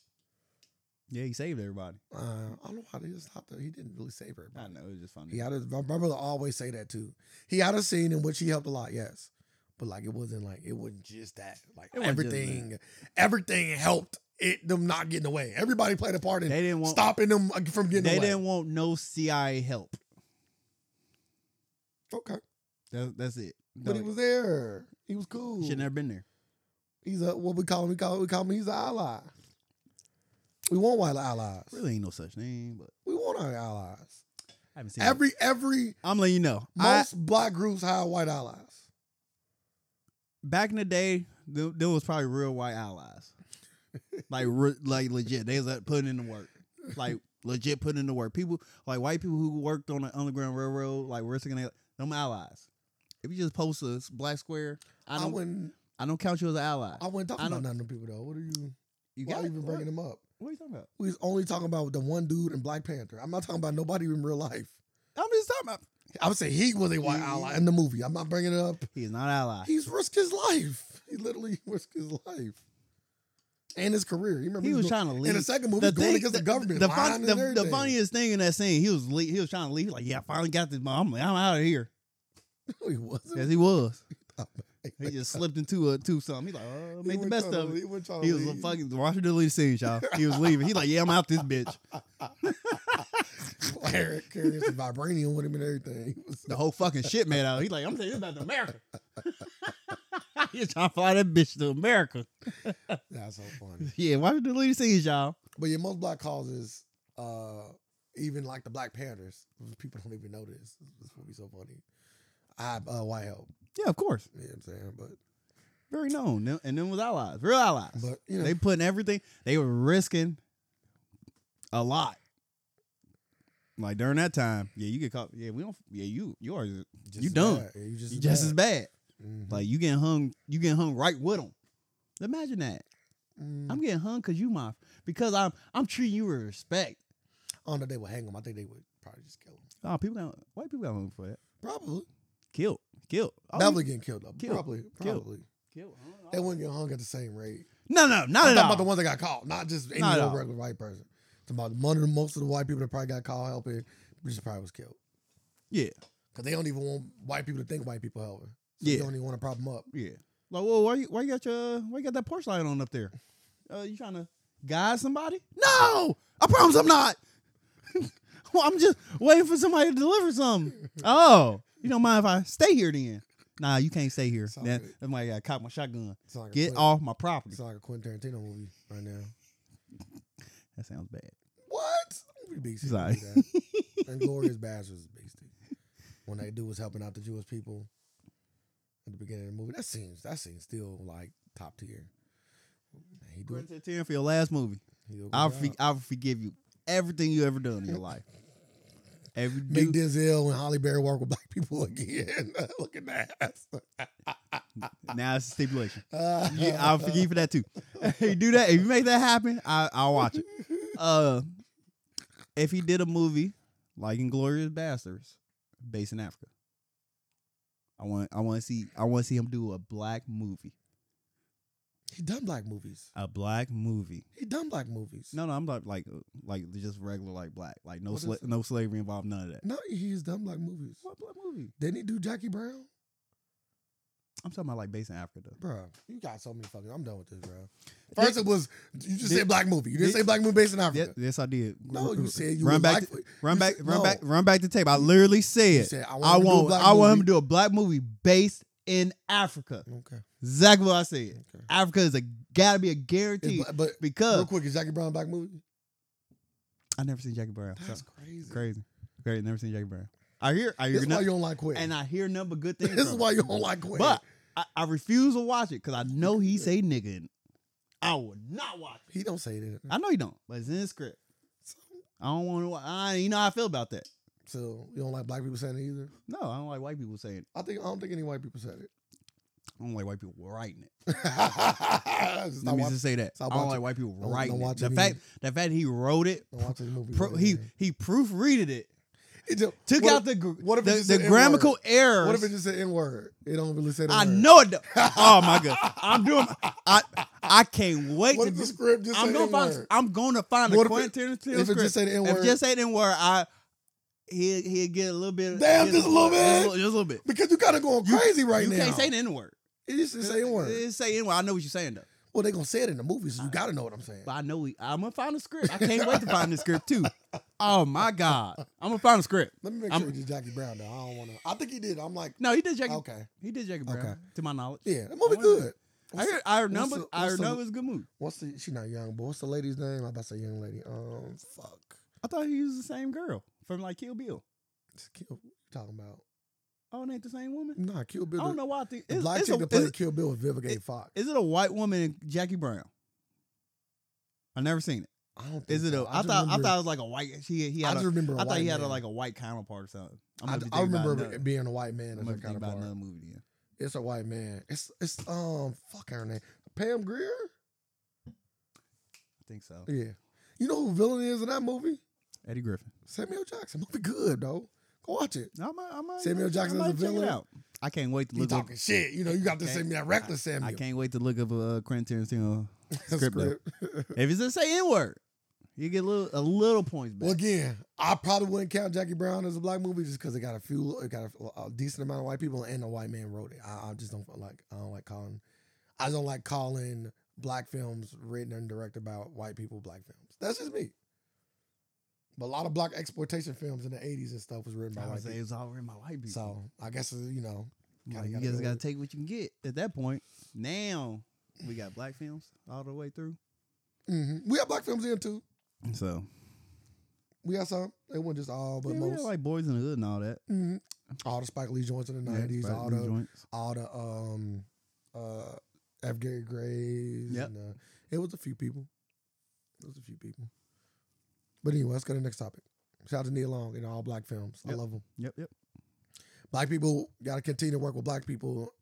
Speaker 1: Yeah, he saved everybody.
Speaker 2: Uh, I don't know how they just stopped. He didn't really save her.
Speaker 1: I know it was just funny.
Speaker 2: He had a, my brother always say that too. He had a scene in which he helped a lot, yes, but like it wasn't like it wasn't just that. Like
Speaker 1: It wasn't just that.
Speaker 2: everything, everything helped it them not getting away. Everybody played a part in
Speaker 1: They didn't want.
Speaker 2: stopping them uh, from
Speaker 1: They
Speaker 2: getting away.
Speaker 1: didn't want no CIA help.
Speaker 2: okay,
Speaker 1: That's that's it.
Speaker 2: but he
Speaker 1: Like,
Speaker 2: was there. He was cool.
Speaker 1: should never been there.
Speaker 2: He's a what we call him. We call we call him. He's an ally. We want white allies.
Speaker 1: Really, ain't no such name. But
Speaker 2: We want our allies.
Speaker 1: I haven't seen it.
Speaker 2: Every every
Speaker 1: I'm letting you know. I-
Speaker 2: most black groups hire white allies.
Speaker 1: back in the day, there, there was probably real white allies, like re, like legit. They was like, putting in the work, like legit putting in the work. People like white people who worked on the underground railroad, like we're thinking they- them allies. If you just post a s- black square, I
Speaker 2: I,
Speaker 1: don't I,
Speaker 2: wouldn't.
Speaker 1: don't count you as an ally.
Speaker 2: I wouldn't talk
Speaker 1: I
Speaker 2: about
Speaker 1: don't-
Speaker 2: none of them people though. What are you?
Speaker 1: you
Speaker 2: why
Speaker 1: got
Speaker 2: even
Speaker 1: what,
Speaker 2: bringing them up?
Speaker 1: what are you talking about?
Speaker 2: We was only talking about the one dude in Black Panther. I'm not talking about nobody in real life.
Speaker 1: I'm just talking about.
Speaker 2: I would say he was a white
Speaker 1: Yeah.
Speaker 2: ally in the movie. I'm not bringing it up.
Speaker 1: He's not an ally.
Speaker 2: He's risked his life. He literally risked his life and his career. You remember
Speaker 1: He was
Speaker 2: go-
Speaker 1: trying to leave.
Speaker 2: in the second movie going against the, government.
Speaker 1: The,
Speaker 2: lying
Speaker 1: fun,
Speaker 2: and
Speaker 1: the, the
Speaker 2: everything.
Speaker 1: funniest thing in that scene, he was le- he was trying to leave. Like, yeah, I finally got this. I'm, I'm out of here.
Speaker 2: No, he wasn't.
Speaker 1: Yes, he was. He
Speaker 2: He
Speaker 1: just slipped into a to something. He's like, oh, make the
Speaker 2: wasn't
Speaker 1: best
Speaker 2: tryna
Speaker 1: of
Speaker 2: leave.
Speaker 1: it.
Speaker 2: He, wasn't tryna
Speaker 1: He was a
Speaker 2: leave.
Speaker 1: fucking watch the deleted scenes, y'all. He was leaving. He like, yeah, I'm out this bitch.
Speaker 2: Eric carrying some vibranium with him and everything. He was-
Speaker 1: The whole fucking shit made out. He like, I'm saying this about to America. He's trying to fly that bitch to America.
Speaker 2: That's so funny.
Speaker 1: Yeah, watch the deleted scenes, y'all.
Speaker 2: But yeah, most black causes, uh, even like the Black Panthers, people don't even know this. This would be so funny. I have uh, white help.
Speaker 1: Yeah, of course.
Speaker 2: You know what I'm saying? But
Speaker 1: Very known. Them- And them was allies. Real allies.
Speaker 2: but you know
Speaker 1: They putting everything, they were risking a lot. Like during that time, yeah, you get caught. Yeah, we don't. Yeah, you, you are
Speaker 2: just
Speaker 1: you
Speaker 2: as
Speaker 1: done.
Speaker 2: bad. Yeah, You just,
Speaker 1: just, just as bad.
Speaker 2: Mhm.
Speaker 1: Like you getting hung, you getting hung right with them. Imagine that.
Speaker 2: Mm.
Speaker 1: I'm getting hung because you my because I'm I'm treating you with respect.
Speaker 2: I don't know if they would hang him. I think they would probably just kill him.
Speaker 1: Oh, people got white people got hung for that.
Speaker 2: Probably.
Speaker 1: Killed, killed, Oh,
Speaker 2: Definitely getting killed though.
Speaker 1: Killed.
Speaker 2: Probably.
Speaker 1: Killed.
Speaker 2: Probably.
Speaker 1: killed.
Speaker 2: They wouldn't get hung at the same rate.
Speaker 1: No, no, not
Speaker 2: I'm
Speaker 1: at
Speaker 2: talking
Speaker 1: all.
Speaker 2: about the ones that got caught, not just any
Speaker 1: Not at
Speaker 2: old
Speaker 1: all.
Speaker 2: regular white person. It's about one of the most of the white people that probably got caught helping, just probably was killed.
Speaker 1: yeah,
Speaker 2: Because they don't even want white people to think white people helping. So
Speaker 1: Yeah.
Speaker 2: You don't even want to prop them up.
Speaker 1: yeah. Like, well, why you why you got your why you got that porch light on up there? Uh, you trying to guide somebody? No, I promise I'm not. Well, I'm just waiting for somebody to deliver something. Oh, you don't mind if I stay here then? Nah, you can't stay here.
Speaker 2: It's all
Speaker 1: That,
Speaker 2: good.
Speaker 1: that might got caught my shotgun.
Speaker 2: It's like a
Speaker 1: Get
Speaker 2: Quentin-
Speaker 1: off my property.
Speaker 2: It's like a Quentin Tarantino movie right now.
Speaker 1: That sounds bad.
Speaker 2: What? Pretty beastie.
Speaker 1: Sorry.
Speaker 2: and Glorious Bastards is beastie. When that dude was helping out the Jewish people at the beginning of the movie, that seems that seems still like top tier. He do it.
Speaker 1: Quentin Tarantino for your last movie.
Speaker 2: He do a good
Speaker 1: I'll
Speaker 2: job.
Speaker 1: for, I'll forgive you everything you ever done in your life. Every
Speaker 2: Make
Speaker 1: dude,
Speaker 2: Denzel and Holly Berry work with black people again. Look at that.
Speaker 1: now it's a stipulation.
Speaker 2: Uh,
Speaker 1: Yeah, I'll forgive you for that too. If you do that, if you make that happen, I, I'll watch it. Uh, if he did a movie like Inglorious Bastards, based in Africa, I want I want to see I want to see him do a black movie,
Speaker 2: He done black movies.
Speaker 1: a black movie.
Speaker 2: He done black movies.
Speaker 1: No, no, I'm not like uh, like just regular like black, like no
Speaker 2: What
Speaker 1: sla-
Speaker 2: is it?
Speaker 1: no slavery involved, none of that.
Speaker 2: no, he's done black movies.
Speaker 1: What black movie?
Speaker 2: Didn't he do Jackie Brown?
Speaker 1: I'm talking about like based in Africa though.
Speaker 2: Bro, you got so many fucking. I'm done with this, bro. First, it was you just
Speaker 1: Did-
Speaker 2: said black movie. You didn't
Speaker 1: did-
Speaker 2: say black movie based in
Speaker 1: Yes,
Speaker 2: Africa.
Speaker 1: yes, I did.
Speaker 2: No, you said you
Speaker 1: run
Speaker 2: would
Speaker 1: back,
Speaker 2: like-
Speaker 1: to- run
Speaker 2: you
Speaker 1: back,
Speaker 2: said-
Speaker 1: run
Speaker 2: no.
Speaker 1: back, run back the tape. I literally
Speaker 2: You
Speaker 1: said
Speaker 2: said I
Speaker 1: I
Speaker 2: want.
Speaker 1: want
Speaker 2: him to do a black
Speaker 1: I want him to
Speaker 2: movie.
Speaker 1: do a black movie based in Africa.
Speaker 2: Okay,
Speaker 1: Exactly what I said.
Speaker 2: okay.
Speaker 1: Africa is a gotta be a
Speaker 2: It's
Speaker 1: guarantee
Speaker 2: bla- but
Speaker 1: because
Speaker 2: real quick, is Jackie Brown a black movie?
Speaker 1: I never seen Jackie Brown.
Speaker 2: That's
Speaker 1: So,
Speaker 2: crazy.
Speaker 1: crazy, crazy. Never seen Jackie Brown. I hear, I
Speaker 2: This
Speaker 1: hear,
Speaker 2: is why
Speaker 1: no,
Speaker 2: you don't like Quentin.
Speaker 1: and I hear number good things.
Speaker 2: This is
Speaker 1: from
Speaker 2: why
Speaker 1: it.
Speaker 2: you don't like Quentin.
Speaker 1: But I, I refuse to watch it because I know he say nigga. In it. I would not watch it.
Speaker 2: he don't say that.
Speaker 1: I know you don't, but it's in the script. I don't want to. I you know how I feel about that.
Speaker 2: So you don't like black people saying it either.
Speaker 1: No, I don't like white people saying. it.
Speaker 2: I think I don't think any white people said it.
Speaker 1: I don't like white people writing it.
Speaker 2: Just
Speaker 1: Let
Speaker 2: not
Speaker 1: me
Speaker 2: watch-
Speaker 1: just say that. I
Speaker 2: stop
Speaker 1: don't
Speaker 2: watching-
Speaker 1: like white people
Speaker 2: don't-
Speaker 1: writing
Speaker 2: don't
Speaker 1: it.
Speaker 2: watch
Speaker 1: The
Speaker 2: it
Speaker 1: fact the fact he wrote it,
Speaker 2: don't watch this movie.
Speaker 1: pro,
Speaker 2: with
Speaker 1: he
Speaker 2: it, man.
Speaker 1: he proofreaded it,
Speaker 2: It just-
Speaker 1: took
Speaker 2: what
Speaker 1: out
Speaker 2: if-
Speaker 1: the gr-
Speaker 2: what if it
Speaker 1: the,
Speaker 2: just
Speaker 1: the
Speaker 2: said N-word?
Speaker 1: grammatical errors.
Speaker 2: What if it just said N word? It don't really say. the
Speaker 1: I
Speaker 2: word.
Speaker 1: know it. don't- Oh my god, I'm doing. I I can't wait
Speaker 2: What
Speaker 1: to.
Speaker 2: if
Speaker 1: do-
Speaker 2: the script just
Speaker 1: I'm
Speaker 2: said
Speaker 1: gonna
Speaker 2: N-word?
Speaker 1: find. I'm gonna find a
Speaker 2: What if it-
Speaker 1: Quentin Tarantino
Speaker 2: if it
Speaker 1: script.
Speaker 2: just say the
Speaker 1: If
Speaker 2: N-word?
Speaker 1: it just say the N word, I he he'll get a little bit.
Speaker 2: Damn,
Speaker 1: get
Speaker 2: just a little bit?
Speaker 1: just a little bit.
Speaker 2: Because you gotta go
Speaker 1: You-
Speaker 2: crazy right
Speaker 1: you
Speaker 2: now.
Speaker 1: can't say the N word.
Speaker 2: It just say N word.
Speaker 1: It uh, say N word. I know what you're saying though.
Speaker 2: Well, they gonna say it in the movie, so you gotta know what I'm saying.
Speaker 1: But I know we, I'm gonna find a script. I can't wait to find the script too. Oh my god, I'm gonna find a script.
Speaker 2: Let me make
Speaker 1: I'm-
Speaker 2: sure it's Jackie Brown. Though I don't wanna. I think he did. I'm like,
Speaker 1: No, he did Jackie.
Speaker 2: okay,
Speaker 1: He did Jackie Brown.
Speaker 2: Okay.
Speaker 1: To my knowledge,
Speaker 2: yeah, that
Speaker 1: I
Speaker 2: movie
Speaker 1: wanna-
Speaker 2: good.
Speaker 1: I
Speaker 2: What's
Speaker 1: heard.
Speaker 2: the,
Speaker 1: I remember.
Speaker 2: what's the-
Speaker 1: I
Speaker 2: what's the-
Speaker 1: remember it's a good movie.
Speaker 2: what's the? She not young, but what's the lady's name? I'm about to say young lady. Um, fuck.
Speaker 1: I thought he was the same girl from like Kill Bill.
Speaker 2: Just kill. What you talking about?
Speaker 1: Oh, it ain't the same woman.
Speaker 2: Nah, Kill Bill.
Speaker 1: I don't
Speaker 2: the-
Speaker 1: know why. I think
Speaker 2: The
Speaker 1: it's,
Speaker 2: black
Speaker 1: it's
Speaker 2: chick
Speaker 1: a,
Speaker 2: that
Speaker 1: is,
Speaker 2: played Kill Bill with Vivica A. Fox.
Speaker 1: is it a white woman and Jackie Brown? I never seen it.
Speaker 2: I don't. Think
Speaker 1: Is it?
Speaker 2: so.
Speaker 1: A, I,
Speaker 2: just
Speaker 1: thought. I
Speaker 2: remember-
Speaker 1: thought it was like a white. She he
Speaker 2: I
Speaker 1: had.
Speaker 2: just
Speaker 1: a-
Speaker 2: remember.
Speaker 1: I
Speaker 2: a
Speaker 1: thought he
Speaker 2: white
Speaker 1: had a,
Speaker 2: man.
Speaker 1: like a white counterpart or something. I'm
Speaker 2: I,
Speaker 1: gonna be
Speaker 2: I
Speaker 1: thinking about
Speaker 2: remember
Speaker 1: another-
Speaker 2: it being a white
Speaker 1: I'm
Speaker 2: man. as
Speaker 1: gonna
Speaker 2: that
Speaker 1: be thinking
Speaker 2: kind of
Speaker 1: about
Speaker 2: part.
Speaker 1: another movie. Then.
Speaker 2: It's a white man. It's it's um fuck her name. Pam Greer?
Speaker 1: I think so.
Speaker 2: Yeah. You know who villain is in that movie?
Speaker 1: Eddie Griffin.
Speaker 2: Samuel Jackson. Movie good, though. Go watch it.
Speaker 1: I might, I might,
Speaker 2: Samuel
Speaker 1: I
Speaker 2: Jackson
Speaker 1: might
Speaker 2: is a
Speaker 1: check it
Speaker 2: villain?
Speaker 1: out. I can't wait to
Speaker 2: You
Speaker 1: look up.
Speaker 2: talking shit. You know, you got to
Speaker 1: Can't-
Speaker 2: send me that reckless Samuel.
Speaker 1: I can't wait to look up a uh, Quentin Tarantino. script, though.
Speaker 2: Script.
Speaker 1: If it's the same N word, you get a little a little points back.
Speaker 2: well, again, I probably wouldn't count Jackie Brown as a black movie just because it got a few, it got a, a decent amount of white people and a white man wrote it. I, I just don't like, I don't like calling, I don't like calling black films written and directed by white people black films. That's just me. But a lot of black exploitation films in the 80s and stuff was written by
Speaker 1: I would
Speaker 2: white
Speaker 1: say
Speaker 2: people.
Speaker 1: it's all in my white people.
Speaker 2: So I guess, uh, you know,
Speaker 1: I'm
Speaker 2: Kinda
Speaker 1: like, you
Speaker 2: gotta
Speaker 1: guys
Speaker 2: go
Speaker 1: got to
Speaker 2: with-
Speaker 1: take what you can get at that point. Now we got black films all the way through.
Speaker 2: hmm we have black films in too.
Speaker 1: So
Speaker 2: We got some. It wasn't just all, but
Speaker 1: yeah, we got,
Speaker 2: most.
Speaker 1: like boys in the hood and all that.
Speaker 2: Mhm. All the Spike Lee joints in the
Speaker 1: Yeah,
Speaker 2: nineties.
Speaker 1: Spike
Speaker 2: all
Speaker 1: Lee
Speaker 2: the
Speaker 1: joints.
Speaker 2: all the um uh F. Gary Graves.
Speaker 1: Yep.
Speaker 2: And, uh, it was a few people. It was a few people. But anyway, let's go to the next topic. Shout out to Neil Long and all black films. I
Speaker 1: Yep.
Speaker 2: love them.
Speaker 1: Yep, yep.
Speaker 2: Black people got to continue to work with black people.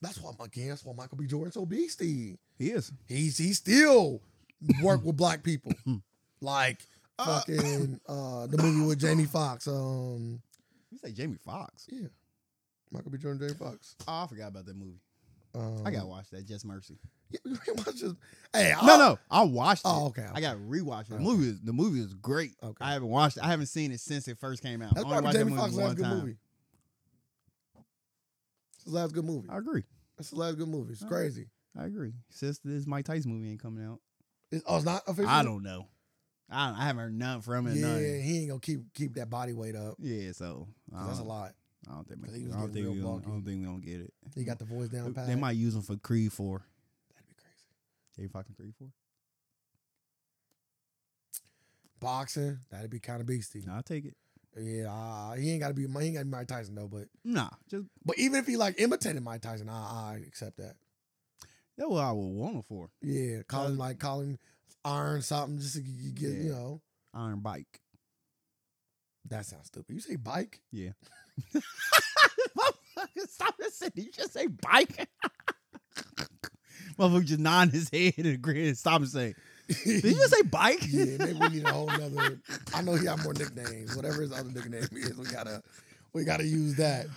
Speaker 2: That's why again. That's why Michael B. Jordan's so beastie.
Speaker 1: He is.
Speaker 2: He's he still work with black people. Like
Speaker 1: Hmm. Uh,
Speaker 2: fucking uh the movie with Jamie Foxx. Um
Speaker 1: You say Jamie Foxx?
Speaker 2: yeah. Michael B. Jordan, Jamie Foxx.
Speaker 1: Oh, I forgot about that movie.
Speaker 2: Um,
Speaker 1: I gotta watch that. Just Mercy.
Speaker 2: Yeah, you ain't watch this- Hey, I,
Speaker 1: No, no, I watched it.
Speaker 2: Oh, okay.
Speaker 1: I gotta rewatch it. The
Speaker 2: Okay.
Speaker 1: movie is the movie is great.
Speaker 2: Okay.
Speaker 1: I haven't watched. it. I haven't seen it since it first came out.
Speaker 2: That's
Speaker 1: I only
Speaker 2: probably
Speaker 1: watched that
Speaker 2: Jamie
Speaker 1: movie
Speaker 2: Foxx's
Speaker 1: one
Speaker 2: last good
Speaker 1: time.
Speaker 2: movie. It's his last good movie.
Speaker 1: I agree.
Speaker 2: That's his last good movie. It's
Speaker 1: All right.
Speaker 2: crazy.
Speaker 1: I agree. Since this Mike Tyson movie ain't coming out,
Speaker 2: It's, oh, it's not official.
Speaker 1: I don't know. I, don't, I haven't heard nothing from him.
Speaker 2: yeah,
Speaker 1: nothing.
Speaker 2: he ain't gonna keep keep that body weight up. 'cause
Speaker 1: Yeah, so I
Speaker 2: That's a
Speaker 1: don't-
Speaker 2: lot.
Speaker 1: I don't think.
Speaker 2: 'Cause
Speaker 1: we-
Speaker 2: he was
Speaker 1: I don't
Speaker 2: getting
Speaker 1: think
Speaker 2: real
Speaker 1: we. Gonna, I
Speaker 2: bulky.
Speaker 1: don't think we gonna get it.
Speaker 2: He got the voice down.
Speaker 1: They-
Speaker 2: Pat.
Speaker 1: They might use him for Creed Four.
Speaker 2: That'd be crazy.
Speaker 1: They fucking Creed Four.
Speaker 2: Boxing. That'd be kind of beasty.
Speaker 1: I'll take it.
Speaker 2: Yeah, uh, he ain't gotta be. He ain't gotta be Mike Tyson though. But
Speaker 1: Nah, just
Speaker 2: but even if he like imitated Mike Tyson, I I accept that.
Speaker 1: that's what I would want him for.
Speaker 2: Yeah, call him
Speaker 1: Cause-
Speaker 2: like call him iron something just to g- g- get you
Speaker 1: Yeah.
Speaker 2: know.
Speaker 1: Iron bike.
Speaker 2: That sounds stupid. You say bike?
Speaker 1: Motherfucker, stop that sentence. You just say bike. Motherfucker just nodding his head and grin. Stop and say, "Did you just say bike?"
Speaker 2: yeah, maybe we need a whole nother. I know he got more nicknames. Whatever his other nickname is, we gotta we gotta use that.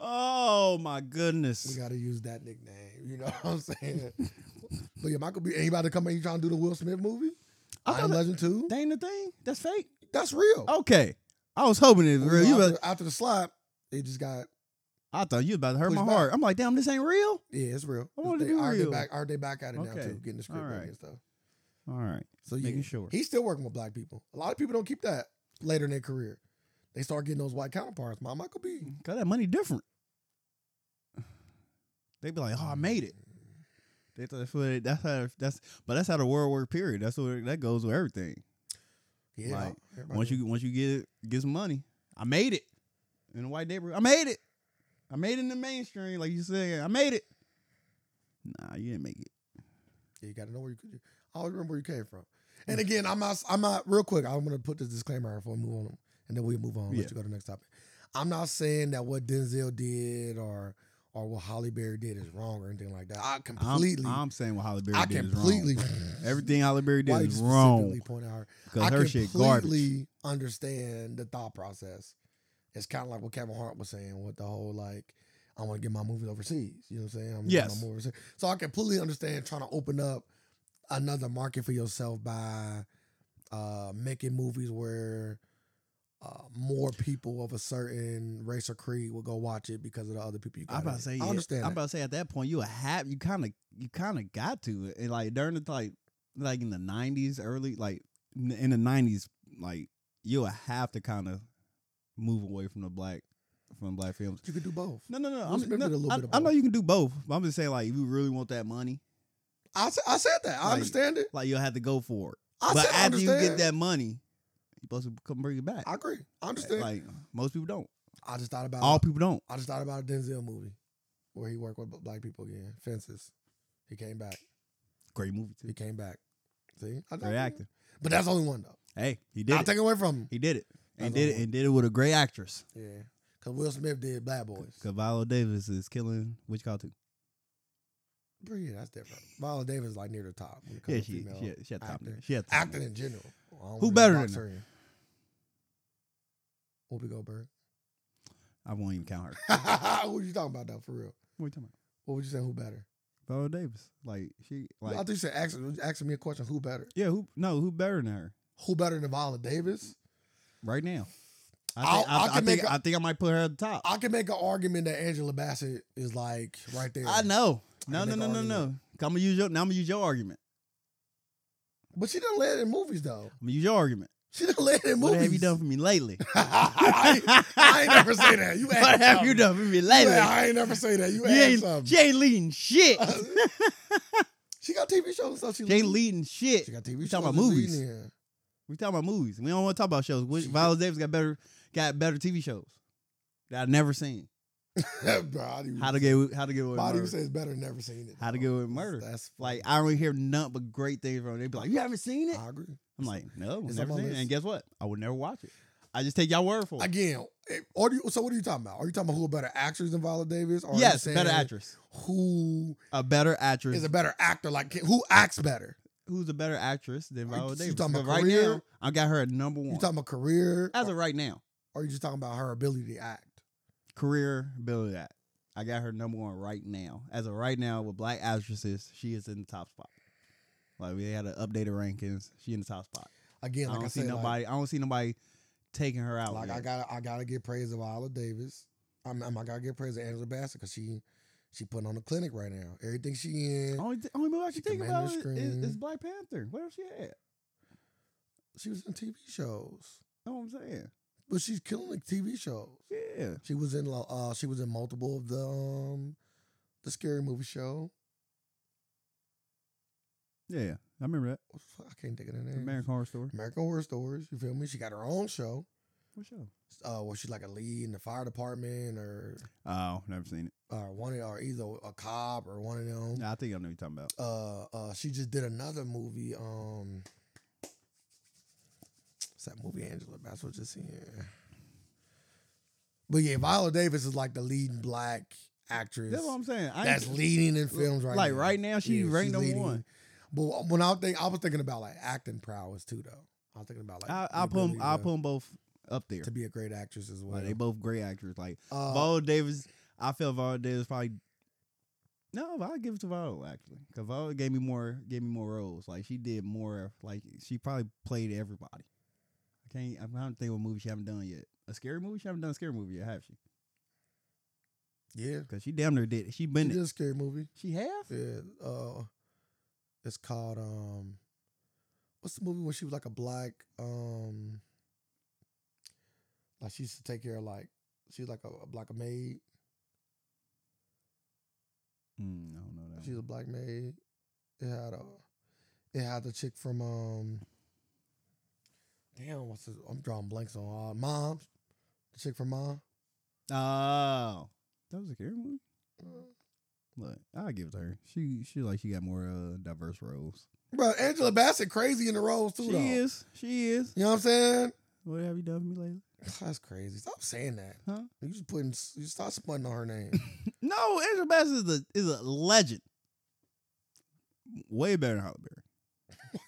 Speaker 1: Oh my
Speaker 2: We
Speaker 1: goodness.
Speaker 2: gotta use that nickname. You know what I'm saying? but yeah, Michael B. Anybody come in? You trying to do the Will Smith movie?
Speaker 1: I
Speaker 2: I
Speaker 1: thought
Speaker 2: Am
Speaker 1: that- Oh,
Speaker 2: Legend Two.
Speaker 1: Dang the thing. That's fake.
Speaker 2: That's real.
Speaker 1: Okay. I was hoping it was real. You
Speaker 2: after,
Speaker 1: about,
Speaker 2: after the slap, it just got
Speaker 1: I thought you about to hurt
Speaker 2: Push
Speaker 1: my
Speaker 2: back.
Speaker 1: heart. I'm like, damn, this ain't real.
Speaker 2: yeah, it's real.
Speaker 1: I wanted to
Speaker 2: They-
Speaker 1: be
Speaker 2: aren't they
Speaker 1: real.
Speaker 2: back? Are they back at it now
Speaker 1: Okay.
Speaker 2: too? Getting the script
Speaker 1: All
Speaker 2: ready
Speaker 1: right.
Speaker 2: and stuff.
Speaker 1: All right.
Speaker 2: So
Speaker 1: Making
Speaker 2: yeah,
Speaker 1: sure.
Speaker 2: he's still working with black people. A lot of people don't keep that later in their career. They start getting those white counterparts. My Michael B.
Speaker 1: Cause that money different. They be like, oh, I made it. They thought that's what it, that's how that's but that's how the world work. Period. That's what that goes with everything.
Speaker 2: Yeah.
Speaker 1: Like,
Speaker 2: everybody-
Speaker 1: Once you once you get get some money, I made it in the white neighborhood. I made it. I made it in the mainstream, like you said. I made it. Nah, you didn't make it.
Speaker 2: Yeah, you got to know where you could. I always remember where you came from.
Speaker 1: Mm.
Speaker 2: And again, I'm not. I'm not. Real quick, I'm gonna put this disclaimer out before we move on, and then we'll move on.
Speaker 1: Yeah.
Speaker 2: Let you go to the next topic. I'm not saying that what Denzel did or or what Holly Berry did is wrong or anything like that. I
Speaker 1: I'm-
Speaker 2: completely.
Speaker 1: I'm, saying what Holly Berry
Speaker 2: I
Speaker 1: did
Speaker 2: completely.
Speaker 1: is wrong. Everything Holly Berry did
Speaker 2: why you
Speaker 1: is wrong
Speaker 2: specifically Point out her? I
Speaker 1: because her shit garbage.
Speaker 2: completely understand the thought process. It's kind of like what Kevin Hart was saying with the whole like, I want to get my movies overseas. You know what I'm saying? I'm gonna get
Speaker 1: Yes.
Speaker 2: My movies overseas. So I completely understand trying to open up another market for yourself by uh, making movies where uh, more people of a certain race or creed will go watch it because of the other people you got.
Speaker 1: I'm about
Speaker 2: in
Speaker 1: to
Speaker 2: it.
Speaker 1: say.
Speaker 2: I
Speaker 1: yeah,
Speaker 2: understand.
Speaker 1: I'm
Speaker 2: that.
Speaker 1: about to say at that point you a hap. You kind of you kind of got to it, and like during the like like in the '90s, early like n- in the '90s, like you'll have to kind of move away from the black from black films.
Speaker 2: you could do both.
Speaker 1: No, no, no.
Speaker 2: Let's
Speaker 1: I'm,
Speaker 2: make
Speaker 1: no,
Speaker 2: it a little
Speaker 1: I,
Speaker 2: bit of
Speaker 1: I know
Speaker 2: both.
Speaker 1: you can do both, but I'm just saying, like, if you really want that money,
Speaker 2: I, s- I said that. I
Speaker 1: Like-
Speaker 2: understand it.
Speaker 1: like, you'll have to go for it.
Speaker 2: I
Speaker 1: but
Speaker 2: said I
Speaker 1: after
Speaker 2: understand.
Speaker 1: you get that money, you're supposed to come bring it back.
Speaker 2: I agree. I understand. Uh,
Speaker 1: Like, most people don't.
Speaker 2: I just thought about
Speaker 1: All people don't.
Speaker 2: I just thought about a Denzel movie where he worked with black people again. Fences. He came back.
Speaker 1: Great movie,
Speaker 2: He
Speaker 1: too.
Speaker 2: came back. See, I
Speaker 1: Great actor.
Speaker 2: But that's the only one though.
Speaker 1: Hey, he did
Speaker 2: I'll
Speaker 1: it.
Speaker 2: take it away from him.
Speaker 1: he did it. And
Speaker 2: That's all
Speaker 1: did
Speaker 2: I
Speaker 1: it,
Speaker 2: want.
Speaker 1: and did it with a great actress.
Speaker 2: Yeah, because Will Smith did Bad Boys.
Speaker 1: Cavallo Davis is killing which call too.
Speaker 2: Bro, yeah, that's different. Viola Davis is like near the top. When it comes
Speaker 1: Yeah,
Speaker 2: to
Speaker 1: she,
Speaker 2: female
Speaker 1: she, had- she had top
Speaker 2: actor.
Speaker 1: name. She had top
Speaker 2: acting
Speaker 1: name.
Speaker 2: in general. I don't wanna
Speaker 1: better
Speaker 2: box
Speaker 1: than
Speaker 2: her in. Whoopi Goldberg.
Speaker 1: I won't even count her.
Speaker 2: what you talking about though? For real?
Speaker 1: What are you talking
Speaker 2: What would you say? Who better?
Speaker 1: about? Viola Davis. Like she
Speaker 2: I
Speaker 1: like
Speaker 2: thought you said asking, asking me a question. Who better?
Speaker 1: Yeah, who no, who better than her?
Speaker 2: Who better than Viola Davis?
Speaker 1: Right now. I
Speaker 2: I'll-
Speaker 1: think I,
Speaker 2: I
Speaker 1: I
Speaker 2: can
Speaker 1: think,
Speaker 2: make a-
Speaker 1: I think I might put her at the top.
Speaker 2: I can make an argument that Angela Bassett is like right there.
Speaker 1: I know.
Speaker 2: I
Speaker 1: No,
Speaker 2: can
Speaker 1: no,
Speaker 2: make
Speaker 1: no,
Speaker 2: an
Speaker 1: no, no.
Speaker 2: argument.
Speaker 1: I'm gonna use your. Now I'm gonna use your argument.
Speaker 2: But she done led in movies though.
Speaker 1: I'm gonna use your argument.
Speaker 2: She done led in movies.
Speaker 1: What have you done for me lately?
Speaker 2: I, ain't, I ain't never say that. You
Speaker 1: What
Speaker 2: asked
Speaker 1: have you
Speaker 2: something.
Speaker 1: done for me
Speaker 2: You
Speaker 1: lately?
Speaker 2: a- I ain't never say that. You
Speaker 1: You
Speaker 2: asked
Speaker 1: ain't, she
Speaker 2: something.
Speaker 1: ain't leading shit.
Speaker 2: She got TV shows and stuff. She,
Speaker 1: she ain't
Speaker 2: lead-
Speaker 1: leading shit.
Speaker 2: She got TV
Speaker 1: We
Speaker 2: shows.
Speaker 1: talking about
Speaker 2: and leading
Speaker 1: movies.
Speaker 2: in.
Speaker 1: We talking about movies. We don't want to talk about shows. Which
Speaker 2: She-
Speaker 1: Viola Davis got better got better TV shows that I've never seen.
Speaker 2: Bro, how do you,
Speaker 1: How to get how to get away with
Speaker 2: why do you
Speaker 1: murder.
Speaker 2: say it's better than never seen it?
Speaker 1: How to Get Away with Murder.
Speaker 2: That's
Speaker 1: like I don't hear nothing but great things from. it. They be like, you haven't seen it?
Speaker 2: I agree.
Speaker 1: I'm like, no,
Speaker 2: it's
Speaker 1: never
Speaker 2: on my
Speaker 1: seen it.
Speaker 2: list.
Speaker 1: And guess what? I would never watch it. I just take y'all word for it.
Speaker 2: Again, eh, or do you, so what are you talking about? Are you talking about who a better actress than Viola Davis? Or are you
Speaker 1: yes, better
Speaker 2: saying
Speaker 1: actress.
Speaker 2: Who
Speaker 1: A better actress.
Speaker 2: is a better actor? Like who acts better?
Speaker 1: who's a better actress than
Speaker 2: Are you-
Speaker 1: Viola
Speaker 2: you
Speaker 1: Davis.
Speaker 2: talking
Speaker 1: But
Speaker 2: about
Speaker 1: right
Speaker 2: career?
Speaker 1: now, I got her at number
Speaker 2: You
Speaker 1: one.
Speaker 2: talking about career?
Speaker 1: As of right now,
Speaker 2: Or are you just talking about her ability to act?
Speaker 1: career ability at. I got her number one right now. As of right now, with black actresses, she is in the top spot. Like we had an updated rankings. She in the top spot.
Speaker 2: Again,
Speaker 1: I
Speaker 2: like
Speaker 1: don't
Speaker 2: I,
Speaker 1: see
Speaker 2: said,
Speaker 1: nobody. I don't see nobody taking her out.
Speaker 2: Like,
Speaker 1: yet.
Speaker 2: like I got, I gotta get praise of Viola Davis. I'm, I'm I gotta get praise of Angela Bassett because she, she putting on the clinic right now. Everything she in,
Speaker 1: Oh. only, th- only movie I
Speaker 2: She
Speaker 1: can think
Speaker 2: commanded
Speaker 1: about
Speaker 2: the
Speaker 1: is, is, is
Speaker 2: screen.
Speaker 1: Black Panther. What else she had?
Speaker 2: She was in TV shows,
Speaker 1: know what I'm saying?
Speaker 2: but she's killing like TV shows.
Speaker 1: Yeah.
Speaker 2: She was in lo- uh she was in multiple of the um the scary movie show.
Speaker 1: Yeah. I remember that.
Speaker 2: What the fuck? I can't think of the name.
Speaker 1: American Horror Story.
Speaker 2: American Horror Stories. You feel me? She got her own show.
Speaker 1: What show?
Speaker 2: Uh, where she's like a lead in the fire department or
Speaker 1: Oh, never seen it.
Speaker 2: or uh, one of, or either a cop or one of them.
Speaker 1: Nah, I think I know what you're talking about.
Speaker 2: uh, uh, she just did another movie. Um, what's that movie Angela Bassett was just in? But yeah, Viola Davis is like the leading black actress
Speaker 1: That's what I'm saying. I
Speaker 2: that's
Speaker 1: ain't-
Speaker 2: leading in films right
Speaker 1: like
Speaker 2: now.
Speaker 1: right now, she's
Speaker 2: Yeah,
Speaker 1: ranked number
Speaker 2: leading.
Speaker 1: one.
Speaker 2: But when I think I was thinking about like acting prowess too, though. I was thinking about like
Speaker 1: I, I
Speaker 2: the
Speaker 1: put 'em- I
Speaker 2: ability
Speaker 1: put them both up there.
Speaker 2: to, to be a great actress as well.
Speaker 1: Like, they both great actors. Like
Speaker 2: Uh,
Speaker 1: Viola Davis, I feel Viola Davis probably. No, I'll give it to Viola actually, because Viola gave me more, gave me more roles. Like she did more. Like she probably played everybody. I can't. I'm trying to think of a movie she haven't done yet. A scary movie she haven't done. A scary movie yet, have she?
Speaker 2: yeah,
Speaker 1: Because she damn near did. It. She
Speaker 2: she
Speaker 1: been
Speaker 2: did
Speaker 1: it.
Speaker 2: a scary movie.
Speaker 1: She have.
Speaker 2: Yeah, uh, it's called um, what's the movie when she was like a black um, like she used to take care of like she was like a, like a maid.
Speaker 1: Mm, I don't know that.
Speaker 2: She was
Speaker 1: one.
Speaker 2: a black maid. It had a, it had the chick from um, damn, what's his, I'm drawing blanks on uh, moms, the chick from mom.
Speaker 1: Oh, that was a scary movie. Look, I'll give it to her. She she like she got more uh, diverse roles.
Speaker 2: Bro, Angela Bassett crazy in the roles too.
Speaker 1: she
Speaker 2: though.
Speaker 1: is. She is.
Speaker 2: You know what I'm saying?
Speaker 1: What have you done for me lately?
Speaker 2: That's crazy. Stop saying that.
Speaker 1: Huh?
Speaker 2: You just putting, you start sputting on her name.
Speaker 1: No, Angela Bassett is a is a legend. Way better than Halle Berry.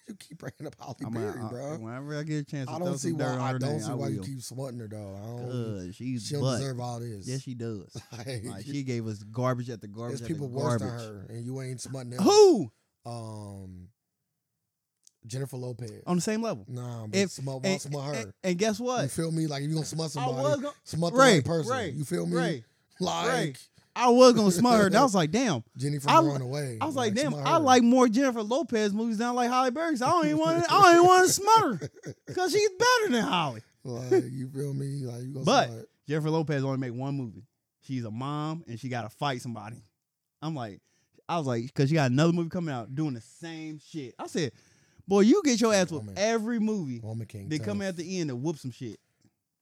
Speaker 2: you keep bringing up Holly
Speaker 1: I'm
Speaker 2: Berry,
Speaker 1: a- uh, I-
Speaker 2: bro.
Speaker 1: Whenever I get a chance, to
Speaker 2: I,
Speaker 1: throw
Speaker 2: don't see
Speaker 1: some
Speaker 2: why.
Speaker 1: dirt on
Speaker 2: I
Speaker 1: her
Speaker 2: don't
Speaker 1: name,
Speaker 2: see
Speaker 1: I
Speaker 2: why you
Speaker 1: will.
Speaker 2: keep swatting her though. I don't.
Speaker 1: Cause she's
Speaker 2: she don't
Speaker 1: butt.
Speaker 2: deserve all this.
Speaker 1: Yes, she does.
Speaker 2: Like,
Speaker 1: Like she gave us garbage at the garbage.
Speaker 2: there's
Speaker 1: at the
Speaker 2: people worse
Speaker 1: garbage.
Speaker 2: than her, and you ain't smutting them.
Speaker 1: Who
Speaker 2: Um, Jennifer Lopez.
Speaker 1: on the same level?
Speaker 2: Nah, but
Speaker 1: Oh, If-
Speaker 2: smut,
Speaker 1: And,
Speaker 2: smut her.
Speaker 1: and- and guess
Speaker 2: you
Speaker 1: what?
Speaker 2: feel me? Like if you gonna smut
Speaker 1: I
Speaker 2: somebody,
Speaker 1: was gonna,
Speaker 2: smut the
Speaker 1: Ray,
Speaker 2: right person.
Speaker 1: Ray,
Speaker 2: you feel me?
Speaker 1: Ray,
Speaker 2: like
Speaker 1: Ray. I was gonna smut her. And I was like, damn.
Speaker 2: Jennifer
Speaker 1: I-
Speaker 2: going away.
Speaker 1: I was like, damn.
Speaker 2: smut
Speaker 1: I
Speaker 2: her.
Speaker 1: like more Jennifer Lopez movies than I like Holly Berry. So I don't even want. I don't even want to smut her because she's better than Holly.
Speaker 2: Like, you feel me? Like you gonna
Speaker 1: But-
Speaker 2: smut.
Speaker 1: Jennifer Lopez only made one movie. She's a mom and she got to fight somebody. I'm like, I was like, because she got another movie coming out doing the same shit. I said, boy, you get your ass with
Speaker 2: Woman.
Speaker 1: every movie.
Speaker 2: Woman King.
Speaker 1: They
Speaker 2: tough.
Speaker 1: come at the end and whoop some shit.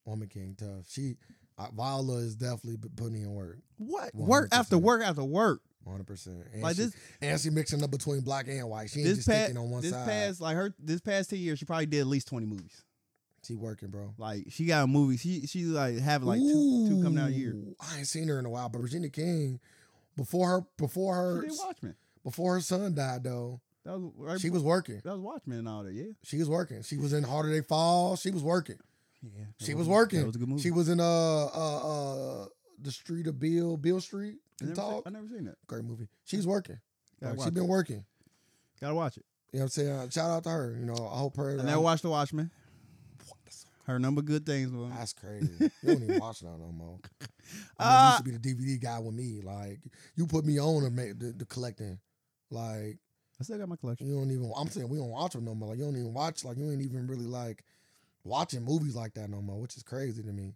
Speaker 2: Woman King tough. She uh, Viola is definitely b- putting in work,
Speaker 1: What?
Speaker 2: One
Speaker 1: Work
Speaker 2: hundred
Speaker 1: after
Speaker 2: percent.
Speaker 1: work after work.
Speaker 2: hundred percent.
Speaker 1: Like this,
Speaker 2: and she mixing up between black and white. She ain't
Speaker 1: this
Speaker 2: just
Speaker 1: past,
Speaker 2: sticking on one
Speaker 1: this
Speaker 2: side.
Speaker 1: past, like her, this past two years, she probably did at least twenty movies.
Speaker 2: she working, bro.
Speaker 1: Like she got a movie. She she like having like two, two coming out a year.
Speaker 2: Ooh, I ain't seen her in a while, but Virginia King, before her, before
Speaker 1: She
Speaker 2: her,
Speaker 1: did Watchmen.
Speaker 2: before her son died though,
Speaker 1: That was right.
Speaker 2: she was working.
Speaker 1: that was Watchmen and all that. Yeah,
Speaker 2: She was working. She was in Harder They Fall. She was working.
Speaker 1: yeah. that
Speaker 2: She
Speaker 1: a-
Speaker 2: was working.
Speaker 1: That was a good movie.
Speaker 2: She was in uh uh uh the Street of Bill, Bill Street.
Speaker 1: I never, seen,
Speaker 2: Talk.
Speaker 1: I never seen that.
Speaker 2: Great movie. She's working.
Speaker 1: Gotta
Speaker 2: Like,
Speaker 1: watch
Speaker 2: she been
Speaker 1: it.
Speaker 2: working.
Speaker 1: Gotta watch it.
Speaker 2: You know what I'm saying? Uh, Shout out to her. You know, I hope her. uh,
Speaker 1: I never watched The Watchmen.
Speaker 2: that's,
Speaker 1: Her number good things was
Speaker 2: that's crazy. you don't even watch that no more.
Speaker 1: Ah.
Speaker 2: I mean, you should be the DVD guy with me. Like you put me on to make the, the collecting. Like
Speaker 1: I still got my collection.
Speaker 2: you don't even. I'm saying we don't watch them no more. Like you don't even watch. Like you ain't even really like watching movies like that no more, which is crazy to me.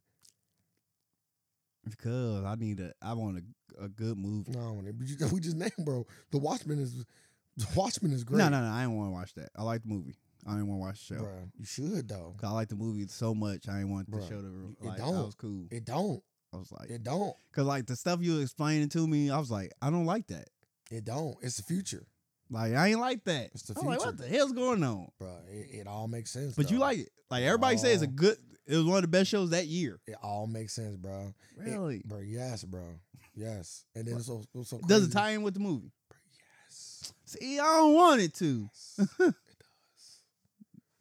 Speaker 1: Because I need a I want a, a good movie.
Speaker 2: No, we just, we just named bro. The Watchmen is the Watchmen is great.
Speaker 1: No, no, no. I didn't want to watch that. I like the movie. I didn't want to watch the show.
Speaker 2: Bruh, you should though.
Speaker 1: 'Cause I like the movie so much. I didn't want the
Speaker 2: Bruh,
Speaker 1: show
Speaker 2: you-
Speaker 1: to
Speaker 2: it
Speaker 1: like. I
Speaker 2: don't.
Speaker 1: was cool.
Speaker 2: It don't.
Speaker 1: I was like,
Speaker 2: It don't.
Speaker 1: because like the stuff you was explaining to me, I was like, I don't like that.
Speaker 2: It don't. It's the future,
Speaker 1: Like I ain't like that.
Speaker 2: It's the
Speaker 1: I'm like, what the
Speaker 2: future.
Speaker 1: hell's going on?
Speaker 2: bro. It, it all makes sense.
Speaker 1: But you
Speaker 2: though.
Speaker 1: like it. Like everybody says, it's a
Speaker 2: Oh.
Speaker 1: good. It was one of the best shows that year.
Speaker 2: It all makes sense, bro. It-
Speaker 1: Really.
Speaker 2: bro, yes, bro. Yes. And then
Speaker 1: Bro,
Speaker 2: it's so, it's so
Speaker 1: Does
Speaker 2: crazy.
Speaker 1: it tie in with the movie?
Speaker 2: Bro, yes.
Speaker 1: See, I don't want it to.
Speaker 2: yes. it does.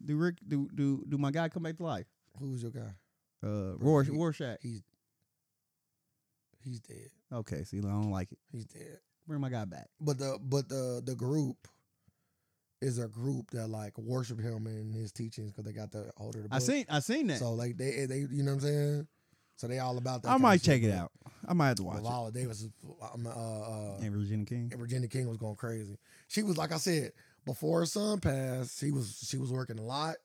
Speaker 1: Do Rick? Do do do my guy come back to life?
Speaker 2: Who was your guy?
Speaker 1: Uh,
Speaker 2: Bro,
Speaker 1: Rorsch,
Speaker 2: he-
Speaker 1: Rorschach.
Speaker 2: He's he's dead.
Speaker 1: Okay, see, I don't like it.
Speaker 2: He's dead.
Speaker 1: Bring my guy back.
Speaker 2: But the but the the group is a group that like worship him and his teachings because they got the hold of the book.
Speaker 1: I seen, I seen that.
Speaker 2: So like they they you know what I'm saying? So they all about that.
Speaker 1: I
Speaker 2: kinda
Speaker 1: might
Speaker 2: shit,
Speaker 1: check it
Speaker 2: but-
Speaker 1: out. I might have to
Speaker 2: but
Speaker 1: watch it.
Speaker 2: Viola Davis, is- I'm, uh, uh,
Speaker 1: And Virginia King.
Speaker 2: and Virginia King was going crazy. She was like I said before her son passed. She was she was working a lot,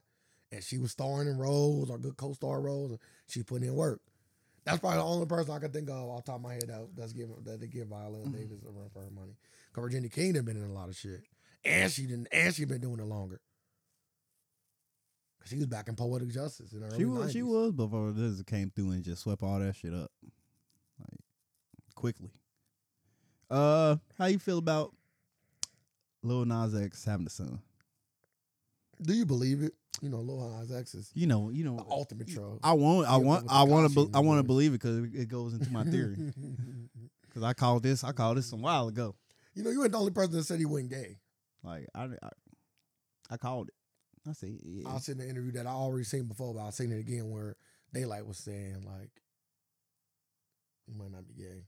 Speaker 2: and she was starring in roles or good co-star roles. and She put in work. That's probably the only person I can think of off the top of my head that that's giving that they give Viola
Speaker 1: Mhm.
Speaker 2: Davis a run for her money. Cause Virginia King done been in a lot of shit, and she didn't, and she been doing it longer. 'Cause she was back in Poetic Justice in her
Speaker 1: She
Speaker 2: early
Speaker 1: was, she
Speaker 2: 90s.
Speaker 1: was before this came through and just swept all that shit up, like quickly. Uh, how you feel about Lil Nas X having a son?
Speaker 2: Do you believe it? You know, Lil Nas X is
Speaker 1: You know, you
Speaker 2: the
Speaker 1: know.
Speaker 2: ultimate troll.
Speaker 1: I want, I
Speaker 2: Yeah,
Speaker 1: want,
Speaker 2: with
Speaker 1: I want
Speaker 2: Tekashi
Speaker 1: to,
Speaker 2: in
Speaker 1: I
Speaker 2: the
Speaker 1: want to
Speaker 2: movie.
Speaker 1: believe it because it goes into my theory. Because I called this, I called this a while ago.
Speaker 2: you know, you ain't the only person that said he wasn't gay.
Speaker 1: Like I, I, I called it. I said, yeah.
Speaker 2: I was in the interview that I already seen before, but I seen it again where Daylight was saying like, "You might not be gay."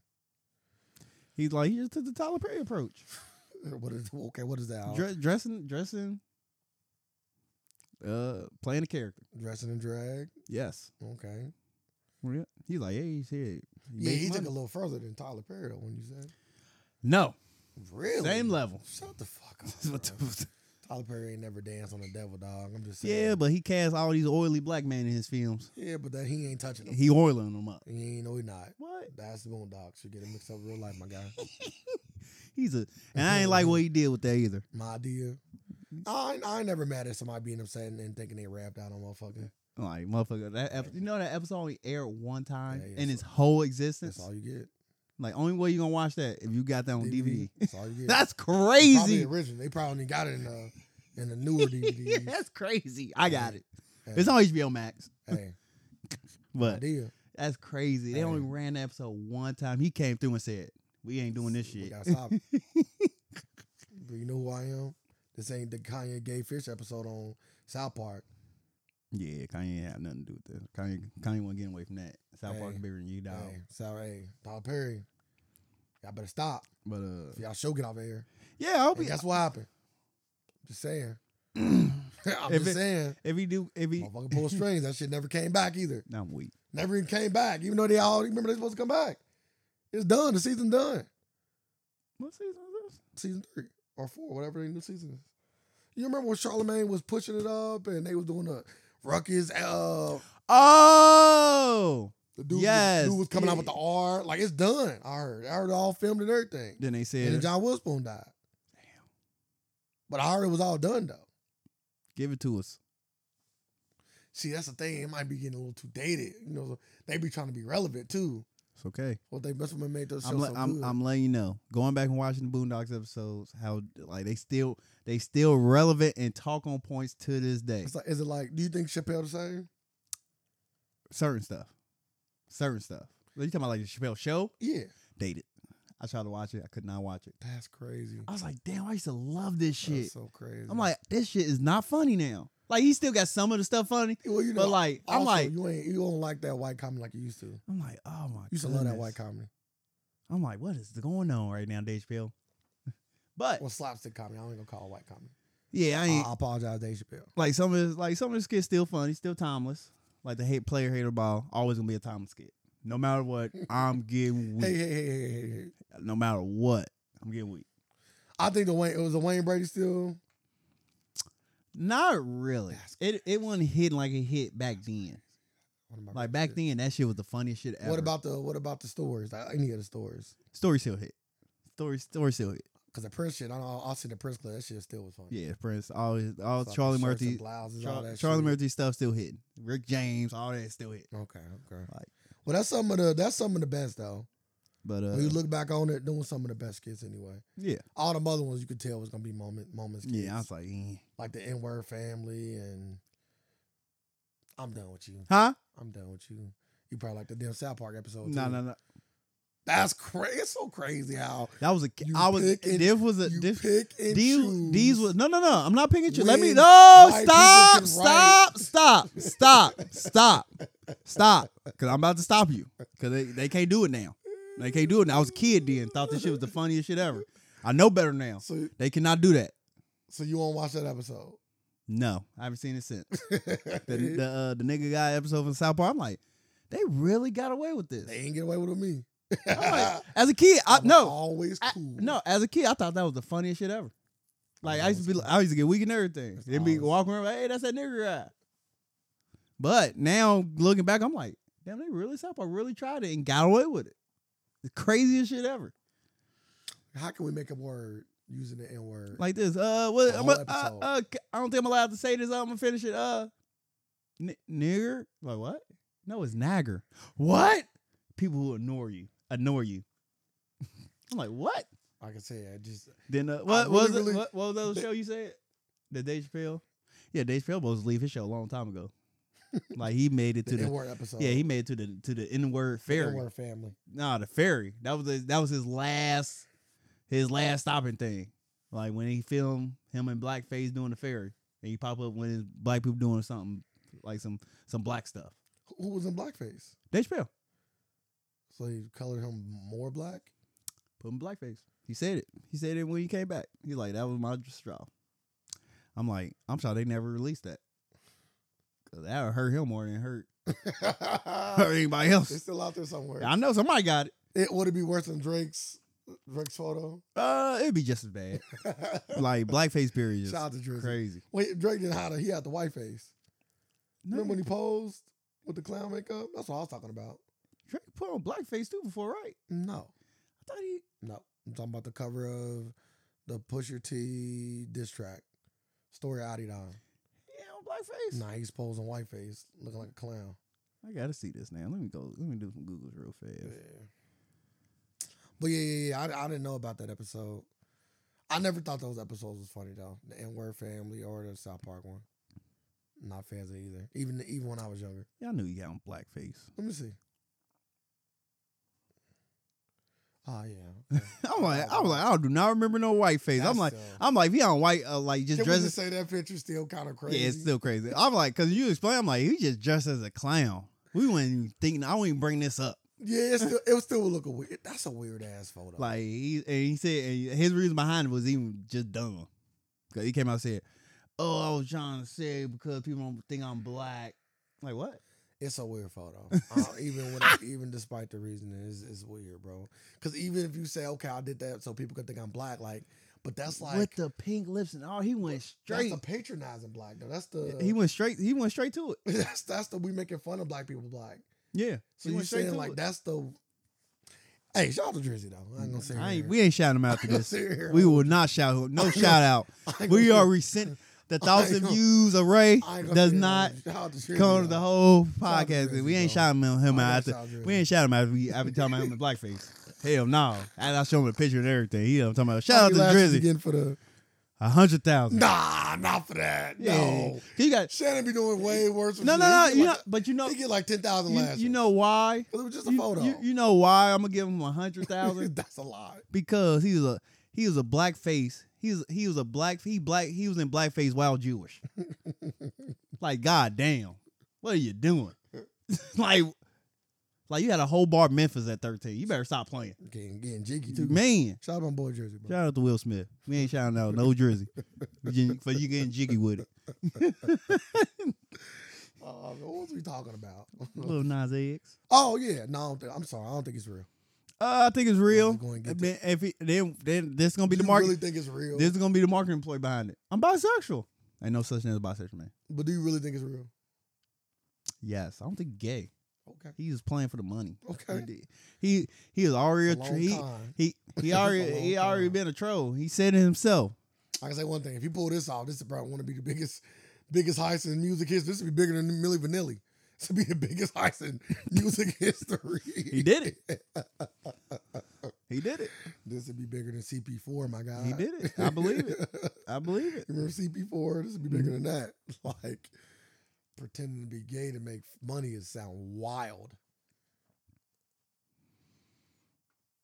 Speaker 1: he's like he just took the Tyler Perry approach,
Speaker 2: What is okay? What is that? Al?
Speaker 1: Dre- dressing, dressing, uh, playing a character.
Speaker 2: Dressing in drag.
Speaker 1: Yes,
Speaker 2: Okay.
Speaker 1: Re- he's like, yeah, he's here. He
Speaker 2: Yeah,
Speaker 1: made
Speaker 2: he took
Speaker 1: money.
Speaker 2: a little further than Tyler Perry though, when you said.
Speaker 1: no
Speaker 2: Really?
Speaker 1: same level.
Speaker 2: Shut the fuck
Speaker 1: What
Speaker 2: up.
Speaker 1: the
Speaker 2: bro.
Speaker 1: f-
Speaker 2: Tyler Perry ain't never danced on the devil, dog. I'm just saying.
Speaker 1: yeah, but he cast all these oily black men in his films.
Speaker 2: yeah, but that he ain't touching him.
Speaker 1: He oiling them up.
Speaker 2: He ain't no, he not.
Speaker 1: What?
Speaker 2: That's the boondocks. You get it mixed up real life, my guy.
Speaker 1: He's a, and I ain't like what he did with that either.
Speaker 2: My idea. I ain't- I ain't never mad at somebody being upset and, and thinking they rapped out on motherfucker.
Speaker 1: Like motherfucker, that ep- you know that episode only aired one time
Speaker 2: Yeah, yeah,
Speaker 1: in
Speaker 2: so-
Speaker 1: its whole existence.
Speaker 2: That's all you get.
Speaker 1: Like only way you gonna watch that if you got that on DVD.
Speaker 2: That's all you get.
Speaker 1: That's
Speaker 2: It's Probably
Speaker 1: crazy.
Speaker 2: original. They probably only got it in the in the newer
Speaker 1: Yeah,
Speaker 2: DVDs.
Speaker 1: that's crazy. I got it.
Speaker 2: Hey,
Speaker 1: It's on HBO Max,
Speaker 2: hey,
Speaker 1: but
Speaker 2: idea.
Speaker 1: that's crazy. They
Speaker 2: Hey.
Speaker 1: only ran the episode one time. He came through and said, "We ain't doing this
Speaker 2: We
Speaker 1: shit."
Speaker 2: gotta stop. it. but you know who I am. This ain't the Kanye Gay Fish episode on South Park.
Speaker 1: Yeah, Kanye ain't have nothing to do with this. Kanye, Kanye wasn't getting away from that. South Park
Speaker 2: Hey.
Speaker 1: bigger than you, dog.
Speaker 2: Hey, so hey, Tyler Perry. Y'all better stop.
Speaker 1: But uh,
Speaker 2: If y'all show get off of here.
Speaker 1: yeah, I hope
Speaker 2: And
Speaker 1: he,
Speaker 2: that's what happened. Just saying. I'm
Speaker 1: If
Speaker 2: just
Speaker 1: it-
Speaker 2: saying.
Speaker 1: if he do, if he,
Speaker 2: Motherfucker pull strings. That shit never came back either.
Speaker 1: Nah, I'm weak.
Speaker 2: Never even came back. Even though they all remember they supposed to come back. It's done. The season done.
Speaker 1: What season is this?
Speaker 2: Season three or four, whatever the new season is. You remember when Charlemagne was pushing it up and they was doing a ruckus? Uh,
Speaker 1: Oh,
Speaker 2: the dude,
Speaker 1: Yes.
Speaker 2: the dude was coming out with
Speaker 1: Yeah.
Speaker 2: the R. Like it's done. I heard. I heard it all filmed and everything.
Speaker 1: then they
Speaker 2: And
Speaker 1: said,
Speaker 2: then John Witherspoon died.
Speaker 1: Damn.
Speaker 2: But I heard it was all done though.
Speaker 1: "Give it to us."
Speaker 2: See, that's the thing. It might be getting a little too dated. You know, they be trying to be relevant too.
Speaker 1: It's okay.
Speaker 2: What they must have made those shows
Speaker 1: I'm, le-
Speaker 2: so
Speaker 1: I'm,
Speaker 2: good.
Speaker 1: I'm letting you know. Going back and watching the Boondocks episodes, how like they still they still relevant and talk on points to this day.
Speaker 2: It's like, is it like? Do you think Chappelle the same?
Speaker 1: Certain stuff, certain stuff. Like, You talking about like the Chappelle Show?
Speaker 2: Yeah,
Speaker 1: Dated. I tried to watch it. I could not watch it.
Speaker 2: that's crazy.
Speaker 1: I was like, damn, I used to love this Oh, shit.
Speaker 2: That's so crazy.
Speaker 1: I'm like, this shit is not funny now. Like he still got some of the stuff funny,
Speaker 2: well, you know,
Speaker 1: but like I'm
Speaker 2: also,
Speaker 1: like,
Speaker 2: you ain't you don't like that white comedy like you used to. You
Speaker 1: I'm like, oh my.
Speaker 2: used to love that
Speaker 1: goodness.
Speaker 2: white comedy.
Speaker 1: I'm like, what is going on right now, Dave Chappelle? But
Speaker 2: Well, uh, slapstick comedy. I ain't gonna call it white comedy.
Speaker 1: yeah, I
Speaker 2: I,
Speaker 1: ain't.
Speaker 2: I apologize, Dave Chappelle.
Speaker 1: like some of his, like some of the skits still funny, still timeless. Like the hate player hater ball, always gonna be a timeless skit. No matter what, I'm getting weak.
Speaker 2: Hey, hey, hey, hey, hey, hey.
Speaker 1: No matter what, I'm getting weak.
Speaker 2: I think the Wayne it was the Wayne Brady still.
Speaker 1: Not really.
Speaker 2: That's
Speaker 1: It it wasn't hitting like it hit back then.
Speaker 2: What am I
Speaker 1: Like
Speaker 2: racist?
Speaker 1: back then, that shit was the funniest shit ever.
Speaker 2: What about the what about the stories? Like, any of the stories?
Speaker 1: story still hit? Story story still hit.
Speaker 2: Because the Prince shit, I know I seen the Prince clip. That shit still was funny.
Speaker 1: Yeah, Prince, all his, all
Speaker 2: Fucking
Speaker 1: Charlie
Speaker 2: shirts
Speaker 1: Murphy,
Speaker 2: and blouses, all
Speaker 1: Char-
Speaker 2: that
Speaker 1: Charlie
Speaker 2: shit.
Speaker 1: Murphy stuff still hitting. Rick James, all that still hit.
Speaker 2: Okay, okay.
Speaker 1: Like-
Speaker 2: well, that's some of the that's some of the best though.
Speaker 1: But uh,
Speaker 2: when you look back on it, doing some of the best skits anyway.
Speaker 1: yeah,
Speaker 2: All the other ones you could tell was gonna be moment moments. Skits.
Speaker 1: yeah, I was like, eh.
Speaker 2: like the N word family and I'm done with you.
Speaker 1: huh?
Speaker 2: I'm done with you. You probably like the damn South Park episode.
Speaker 1: No,
Speaker 2: too.
Speaker 1: no, no.
Speaker 2: That's crazy. It's so crazy how
Speaker 1: That was a. ki-
Speaker 2: You
Speaker 1: I was.
Speaker 2: pick and-
Speaker 1: This was a.
Speaker 2: you
Speaker 1: This,
Speaker 2: pick and
Speaker 1: These,
Speaker 2: choose.
Speaker 1: these was no, no, no. I'm not picking you. Let me
Speaker 2: when
Speaker 1: no
Speaker 2: white
Speaker 1: stop,
Speaker 2: people can
Speaker 1: stop, stop, stop, stop, stop. Because I'm about to stop you. Because they, they can't do it now. They can't do it now. I was a kid then. Thought this shit was the funniest shit ever. I know better now.
Speaker 2: So
Speaker 1: They cannot do that.
Speaker 2: so you won't watch that episode.
Speaker 1: No, I haven't seen it since the the, uh, the nigga guy episode from South Park. I'm like, they really got away with this.
Speaker 2: they oh. ain't get away with it with me.
Speaker 1: I'm like, as a kid, I
Speaker 2: was
Speaker 1: no,
Speaker 2: always
Speaker 1: I-
Speaker 2: cool.
Speaker 1: no. As a kid, I thought that was the funniest shit ever. Like I used to be,
Speaker 2: Always
Speaker 1: like, I used to get weak and everything.
Speaker 2: That's
Speaker 1: Then be
Speaker 2: always-
Speaker 1: walking around, hey, that's that nigga guy. But now looking back, I'm like, damn, they really South Park really tried it and got away with it. The craziest shit ever.
Speaker 2: How can we make a word using the N word?
Speaker 1: Like this. Uh, what?
Speaker 2: The
Speaker 1: I'm
Speaker 2: whole
Speaker 1: a- uh,
Speaker 2: episode.
Speaker 1: uh, I don't think I'm allowed to say this. I'm gonna finish it. Uh, n- nigger. Like what? No, it's nagger. What? People who ignore you, ignore you. I'm like, what?
Speaker 2: I can say I just
Speaker 1: Then uh, what
Speaker 2: really,
Speaker 1: was it?
Speaker 2: really-
Speaker 1: What, what was that other
Speaker 2: Th-
Speaker 1: show you said? The Dave Chappelle. Yeah, Dave Chappelle was leave his show a long time ago. like he made it
Speaker 2: the
Speaker 1: to the
Speaker 2: N word episode.
Speaker 1: yeah he made it to the to the N word
Speaker 2: N
Speaker 1: ferry.
Speaker 2: word family.
Speaker 1: Nah, the ferry. That was his, that was his last his last stopping thing. Like when he filmed him in blackface doing the ferry, and he pop up when his black people doing something like some some black stuff.
Speaker 2: Who- Who was in blackface?
Speaker 1: Dave Chappelle
Speaker 2: So you colored him more black.
Speaker 1: put him in blackface. He said it. He said it when he came back. He's like, that was my straw. I'm like, I'm sorry they never released that. Cause that would hurt him more than it hurt, hurt
Speaker 2: Uh, it's
Speaker 1: anybody else.
Speaker 2: still out there somewhere.
Speaker 1: I know somebody got it.
Speaker 2: It would it be worse than Drake's Drake's photo?
Speaker 1: Uh, it'd be just as bad.
Speaker 2: Shout
Speaker 1: Like blackface period is
Speaker 2: out to Drizzy.
Speaker 1: crazy.
Speaker 2: Wait, Drake didn't hide it. He had the white face.
Speaker 1: No,
Speaker 2: Remember when he posed with the clown makeup? That's what I was talking about.
Speaker 1: Drake put on blackface too before, right?
Speaker 2: No,
Speaker 1: I thought he
Speaker 2: no. I'm talking about the cover of the Pusher T diss track. Story out Don.
Speaker 1: he had on blackface.
Speaker 2: Nah, he's posing white face, looking like a clown.
Speaker 1: I gotta see this now. Let me go. Let me do some Google's real fast.
Speaker 2: Yeah. But yeah, yeah, yeah. I, I didn't know about that episode. I never thought those episodes was funny though. The N Word Family or the South Park one. Not fans of either. Even even when I was younger.
Speaker 1: Y'all knew he had on blackface.
Speaker 2: Let me see. Oh yeah. okay.
Speaker 1: I'm like, I was like, I do not remember no white face. I'm
Speaker 2: That's
Speaker 1: like,
Speaker 2: still-
Speaker 1: I'm like, if he on white, uh, like just
Speaker 2: Can we
Speaker 1: dressed.
Speaker 2: just say that picture still kind of crazy?
Speaker 1: Yeah, it's still crazy. I'm like, cause you explain, I'm like, he just dressed as a clown. We weren't even thinking. I won't even bring this up.
Speaker 2: Yeah, it's still, it was still look a weird. That's a weird ass photo.
Speaker 1: Like he and he said, and his reason behind it was even just dumb. Cause he came out and said, "Oh, I was trying to say because people don't think I'm black." Like what?
Speaker 2: It's a weird photo. uh, even with, even despite the reasoning, it's, it's weird, bro. Because even if you say, okay, I did that so people could think I'm black, like, but that's like
Speaker 1: With the pink lips and all, he went
Speaker 2: that's
Speaker 1: straight.
Speaker 2: the patronizing black though. That's the
Speaker 1: he went straight. He went straight to it.
Speaker 2: that's that's the we making fun of black people black.
Speaker 1: Yeah.
Speaker 2: So
Speaker 1: He
Speaker 2: you
Speaker 1: went straight
Speaker 2: saying
Speaker 1: to
Speaker 2: like
Speaker 1: it.
Speaker 2: that's the. Hey, shout out to Drizzy though. I ain't gonna say
Speaker 1: I ain't,
Speaker 2: here.
Speaker 1: we ain't shouting him out to
Speaker 2: I ain't gonna
Speaker 1: this.
Speaker 2: sit here.
Speaker 1: We will not shout him. No
Speaker 2: I know.
Speaker 1: shout out.
Speaker 2: I ain't
Speaker 1: We
Speaker 2: gonna-
Speaker 1: are resent the thousand
Speaker 2: gonna-
Speaker 1: views array
Speaker 2: I ain't gonna
Speaker 1: does
Speaker 2: sit here.
Speaker 1: not
Speaker 2: Shout out to Drizzy,
Speaker 1: come to the
Speaker 2: though.
Speaker 1: whole
Speaker 2: out to
Speaker 1: podcast. and We
Speaker 2: Drizzy,
Speaker 1: ain't
Speaker 2: bro.
Speaker 1: shouting him,
Speaker 2: I
Speaker 1: him
Speaker 2: gotta
Speaker 1: out. After,
Speaker 2: shout out to
Speaker 1: we
Speaker 2: Drizzy.
Speaker 1: ain't shouting him out. after We I be talking about him in blackface. Hell no. And I show him a picture and everything. He I'm talking about
Speaker 2: How
Speaker 1: shout out to
Speaker 2: many lashes you
Speaker 1: Drizzy.
Speaker 2: getting for the
Speaker 1: A hundred thousand.
Speaker 2: nah, not for that. No,
Speaker 1: He got
Speaker 2: Shannon be doing way worse. than
Speaker 1: no, no,
Speaker 2: you.
Speaker 1: no.
Speaker 2: He
Speaker 1: You
Speaker 2: like
Speaker 1: know, but you know,
Speaker 2: He get like ten thousand
Speaker 1: you,
Speaker 2: lashes.
Speaker 1: you know why?
Speaker 2: 'Cause it was just a
Speaker 1: You,
Speaker 2: photo.
Speaker 1: you, you know why I'm gonna give him a hundred thousand.
Speaker 2: That's a lot.
Speaker 1: because he was a he was a black face. He was he was a black he black he was in blackface while Jewish. like god damn, what are you doing? like like you had a whole bar of Memphis at thirteen. You better stop playing,
Speaker 2: Getting, getting jiggy too.
Speaker 1: man.
Speaker 2: Shout out my boy Jersey, bro.
Speaker 1: Shout out to Will Smith. We ain't shouting out no Jersey for you getting jiggy with it.
Speaker 2: Uh, what was we talking about?
Speaker 1: Little Nas X.
Speaker 2: oh yeah, no, I don't think, I'm sorry. I don't think it's real.
Speaker 1: Uh, I think it's real.
Speaker 2: Let's go and get
Speaker 1: And then if he, then then this gonna be the
Speaker 2: you
Speaker 1: market.
Speaker 2: really think it's real?
Speaker 1: this is gonna be the marketing employee behind it. I'm bisexual. Ain't no such thing as bisexual man.
Speaker 2: but do you really think it's real?
Speaker 1: Yes, I don't think gay.
Speaker 2: Okay.
Speaker 1: He was playing for the money.
Speaker 2: Okay.
Speaker 1: He did- He he is already a
Speaker 2: It's a
Speaker 1: tr-
Speaker 2: long
Speaker 1: he,
Speaker 2: con.
Speaker 1: he he
Speaker 2: It's a
Speaker 1: already he
Speaker 2: long
Speaker 1: already
Speaker 2: con.
Speaker 1: been a troll. He said it himself.
Speaker 2: I can say one thing. If you pull this off, this is probably one of be the biggest, biggest heist in music history. This would be bigger than Millie Vanilli. This would be the biggest heist in music history.
Speaker 1: He did it. he did it.
Speaker 2: This would be bigger than CP4, my guy.
Speaker 1: He did it. I believe it. I believe it.
Speaker 2: You remember CP4? This would be bigger
Speaker 1: Mm-hmm.
Speaker 2: than that. Like pretending to be gay to make money is sound wild.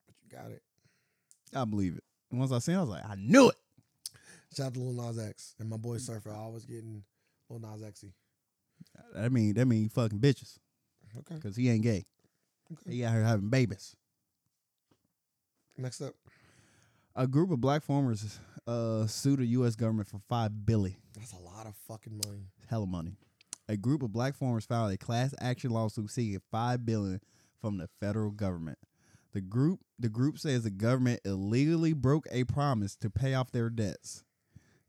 Speaker 2: But you got it.
Speaker 1: I believe it. And once I seen, it, I was like, I knew it.
Speaker 2: Shout out to Lil Nas X and my
Speaker 1: Mm-hmm.
Speaker 2: boy Surfer. I always getting Lil Nas Xy.
Speaker 1: That mean that mean fucking bitches
Speaker 2: Okay.
Speaker 1: because he ain't gay. He out here having babies.
Speaker 2: Next up,
Speaker 1: A group of black farmers uh, sued the U.S. government for five billion.
Speaker 2: that's a lot of fucking money.
Speaker 1: hella money. A group of black farmers filed a class action lawsuit seeking five billion from the federal government. The group the group says the government illegally broke a promise to pay off their debts.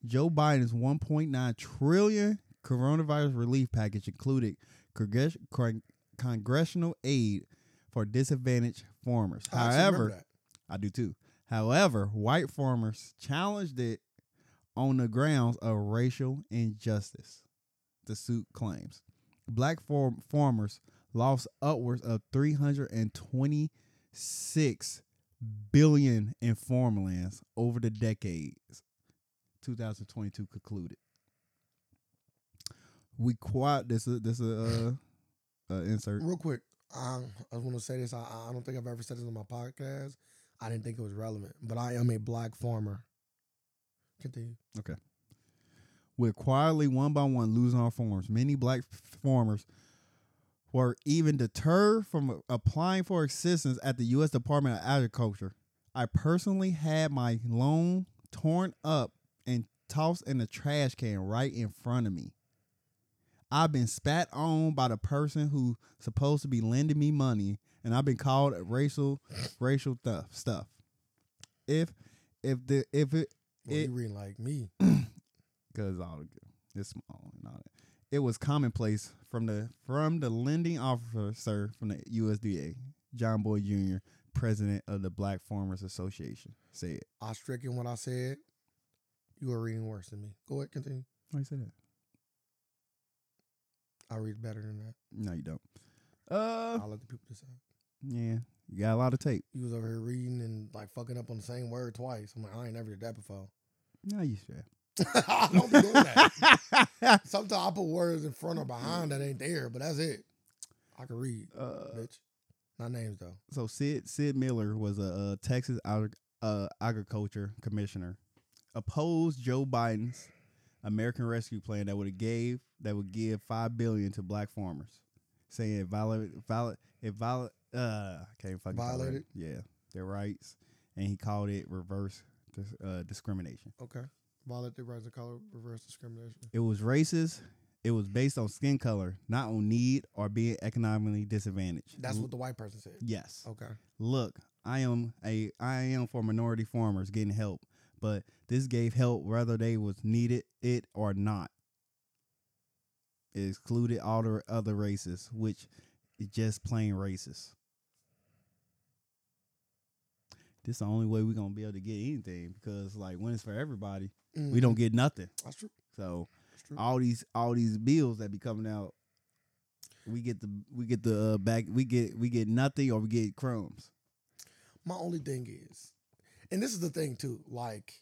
Speaker 1: Joe Biden's 1.9 trillion coronavirus relief package included congres- con- congressional aid for disadvantaged farmers.
Speaker 2: I actually remember
Speaker 1: However,
Speaker 2: that.
Speaker 1: I do too. However, white farmers challenged it on the grounds of racial injustice, the suit claims. Black farm- farmers lost upwards of 326 billion in farmlands over the decades. 2022 concluded. We quad this is this is uh, uh insert.
Speaker 2: Real quick, I, I want to say this. I, I don't think I've ever said this on my podcast. I didn't think it was relevant, but I am a black farmer. Continue.
Speaker 1: We're quietly one by one losing our farms. Many black farmers were even deterred from applying for assistance at the U.S. Department of Agriculture. I personally had my loan torn up and tossed in the trash can right in front of me. I've been spat on by the person who's supposed to be lending me money, and I've been called racial, racial stuff. Stuff. If, if the if it
Speaker 2: Well,
Speaker 1: It-
Speaker 2: you reading like me?
Speaker 1: because all the it's small and all that. It was commonplace from the from the lending officer from the USDA, John Boyd Jr., president of the Black Farmers Association, said.
Speaker 2: I stricken what I said. You are reading worse than me. Go ahead, continue.
Speaker 1: Why you say that?
Speaker 2: I read better than that.
Speaker 1: No, you don't. Uh,
Speaker 2: I'll let the people decide.
Speaker 1: yeah, you got a lot of tape.
Speaker 2: You was over here reading and like fucking up on the same word twice. I'm like, I ain't never did that before.
Speaker 1: No, you should.
Speaker 2: I don't do that. Sometimes I put words in front or behind that ain't there, but that's it. I can read,
Speaker 1: uh,
Speaker 2: bitch. Not names though.
Speaker 1: so Sid Sid Miller was a, uh Texas agri- uh, agriculture commissioner, opposed Joe Biden's American Rescue Plan that would have gave that would give five billion to black farmers, saying it violated valid it viol uh I can't fucking talk right.
Speaker 2: Violated?
Speaker 1: yeah their rights, and he called it reverse dis- uh, discrimination.
Speaker 2: Okay. Violate the rights of color, reverse discrimination.
Speaker 1: It was racist. It was based on skin color, not on need or being economically disadvantaged.
Speaker 2: That's what the white person said.
Speaker 1: Yes.
Speaker 2: Okay.
Speaker 1: look, I am a I am for minority farmers getting help, but this gave help whether they was needed it or not. It excluded all the other races, which is just plain racist. This the only way we're gonna be able to get anything because like when it's for everybody, we
Speaker 2: Mm,
Speaker 1: don't Uh. get nothing.
Speaker 2: That's true.
Speaker 1: So
Speaker 2: That's true.
Speaker 1: all these all these bills that be coming out, we get the we get the uh, back we get we get nothing or we get crumbs.
Speaker 2: My only thing is, and this is the thing too, like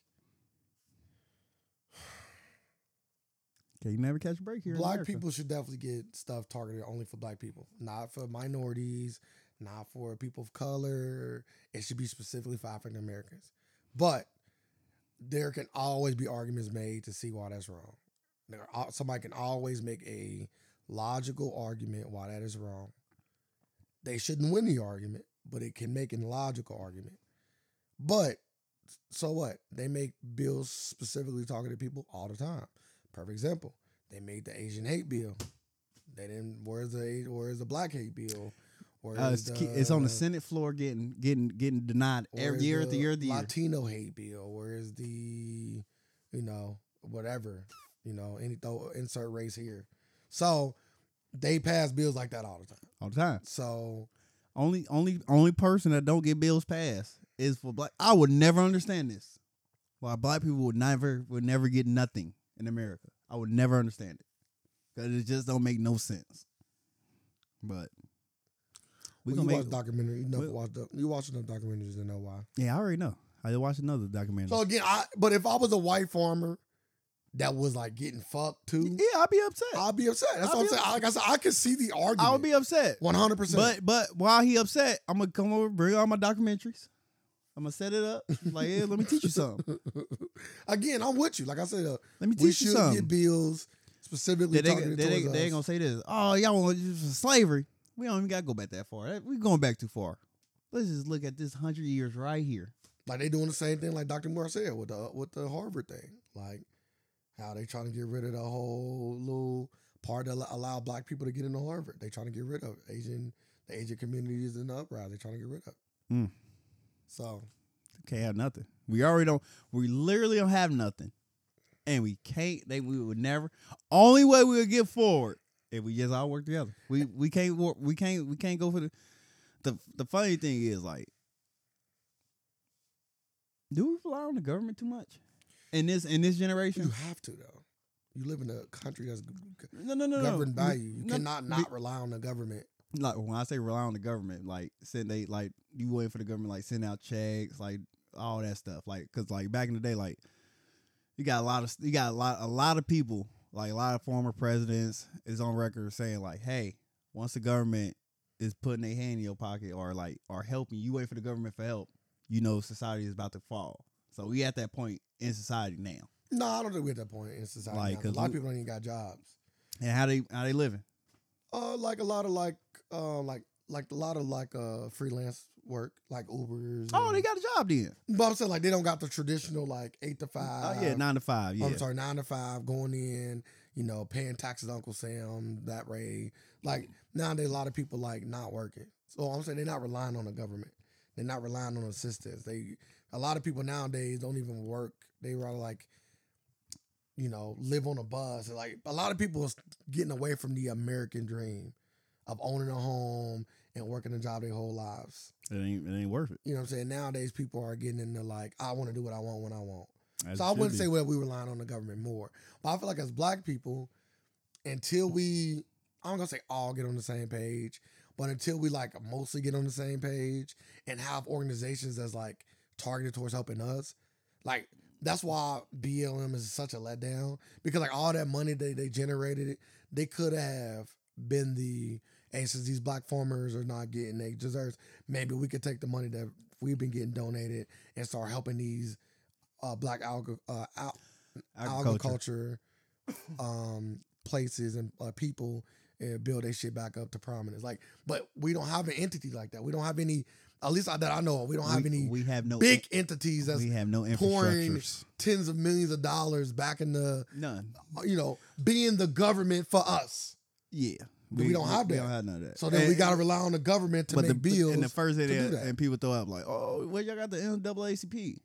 Speaker 1: Okay, you never catch a break here. in
Speaker 2: black
Speaker 1: America.
Speaker 2: people should definitely get stuff targeted only for black people, not for minorities, not for people of color. It should be specifically for African Americans. But there can always be arguments made to see why that's wrong. There are, somebody can always make a logical argument why that is wrong. They shouldn't win the argument, but it can make a logical argument. But so what? They make bills specifically talking to people all the time. Perfect example. They made the Asian hate bill. They didn't. Where's the Where's the black hate bill? Where's
Speaker 1: Uh, it's, ke- it's on the
Speaker 2: the-
Speaker 1: Senate floor getting getting getting denied
Speaker 2: or
Speaker 1: every
Speaker 2: is
Speaker 1: year after year after year.
Speaker 2: Latino hate bill, or is the, you know, whatever, you know, any throw insert race here. So they pass bills like that all the time.
Speaker 1: all the time.
Speaker 2: So
Speaker 1: Only only only person that don't get bills passed is for black. I would never understand this. Why black people would never would never get nothing in America. I would never understand it because it just don't make no sense. But we
Speaker 2: we
Speaker 1: gonna
Speaker 2: you
Speaker 1: make
Speaker 2: watch documentary. You know,
Speaker 1: we-
Speaker 2: watch the, you watch enough documentaries to know why.
Speaker 1: yeah. I already know. I just watched another documentary.
Speaker 2: So again, I but if I was a white farmer that was like getting fucked too,
Speaker 1: yeah, I'd be upset. I,
Speaker 2: I'd be upset. That's
Speaker 1: I'll
Speaker 2: what I'm
Speaker 1: be
Speaker 2: saying. Like I said, I could see the argument.
Speaker 1: would be upset.
Speaker 2: one hundred percent.
Speaker 1: But but while he upset, I'm gonna come over, bring all my documentaries. I'm gonna set it up. Like, yeah, let me teach you something.
Speaker 2: Again, I'm with you. Like I said, uh,
Speaker 1: Let me teach
Speaker 2: we
Speaker 1: you
Speaker 2: should get
Speaker 1: something.
Speaker 2: bills
Speaker 1: They,
Speaker 2: specifically.
Speaker 1: they,
Speaker 2: targeted
Speaker 1: they-
Speaker 2: towards
Speaker 1: they
Speaker 2: us.
Speaker 1: ain't gonna say this. Oh, y'all want just slavery? We don't even gotta go back that far. That- We going back too far. Let's just look at this hundred years right here.
Speaker 2: Like they doing the same thing like Dr. Moore said with the with the Harvard thing. Like how they trying to get rid of the whole little part that allow- allow black people to get into Harvard. They trying to get rid of it. Asian the Asian communities in the uprising. They trying to get rid of. it.
Speaker 1: Mm.
Speaker 2: So
Speaker 1: Can't have nothing. We already don't. We literally don't have nothing, and we can't. They we would never. Only way we would get forward If we just all work together, we we can't work. We can't we can't go for the the the funny thing is like, do we rely on the government too much in this in this
Speaker 2: You
Speaker 1: generation?
Speaker 2: have to though. You live in a country that's g-
Speaker 1: No, no, no, no.
Speaker 2: governed by you. You
Speaker 1: no,
Speaker 2: cannot
Speaker 1: be-
Speaker 2: not rely on the government.
Speaker 1: like when I say rely on the government, like send they like you waiting for the government like send out checks, like all that stuff, like because like back in the day, like you got a lot of you got a lot a lot of people, like a lot of former presidents is on record saying like, hey, once the government is putting their hand in your pocket or like or helping you wait for the government for help, you know society is about to fall. So we at that point in society now,
Speaker 2: No, I don't think we're at that point in society.
Speaker 1: Like,
Speaker 2: now. A
Speaker 1: 'cause
Speaker 2: lot of
Speaker 1: we-
Speaker 2: people don't even got jobs.
Speaker 1: and how they how they living?
Speaker 2: Uh, like a lot of like, uh, like like a lot of like uh freelance work, like Ubers.
Speaker 1: Oh,
Speaker 2: and-
Speaker 1: they got a job then.
Speaker 2: But I'm saying like they don't got the traditional like eight to five.
Speaker 1: oh yeah, nine to five. Yeah,
Speaker 2: I'm sorry, nine to five, going in, you know, paying taxes, Uncle Sam, that way.
Speaker 1: Mm.
Speaker 2: Like nowadays, a lot of people like not working. So I'm saying they're not relying on the government. They're not relying on assistance. They a lot of people nowadays don't even work. They rather like, you know, live on a bus. And, Like a lot of people is getting away from the American dream of owning a home and working a job their whole lives.
Speaker 1: it ain't it ain't worth it.
Speaker 2: You know what I'm saying? Nowadays people are getting into like, I want to do what I want when I want.
Speaker 1: As
Speaker 2: So
Speaker 1: it
Speaker 2: I
Speaker 1: should
Speaker 2: wouldn't
Speaker 1: be.
Speaker 2: say well we relying on the government more, but I feel like as black people, until we, I'm gonna say all get on the same page, but until we like mostly get on the same page and have organizations that's like targeted towards helping us, like that's why BLM is such a letdown because like all that money they they generated, it they could have been the hey since these black farmers are not getting their desserts, maybe we could take the money that we've been getting donated and start helping these uh, black alg- uh, al-
Speaker 1: agriculture.
Speaker 2: agriculture um, places and uh, people and build their shit back up to prominence. Like, but we don't have an entity like that. We don't have any, at least that I know of, we don't have
Speaker 1: we,
Speaker 2: any
Speaker 1: we have no
Speaker 2: big entities that's
Speaker 1: we have no
Speaker 2: pouring-
Speaker 1: infrastructures.
Speaker 2: tens of millions of dollars back in the,
Speaker 1: None.
Speaker 2: you know, being the government for us.
Speaker 1: Yeah.
Speaker 2: We don't have
Speaker 1: We
Speaker 2: that.
Speaker 1: don't have none of that.
Speaker 2: So then
Speaker 1: And-
Speaker 2: we got to rely on the government to
Speaker 1: but
Speaker 2: make
Speaker 1: the
Speaker 2: bills.
Speaker 1: And the first thing
Speaker 2: to do
Speaker 1: that,
Speaker 2: that.
Speaker 1: and people throw up like, oh, where y'all got the NAACP?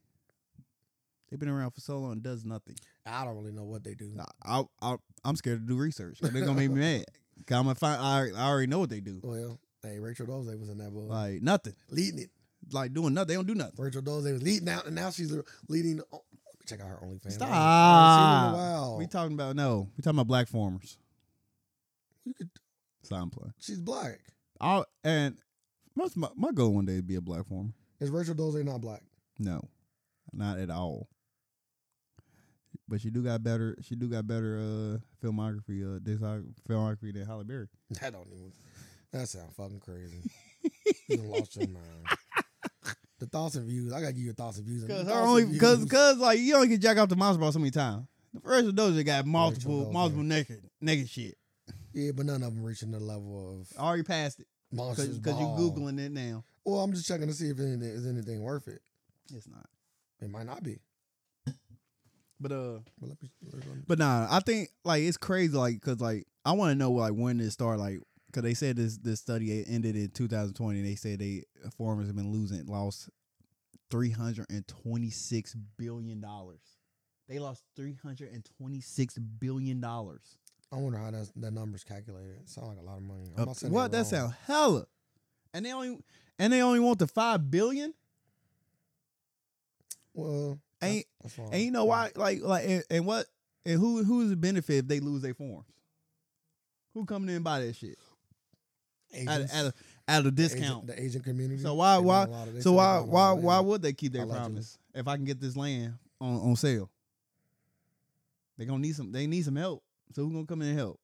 Speaker 1: They've been around for so long and does nothing.
Speaker 2: I don't really know what they do.
Speaker 1: I, I, I I'm scared to do research. 'cause They're gonna make me mad. 'Cause I'm gonna find. I, already- I already know what they do.
Speaker 2: Well, hey, Rachel Dose was in that book.
Speaker 1: Like nothing.
Speaker 2: leading it.
Speaker 1: Like doing nothing. They don't do nothing.
Speaker 2: Rachel Dose was leading out, and now she's leading. oh, Check out her OnlyFans.
Speaker 1: Stop.
Speaker 2: Wow.
Speaker 1: We talking about no. We talking about black farmers.
Speaker 2: you could.
Speaker 1: So I'm playing.
Speaker 2: She's black.
Speaker 1: I'll, and most my, my goal one day is be a black farmer.
Speaker 2: Is Rachel Dose not black?
Speaker 1: No, not at all. But she do got better. She do got better uh filmography, uh discog- filmography than Halle Berry.
Speaker 2: That don't even. That sounds fucking crazy. you done lost your mind. The thoughts and views. I gotta give you thoughts and views.
Speaker 1: Cause
Speaker 2: The
Speaker 1: her
Speaker 2: thoughts
Speaker 1: only
Speaker 2: and
Speaker 1: cause
Speaker 2: views.
Speaker 1: cause like you only get jack off the monster ball so many times. The first of those that got multiple
Speaker 2: Dozier.
Speaker 1: multiple naked naked shit.
Speaker 2: Yeah, but none of them reaching the level
Speaker 1: I
Speaker 2: of
Speaker 1: already passed it
Speaker 2: monsters.
Speaker 1: because Oh, you
Speaker 2: Ball.
Speaker 1: googling it now.
Speaker 2: Well, I'm just checking to see if anything is anything worth it.
Speaker 1: It's not.
Speaker 2: It might not be.
Speaker 1: But uh,
Speaker 2: But let me. let me-
Speaker 1: but nah, I think like it's crazy like cause like I want to know like when it start like cause they said this this study ended in 2020 and they said they farmers have been losing lost 326 billion dollars. They lost 326 billion dollars.
Speaker 2: I wonder how that's, that number's calculated. It sounds like a lot of money. I'm
Speaker 1: Up
Speaker 2: not
Speaker 1: to-
Speaker 2: saying
Speaker 1: Uh, What
Speaker 2: they're
Speaker 1: that
Speaker 2: wrong.
Speaker 1: sound hella, and they only and they only want the five billion.
Speaker 2: Well, that's-
Speaker 1: Ain't
Speaker 2: that's wrong.
Speaker 1: and you know why? Like like and, and what and who who's the benefit if they lose their forms? Who coming in and buy that shit at
Speaker 2: Agents.
Speaker 1: a, at a, at a
Speaker 2: The
Speaker 1: discount?
Speaker 2: Asian- the Asian community.
Speaker 1: So why-
Speaker 2: they
Speaker 1: why-
Speaker 2: doing a lot of- they
Speaker 1: So
Speaker 2: sell
Speaker 1: why
Speaker 2: a lot of
Speaker 1: why
Speaker 2: land.
Speaker 1: why would they keep their
Speaker 2: Allegedly.
Speaker 1: promise if I can get this land on on sale? They gonna need some. They need some help. So who gonna come in and help?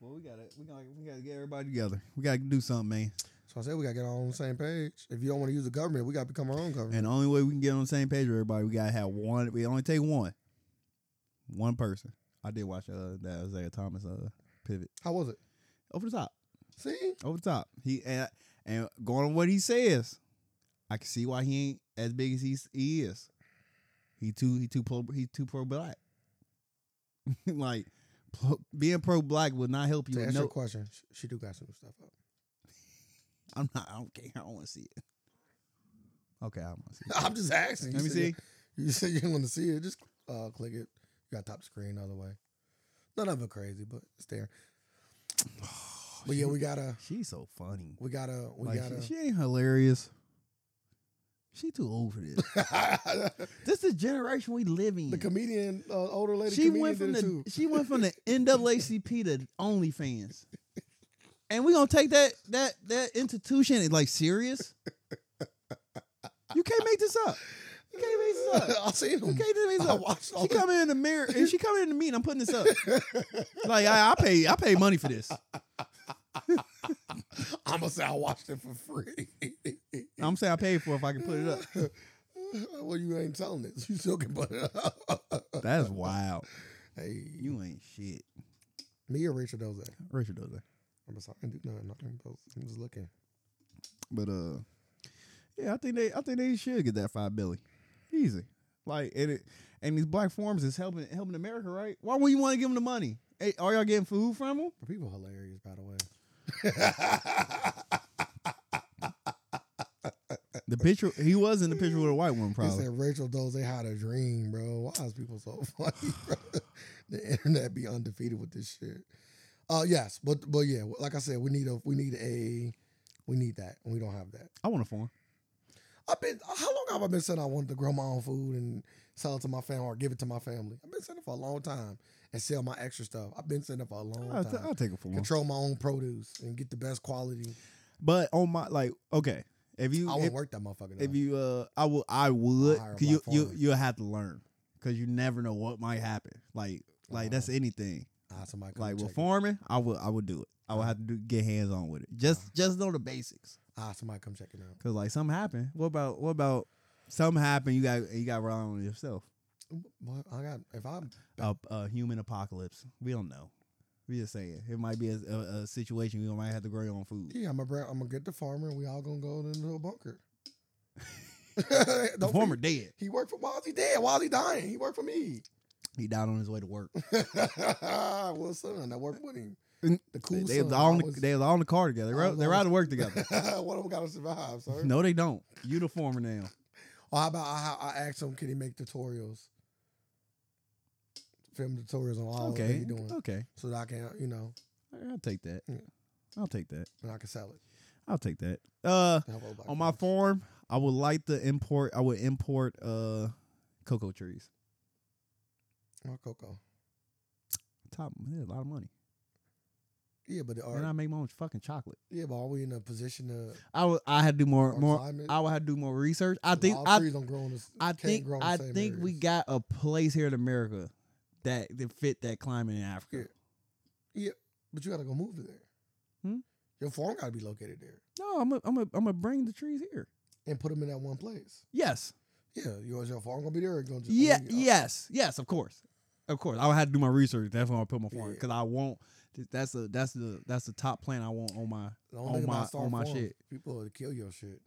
Speaker 1: Well, we gotta we gotta we gotta get everybody together. We gotta do something, man.
Speaker 2: So I said we gotta get on the same page. If you don't want to use the government, we gotta become our own government.
Speaker 1: And the only way we can get on the same page with everybody, we gotta have one. We only take one, one person. I did watch uh, that Isaiah Thomas uh, pivot
Speaker 2: How was it?
Speaker 1: over the top,
Speaker 2: See,
Speaker 1: over the top. He and, and going on what he says, I can see why he ain't as big as he's, he is. He too he too pro he too pro black. like pro, being pro black will not help you.
Speaker 2: to
Speaker 1: with
Speaker 2: answer your
Speaker 1: No,
Speaker 2: question, sh- she do got some stuff up.
Speaker 1: I'm not. I don't care. I don't want to see it. Okay, I don't want to see it.
Speaker 2: I'm just asking. You
Speaker 1: Let me
Speaker 2: said
Speaker 1: see.
Speaker 2: You you said you want to see it. Just uh, click it. You got top screen all the way. None of it crazy, but it's there. But yeah, we gotta,
Speaker 1: She's so funny.
Speaker 2: we gotta, we
Speaker 1: Like,
Speaker 2: gotta.
Speaker 1: she, she ain't hilarious. She too old for this. this is generation we live in.
Speaker 2: the comedian, uh, older lady,
Speaker 1: she
Speaker 2: comedian
Speaker 1: went from
Speaker 2: did it
Speaker 1: the
Speaker 2: too.
Speaker 1: she went from the NAACP to OnlyFans, and we gonna take that that that institution and like serious. You can't make this up. You can't make this up.
Speaker 2: I seen
Speaker 1: You
Speaker 2: him.
Speaker 1: can't make this
Speaker 2: I
Speaker 1: up.
Speaker 2: watched all
Speaker 1: She
Speaker 2: the-
Speaker 1: coming in the mirror and she coming in the meet. I'm putting this up. Like I, I pay I pay money for this.
Speaker 2: I'm gonna say I watched it for free.
Speaker 1: I'm saying I paid for it if I can put it up.
Speaker 2: well, you ain't telling it. You still can put it up.
Speaker 1: That's wild.
Speaker 2: hey,
Speaker 1: You ain't shit.
Speaker 2: me or Rachel Dozak?
Speaker 1: Rachel does that.
Speaker 2: I'm sorry, I didn't do nothing. I'm just- I'm just looking.
Speaker 1: But uh, yeah, I think they I think they should get that five billion, easy. Like and it, and these black forums is helping helping America, right? Why would you want to give them the money? Hey, are y'all getting food from them?
Speaker 2: But people hilarious, by the way.
Speaker 1: Uh, The picture he was in the picture with a white woman,
Speaker 2: They
Speaker 1: probably.
Speaker 2: said Rachel Dozak had a dream, bro. Why is people so funny? Bro? the internet be undefeated with this shit. Uh yes, but but yeah, like I said, we need a we need a we need that, and we don't have that.
Speaker 1: I want a forum.
Speaker 2: I've been how long have I been saying I wanted to grow my own food and sell it to my family or give it to my family? I've been saying it for a long time and sell my extra stuff. I've been saying it for a long
Speaker 1: I'll, t-
Speaker 2: time.
Speaker 1: I'll take a forum.
Speaker 2: Control my own produce and get the best quality.
Speaker 1: But on my like, okay, if you
Speaker 2: I
Speaker 1: if,
Speaker 2: wouldn't work that motherfucker.
Speaker 1: if
Speaker 2: though.
Speaker 1: you uh, I would I would
Speaker 2: hire a
Speaker 1: 'cause you
Speaker 2: black
Speaker 1: you
Speaker 2: farmer.
Speaker 1: you'll have to learn because you never know what might happen. Like like that's anything.
Speaker 2: Ah, somebody come
Speaker 1: Like
Speaker 2: check
Speaker 1: with
Speaker 2: it.
Speaker 1: farming, I would I would do it. I would have to do, get hands on with it. Just
Speaker 2: Uh-huh.
Speaker 1: just know the basics.
Speaker 2: Ah, somebody come check it out.
Speaker 1: Cause like something happened. What about what about something happened? You got you got rely on yourself.
Speaker 2: Well, I got if I
Speaker 1: A, a human apocalypse. We don't know. We just saying it might be a, a, a situation we might have to grow your own food.
Speaker 2: yeah, I'm gonna I'm gonna get the farmer. and We all gonna go into a bunker.
Speaker 1: The
Speaker 2: Don't
Speaker 1: farmer
Speaker 2: forget,
Speaker 1: dead.
Speaker 2: He worked for Wazzy dead. Wazzy dying. He worked for me.
Speaker 1: He died on his way to work.
Speaker 2: well, son, I worked with him.
Speaker 1: And
Speaker 2: The cool
Speaker 1: They,
Speaker 2: son.
Speaker 1: they was all in
Speaker 2: I
Speaker 1: the,
Speaker 2: was-
Speaker 1: they was all in the car together. They
Speaker 2: I
Speaker 1: were,
Speaker 2: was
Speaker 1: they were out
Speaker 2: always-
Speaker 1: to work together.
Speaker 2: One of them gotta survive, sir.
Speaker 1: no, they don't. You the former now.
Speaker 2: Or how about I, how I asked him, can he make tutorials? Film tutorials on all that
Speaker 1: okay,
Speaker 2: he doing,
Speaker 1: okay.
Speaker 2: so that I can, you know,
Speaker 1: I'll take that.
Speaker 2: Yeah.
Speaker 1: I'll take that.
Speaker 2: and I can sell it.
Speaker 1: I'll take that. Uh,
Speaker 2: to help other black
Speaker 1: on my
Speaker 2: folks.
Speaker 1: farm, I would like to import. I would import uh cocoa trees.
Speaker 2: my cocoa.
Speaker 1: Top, yeah, a lot of money,
Speaker 2: Yeah, but the art,
Speaker 1: and I make my own fucking chocolate.
Speaker 2: yeah, but are we in a position to
Speaker 1: I would. I had to do more.
Speaker 2: our
Speaker 1: more.
Speaker 2: climate?
Speaker 1: I would have to do more research. I think.
Speaker 2: all
Speaker 1: I.
Speaker 2: trees don't grow in this,
Speaker 1: I
Speaker 2: can't
Speaker 1: think.
Speaker 2: grow in the
Speaker 1: I
Speaker 2: same
Speaker 1: think we
Speaker 2: areas.
Speaker 1: got a place here in America that that fit that climate in Africa.
Speaker 2: Yeah. but you gotta go move to there.
Speaker 1: Hmm?
Speaker 2: Your farm gotta be located there
Speaker 1: No, I'm. A, I'm. A, I'm gonna bring the trees here.
Speaker 2: and put them in that one place.
Speaker 1: Yes.
Speaker 2: Yeah, yours, your farm gonna be there. Or gonna just
Speaker 1: Yeah.
Speaker 2: only-
Speaker 1: Yes. Yes. Of course. Of course. I would have to do my research. That's why I put my farm
Speaker 2: Yeah.
Speaker 1: because I want. That's the. That's the. That's the top plan I want on my.
Speaker 2: The only
Speaker 1: On
Speaker 2: thing about
Speaker 1: my-
Speaker 2: Star
Speaker 1: on my
Speaker 2: Farms,
Speaker 1: shit.
Speaker 2: People will kill your shit.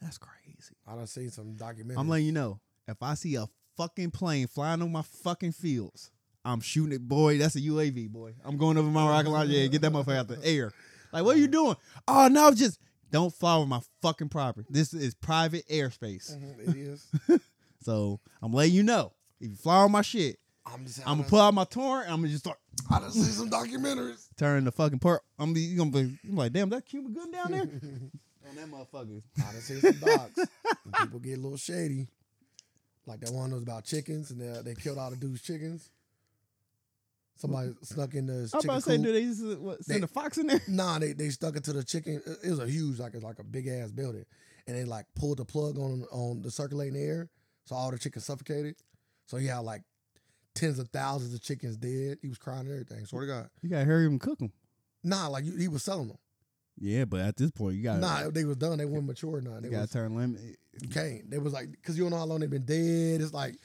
Speaker 1: That's crazy.
Speaker 2: I done seen some documentaries.
Speaker 1: I'm letting you know. If I see a fucking plane flying on my fucking fields, I'm shooting it, boy. That's a UAV, boy. I'm going over my rocket launcher and get that motherfucker out the air. Like, what are you doing? Oh no, just don't fly over my fucking property. This is private airspace.
Speaker 2: Mhm, it is.
Speaker 1: So I'm letting you know. If you fly on my shit,
Speaker 2: I'm just.
Speaker 1: I'm gonna pull out my torrent. I'm gonna just start
Speaker 2: I done seen some documentaries.
Speaker 1: turning the fucking part. I'm gonna be, you gonna be you like, damn, that Cuban good down
Speaker 2: I
Speaker 1: there.
Speaker 2: done
Speaker 1: on that motherfucker.
Speaker 2: seen some docs. And people get a little shady. Like that one was about chickens, and they, they killed all the dude's chickens. Somebody snuck in the.
Speaker 1: I'm about to say, do they s- what, send
Speaker 2: They-
Speaker 1: a fox in there?
Speaker 2: Nah, they, they stuck it to the chicken. it- It was a huge, like it's like a big ass building, and they like pulled the plug on on the circulating air, so all the chickens suffocated. So he had like tens of thousands of chickens dead. He was crying and everything. Swear to God.
Speaker 1: You gotta hurry 'em and cook 'em.
Speaker 2: Nah, like you, he was selling them.
Speaker 1: Yeah, but at this point, you gotta
Speaker 2: Nah, they was done. They weren't mature. Nah, they
Speaker 1: You gotta
Speaker 2: was,
Speaker 1: turn lemon.
Speaker 2: you can't. They was like because you don't know how long they've been dead. It's like.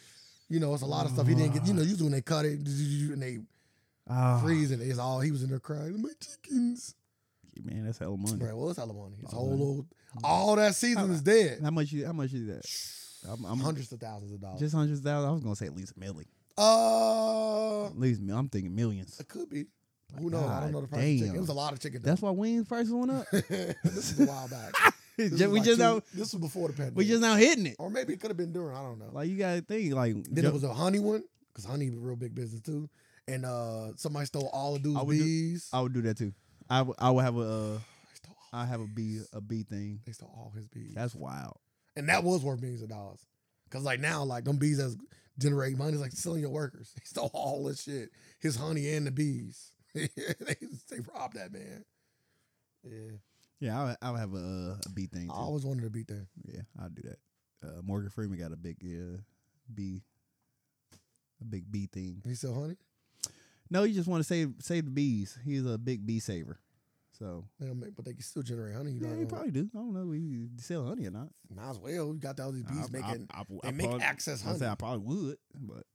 Speaker 2: You know, it's a lot of stuff he didn't get. You know, usually when they cut it and they
Speaker 1: Ah,
Speaker 2: freeze it, it's all he was in there crying. My chickens,
Speaker 1: man, that's hell of money.
Speaker 2: bro. Well, it's alimony. His
Speaker 1: Oh,
Speaker 2: whole
Speaker 1: man.
Speaker 2: old, all that season is dead.
Speaker 1: How much? You, how much is that? I'm, I'm
Speaker 2: hundreds of thousands of dollars.
Speaker 1: just hundreds of thousands. I was gonna say at least a million.
Speaker 2: uh,
Speaker 1: At least mi- I'm thinking millions.
Speaker 2: it could be. Who knows? I don't know the price of
Speaker 1: damn.
Speaker 2: chicken. It was a lot of chicken.
Speaker 1: That's why wings prices went up.
Speaker 2: this is a while back.
Speaker 1: we
Speaker 2: This
Speaker 1: just
Speaker 2: was like two-
Speaker 1: now
Speaker 2: This was before the pandemic.
Speaker 1: we just now hitting it.
Speaker 2: or maybe it could have been during. I don't know.
Speaker 1: Like you gotta think like
Speaker 2: then
Speaker 1: ju-
Speaker 2: it was a honey one because honey was real big business too. and uh somebody stole all of
Speaker 1: I
Speaker 2: dude's
Speaker 1: would do-
Speaker 2: bees.
Speaker 1: I would do that too. I would- I would have a uh,
Speaker 2: they, stole all
Speaker 1: I have a
Speaker 2: his
Speaker 1: B
Speaker 2: bees.
Speaker 1: a B thing.
Speaker 2: They stole all his bees.
Speaker 1: That's wild.
Speaker 2: and that was worth millions of dollars. Cause like now, like them bees that's generating money is like selling your workers. He stole all this shit. His honey and the bees. they, they robbed that man. Yeah.
Speaker 1: Yeah, I would, I would have a, uh, a B thing too.
Speaker 2: I always wanted to beat that.
Speaker 1: yeah, I'd do that. Uh, Morgan Freeman got a big uh, B, a big B thing.
Speaker 2: He said, honey,
Speaker 1: No, you just want to save save the bees. He's a big bee saver. So
Speaker 2: they don't make, but they can still generate honey. You
Speaker 1: yeah,
Speaker 2: know, uh,
Speaker 1: he probably do. I don't know if he sell honey or not.
Speaker 2: might as well. You got all these bees
Speaker 1: I- I-
Speaker 2: making
Speaker 1: I-
Speaker 2: they
Speaker 1: I
Speaker 2: make
Speaker 1: probably-
Speaker 2: access
Speaker 1: I
Speaker 2: honey.
Speaker 1: say I probably would, but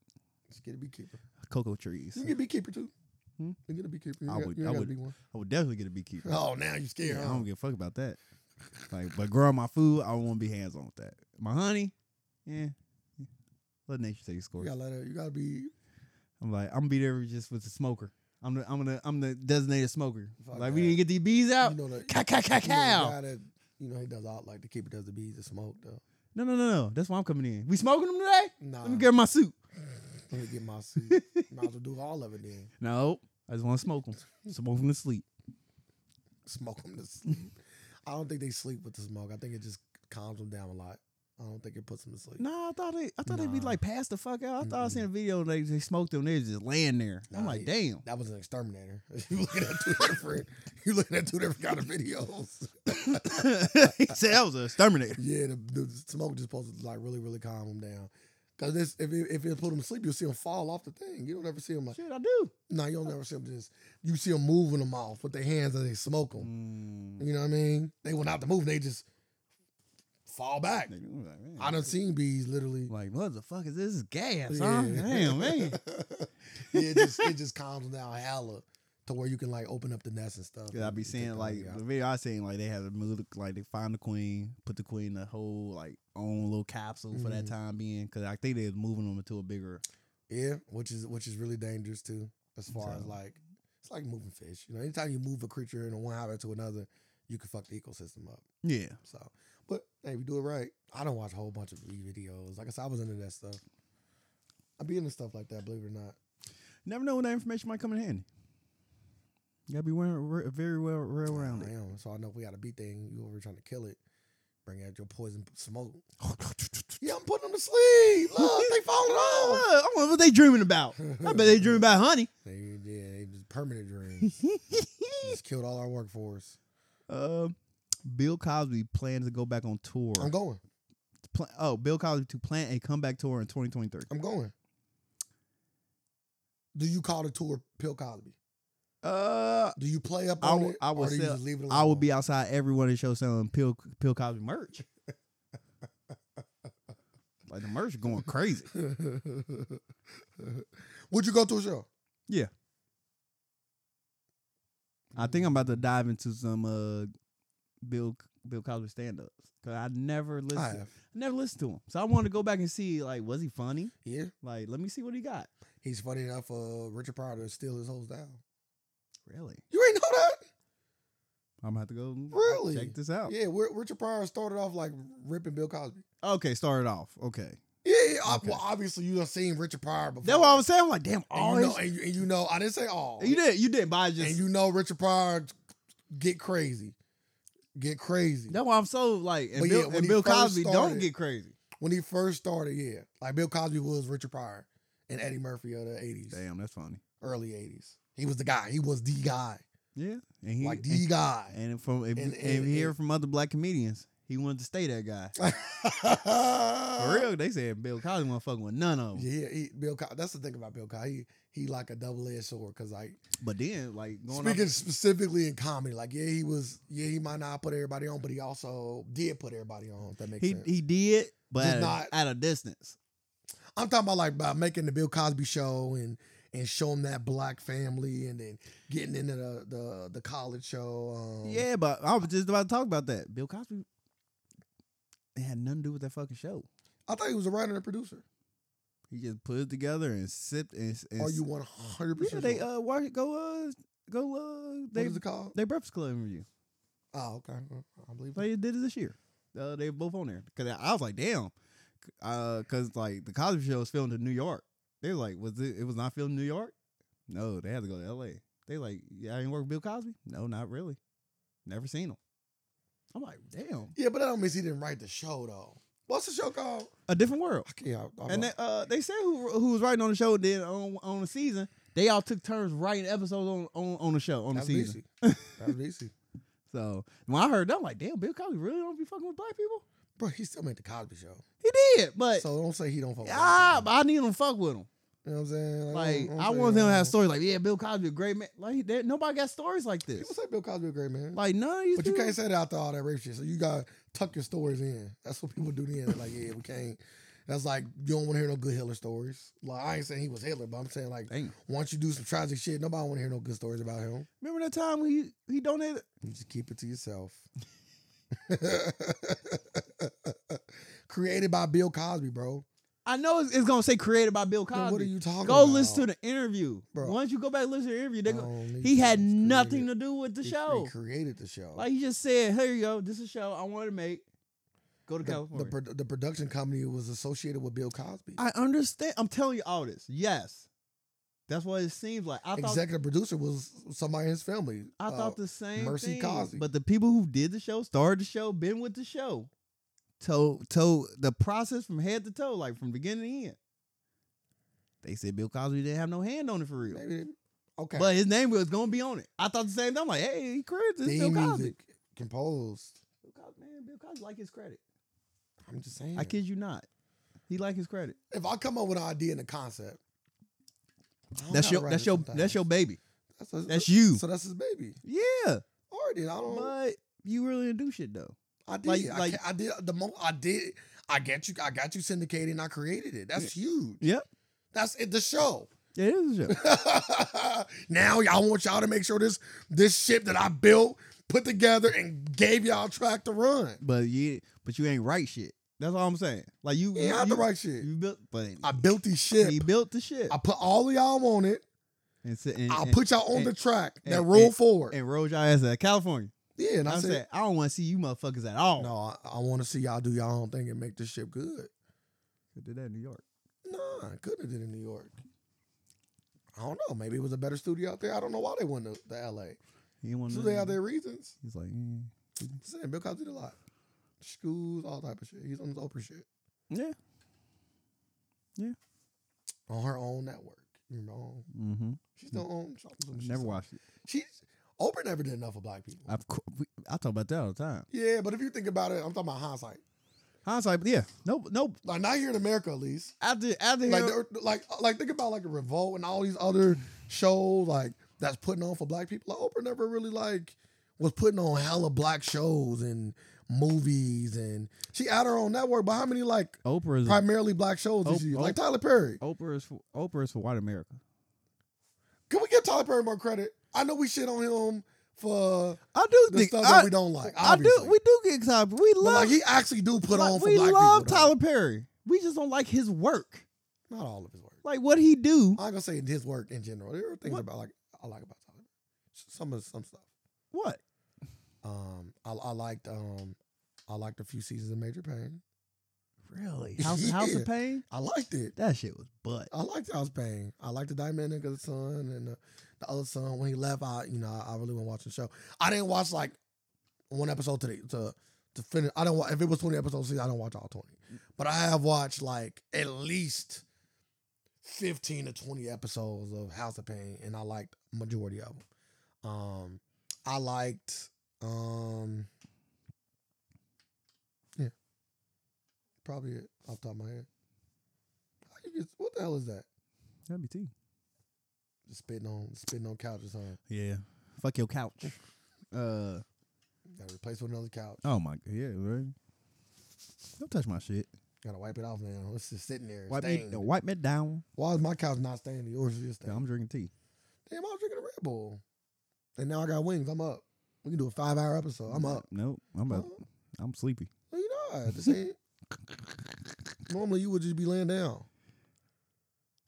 Speaker 2: Just get a beekeeper.
Speaker 1: cocoa trees.
Speaker 2: You can get a beekeeper too.
Speaker 1: Hmm?
Speaker 2: You can get a beekeeper. You
Speaker 1: I
Speaker 2: got,
Speaker 1: would-
Speaker 2: you
Speaker 1: I
Speaker 2: got
Speaker 1: would-
Speaker 2: to be one.
Speaker 1: I would definitely get a beekeeper.
Speaker 2: Oh, now you scared.
Speaker 1: Yeah, I
Speaker 2: huh?
Speaker 1: don't give a fuck about that. Like, but growing my food, I won't be hands on with that. My honey, yeah. Let nature take its
Speaker 2: You
Speaker 1: course.
Speaker 2: gotta let it. You gotta be.
Speaker 1: I'm like, I'm gonna be there just with the smoker. I'm the, I'm gonna, I'm the designated smoker.
Speaker 2: Fuck
Speaker 1: like,
Speaker 2: that.
Speaker 1: we didn't get these bees
Speaker 2: You
Speaker 1: out.
Speaker 2: know that.
Speaker 1: Cow, cow, cow,
Speaker 2: you know the
Speaker 1: Oh, cow.
Speaker 2: guy that- You know he does all like the keeper does the bees and smoke though.
Speaker 1: No, no, no, no. That's why I'm coming in. We smoking them today.
Speaker 2: Nah.
Speaker 1: Let me get my suit.
Speaker 2: Let me get my suit. Might as well do all of it then.
Speaker 1: No, I just want to smoke them. Smoke them to sleep.
Speaker 2: Smoke them to sleep. I don't think they sleep with the smoke. I think it just calms them down a lot. I don't think it puts them to sleep.
Speaker 1: No, I thought they, I thought they'd be
Speaker 2: Nah.
Speaker 1: like passed the fuck out. I thought I
Speaker 2: Mm-mm.
Speaker 1: seen a video they they smoked them. They're just laying there. I'm
Speaker 2: Nah,
Speaker 1: like,
Speaker 2: it-
Speaker 1: damn.
Speaker 2: That was an exterminator. You looking at two different? You looking at two different kind of videos?
Speaker 1: he said that was a exterminator.
Speaker 2: Yeah, the, the smoke just supposed to like really, really calm them down. Cause this, if it, if it put them to sleep, you'll see them fall off the thing. You don't ever see them like.
Speaker 1: Shit, I do.
Speaker 2: No, you don't ever see them just. You see them moving them off with their hands and they smoke them.
Speaker 1: Mm.
Speaker 2: You know what I mean? They went out to move. They just fall back. I done seen bees literally.
Speaker 1: Like, what the fuck is this? This is gas,
Speaker 2: Yeah.
Speaker 1: huh? Damn, man.
Speaker 2: yeah, it just it just calms them down hella to where you can like open up the nest and stuff.
Speaker 1: Cause I be
Speaker 2: and get
Speaker 1: seeing
Speaker 2: the
Speaker 1: like
Speaker 2: honey out.
Speaker 1: the video I seen like they had to move the- like they find the queen, put the queen in the whole like own little capsule for that
Speaker 2: Mhm.
Speaker 1: time being. Cause I think they was moving them into a bigger.
Speaker 2: yeah, which is which is really dangerous too. As far as
Speaker 1: So-
Speaker 2: like it's like moving fish. You know, anytime you move a creature in one habitat to another, you can fuck the ecosystem up.
Speaker 1: Yeah,
Speaker 2: So, but hey, we do it right. I don't watch a whole bunch of bee videos. Like I said, I was into that stuff. I be into stuff like that, believe it or not.
Speaker 1: never know when that information might come in handy. You gotta be wearing re- very well well around
Speaker 2: I
Speaker 1: it.
Speaker 2: am. So I know if we got a bee thing. You over trying to kill it. Bring out your poison p- smoke. Yeah, I'm putting them to sleep. Look, they falling off.
Speaker 1: Oh, I wonder what they dreaming about. I bet they dreaming about honey.
Speaker 2: They, yeah, they just permanent dreams. just killed all our workforce.
Speaker 1: Um, Bill Cosby plans to go back on tour.
Speaker 2: I'm going.
Speaker 1: Pla- oh, Bill Cosby to plan a comeback tour in 2023.
Speaker 2: I'm going. Do you call the tour Pill Cosby?
Speaker 1: Uh,
Speaker 2: Do you play up
Speaker 1: I
Speaker 2: on
Speaker 1: would-
Speaker 2: it?
Speaker 1: I would
Speaker 2: or do you
Speaker 1: sell-
Speaker 2: just leave it
Speaker 1: I
Speaker 2: alone?
Speaker 1: would be outside every one of the shows selling Bill Bill Cosby merch. like the merch going crazy.
Speaker 2: would you go to a show?
Speaker 1: Yeah. I think I'm about to dive into some uh Bill Bill Cosby stand ups because I never
Speaker 2: I
Speaker 1: listened
Speaker 2: have.
Speaker 1: never listened to him, so I wanted to go back and see like was he funny?
Speaker 2: Yeah.
Speaker 1: Like let me see what he got.
Speaker 2: He's funny enough for Richard Pryor to steal his whole style.
Speaker 1: Really,
Speaker 2: You ain't know that?
Speaker 1: I'm gonna have to go
Speaker 2: Really?
Speaker 1: check this out.
Speaker 2: Yeah, Ri- Richard Pryor started off like ripping Bill Cosby.
Speaker 1: Okay, start it off. Okay,
Speaker 2: Yeah, yeah, I-
Speaker 1: Okay.
Speaker 2: well, obviously you done seen Richard Pryor before.
Speaker 1: that's what I was saying. I'm like, damn, all
Speaker 2: And you, know,
Speaker 1: his-
Speaker 2: and, you, and you know, I didn't say all.
Speaker 1: you did, you did, but I
Speaker 2: and
Speaker 1: just
Speaker 2: you know Richard Pryor get crazy, get crazy.
Speaker 1: That's why I'm so like, and
Speaker 2: But yeah,
Speaker 1: Bill,
Speaker 2: when
Speaker 1: and
Speaker 2: he
Speaker 1: Bill
Speaker 2: first
Speaker 1: Cosby don't
Speaker 2: started-
Speaker 1: get crazy.
Speaker 2: When he first started, yeah, like Bill Cosby was Richard Pryor and Eddie Murphy of the eighties,
Speaker 1: Damn, that's funny.
Speaker 2: early eighties. He was the guy. He was the guy,
Speaker 1: Yeah, and he
Speaker 2: like the
Speaker 1: and,
Speaker 2: guy.
Speaker 1: and from if,
Speaker 2: and-
Speaker 1: if
Speaker 2: and-
Speaker 1: you hear from other black comedians, he wanted to stay that guy. For
Speaker 2: For
Speaker 1: real, they said Bill Cosby wasn't fucking with none of them.
Speaker 2: Uh, Yeah, he, Bill. Cosby. That's the thing about Bill Cosby. He, he like a double edged sword because like
Speaker 1: But then, like going
Speaker 2: Speaking
Speaker 1: off,
Speaker 2: specifically in comedy, like yeah, he was yeah, he might not put everybody on, but he also did put everybody on. If that makes
Speaker 1: he
Speaker 2: sense.
Speaker 1: he did, but
Speaker 2: Just
Speaker 1: at,
Speaker 2: not-
Speaker 1: a, at a distance.
Speaker 2: I'm talking about like by making the Bill Cosby show and and showing that black family and then getting into the the, the college show. Um,
Speaker 1: yeah, but I was just about to talk about that. Bill Cosby it had nothing to do with that fucking show.
Speaker 2: I thought he was a writer and a producer.
Speaker 1: He just put it together and sipped and. and
Speaker 2: Are you 100
Speaker 1: Yeah,
Speaker 2: percent?
Speaker 1: they uh watch, go uh go uh
Speaker 2: what
Speaker 1: they
Speaker 2: is it called?
Speaker 1: they Breakfast Club interview.
Speaker 2: Oh, okay, I believe. it.
Speaker 1: They did it this year. Uh, they were both on there because I was like, damn, uh, because like the Cosby Show was filmed in New York. They were like, was it? It was not filmed in New York. No, they had to go to L.A. They like, yeah, I didn't work with Bill Cosby. No, not really. Never seen him. I'm like, damn,
Speaker 2: Yeah, but that don't mean he didn't write the show though. What's the show called?
Speaker 1: a different world.
Speaker 2: I can't. I, I
Speaker 1: And they, uh, they said who who was writing on the show. Then on on the season, they all took turns writing episodes on on, on the show on the
Speaker 2: that's
Speaker 1: season.
Speaker 2: Nisi. That's Nisi.
Speaker 1: So when I heard that, I'm like, damn, Bill Cosby really don't be fucking with black people.
Speaker 2: Bro, he still made the Cosby Show.
Speaker 1: He did, but
Speaker 2: So don't say he don't fuck. with
Speaker 1: ah,
Speaker 2: black
Speaker 1: but I need him to fuck with him.
Speaker 2: people. you know what I'm saying?
Speaker 1: Like
Speaker 2: don't-
Speaker 1: I
Speaker 2: don't
Speaker 1: want
Speaker 2: say-
Speaker 1: them to have stories like, yeah, Bill Cosby a great man. Like there, nobody got stories like
Speaker 2: People
Speaker 1: this.
Speaker 2: say Bill Cosby a great man.
Speaker 1: Like none of these.
Speaker 2: But you
Speaker 1: people-
Speaker 2: can't say that after all that rape shit. So you gotta tuck your stories in. That's what people do then. They're like, yeah, we can't. That's like you don't want to hear no good Hitler stories. Like I ain't saying he was Hitler, but I'm saying like
Speaker 1: Dang.
Speaker 2: once you do some tragic shit, nobody want to hear no good stories about him.
Speaker 1: Remember that time when he he donated?
Speaker 2: You just keep it to yourself. Created by Bill Cosby, bro.
Speaker 1: I know it's, it's gonna say created by Bill
Speaker 2: Then
Speaker 1: Cosby.
Speaker 2: what are you talking
Speaker 1: go
Speaker 2: about? Oh,
Speaker 1: listen to the interview.
Speaker 2: Bro.
Speaker 1: Once you go back and listen to the interview, they go,
Speaker 2: No, nigga,
Speaker 1: he had
Speaker 2: it's
Speaker 1: nothing
Speaker 2: created-
Speaker 1: to do with the
Speaker 2: he-
Speaker 1: show.
Speaker 2: He created the show.
Speaker 1: Like he just said, here you go, this is a show I wanted to make. Go to
Speaker 2: the, the,
Speaker 1: California.
Speaker 2: pro- the production company was associated with Bill Cosby.
Speaker 1: I understand. I'm telling you all this. Yes, that's what it seems like. I thought
Speaker 2: Executive producer was somebody in his family.
Speaker 1: I
Speaker 2: Uh,
Speaker 1: thought the same
Speaker 2: Mercy
Speaker 1: thing.
Speaker 2: Cosby.
Speaker 1: But the people who did the show, started the show, been with the show, toe toe the process from head to toe, like from beginning to end. They said Bill Cosby didn't have no hand on it for real.
Speaker 2: Maybe. Okay.
Speaker 1: But his name was gonna be on it. I thought the same thing. I'm like, hey, he created this Bill
Speaker 2: theme
Speaker 1: Cosby.
Speaker 2: music composed.
Speaker 1: Bill Cosby, man, Bill Cosby like his credit.
Speaker 2: I'm just saying.
Speaker 1: I kid you not. He like his credit.
Speaker 2: If I come up with an idea and a concept, I don't
Speaker 1: That's
Speaker 2: gotta
Speaker 1: your
Speaker 2: write
Speaker 1: that's
Speaker 2: it
Speaker 1: your
Speaker 2: sometimes.
Speaker 1: that's your baby.
Speaker 2: That's, his-
Speaker 1: That's you.
Speaker 2: So oh. that's his baby.
Speaker 1: Yeah.
Speaker 2: Already, I don't.
Speaker 1: But you really didn't do shit though.
Speaker 2: I did.
Speaker 1: like-
Speaker 2: I,
Speaker 1: like-
Speaker 2: ca- I did the mo I did. I got you. I got you syndicated, and I created it. That's huge.
Speaker 1: Yep.
Speaker 2: That's it. The show.
Speaker 1: Yeah, it is a show.
Speaker 2: now y'all want y'all to make sure this this ship that I built, put together, and gave y'all a track to run.
Speaker 1: But you but you ain't right shit. That's all I'm saying. Like you,
Speaker 2: You ain't have
Speaker 1: you,
Speaker 2: the right shit.
Speaker 1: you built, but
Speaker 2: I built this
Speaker 1: he
Speaker 2: ship.
Speaker 1: built the shit.
Speaker 2: I put all of y'all on it.
Speaker 1: and, so, and,
Speaker 2: I'll
Speaker 1: and,
Speaker 2: put y'all on
Speaker 1: and-
Speaker 2: the track that
Speaker 1: and-
Speaker 2: roll
Speaker 1: and-
Speaker 2: forward.
Speaker 1: and rode y'all ass out California.
Speaker 2: yeah, and
Speaker 1: And
Speaker 2: I,
Speaker 1: I
Speaker 2: said,
Speaker 1: said, I don't want to see you motherfuckers at all.
Speaker 2: no, I, I want to see y'all do y'all own thing and make this shit good.
Speaker 1: I did that in New York.
Speaker 2: Nah, I couldn't have did it in New York. I don't know. Maybe it was a better studio out there. I don't know why they went to, to LA.
Speaker 1: He didn't want
Speaker 2: So
Speaker 1: to.
Speaker 2: they have their reasons.
Speaker 1: He's like, mm.
Speaker 2: I'm saying Bill Cosby did a lot. Schools, all type of shit. He's on his Oprah shit.
Speaker 1: yeah,
Speaker 2: On her own network. You know.
Speaker 1: mm-hmm.
Speaker 2: She still on something.
Speaker 1: Never watched it.
Speaker 2: She Oprah never did enough for black people.
Speaker 1: I've, co- we- I talk about that all the time.
Speaker 2: yeah, but if you think about it, I'm talking about hindsight.
Speaker 1: Hindsight, but yeah, nope, nope.
Speaker 2: Like not here in America at least.
Speaker 1: After after
Speaker 2: like,
Speaker 1: Harold-
Speaker 2: there- like, uh, like, think about like a revolt and all these other shows like that's putting on for black people. Like, Oprah never really like was putting on hella black shows and movies, and she had her own network. But how many like
Speaker 1: Oprah is
Speaker 2: primarily black shows did she?
Speaker 1: Op-
Speaker 2: do? Like
Speaker 1: Op-
Speaker 2: Tyler Perry.
Speaker 1: Oprah is for Oprah is for white America.
Speaker 2: Can we give Tyler Perry more credit? I know we shit on him for
Speaker 1: I do
Speaker 2: the
Speaker 1: think
Speaker 2: stuff
Speaker 1: I,
Speaker 2: that we don't like.
Speaker 1: I do.
Speaker 2: obviously.
Speaker 1: We do get excited. We
Speaker 2: but
Speaker 1: love.
Speaker 2: like he actually do put
Speaker 1: like,
Speaker 2: on for
Speaker 1: we
Speaker 2: black
Speaker 1: love
Speaker 2: people. though.
Speaker 1: Tyler Perry. We just don't like his work.
Speaker 2: Not all of his work.
Speaker 1: Like what he do.
Speaker 2: I'm gonna say his work in general. There are things
Speaker 1: What?
Speaker 2: about like I like about Tyler. Some of some stuff.
Speaker 1: What?
Speaker 2: Um, I, I liked um, I liked a few seasons of Major Pain.
Speaker 1: Really? House, House
Speaker 2: Yeah.
Speaker 1: of Pain?
Speaker 2: I liked it.
Speaker 1: That shit was butt.
Speaker 2: I liked House Pain. I liked the Diamond Nigga son and the, the other son when he left. I you know I, I really wasn't watching the show. I didn't watch like one episode to the, to to finish. I don't wa- if it was twenty episodes. I don't watch all twenty, but I have watched like at least fifteen to twenty episodes of House of Pain, and I liked majority of them. Um, I liked um, yeah, probably it off the top of my head. How you get- What the hell is that?
Speaker 1: That'd be tea.
Speaker 2: Just spitting on spitting on couches, huh?
Speaker 1: Yeah. Fuck your couch. Uh
Speaker 2: Got to replace with another couch.
Speaker 1: oh my yeah, right. Don't touch my shit.
Speaker 2: Got to wipe it off now. It's just sitting there.
Speaker 1: Wipe me,
Speaker 2: stained.
Speaker 1: no, wipe me down.
Speaker 2: Why is my couch not staying? Yours is just
Speaker 1: Yeah,
Speaker 2: staying.
Speaker 1: I'm drinking tea.
Speaker 2: Damn, I was drinking a Red Bull, and now I got wings. I'm up. We can do a five hour episode. I'm up.
Speaker 1: Nope. I'm about,
Speaker 2: Huh?
Speaker 1: I'm sleepy.
Speaker 2: No, you not. This ain't- Normally, you would just be laying down,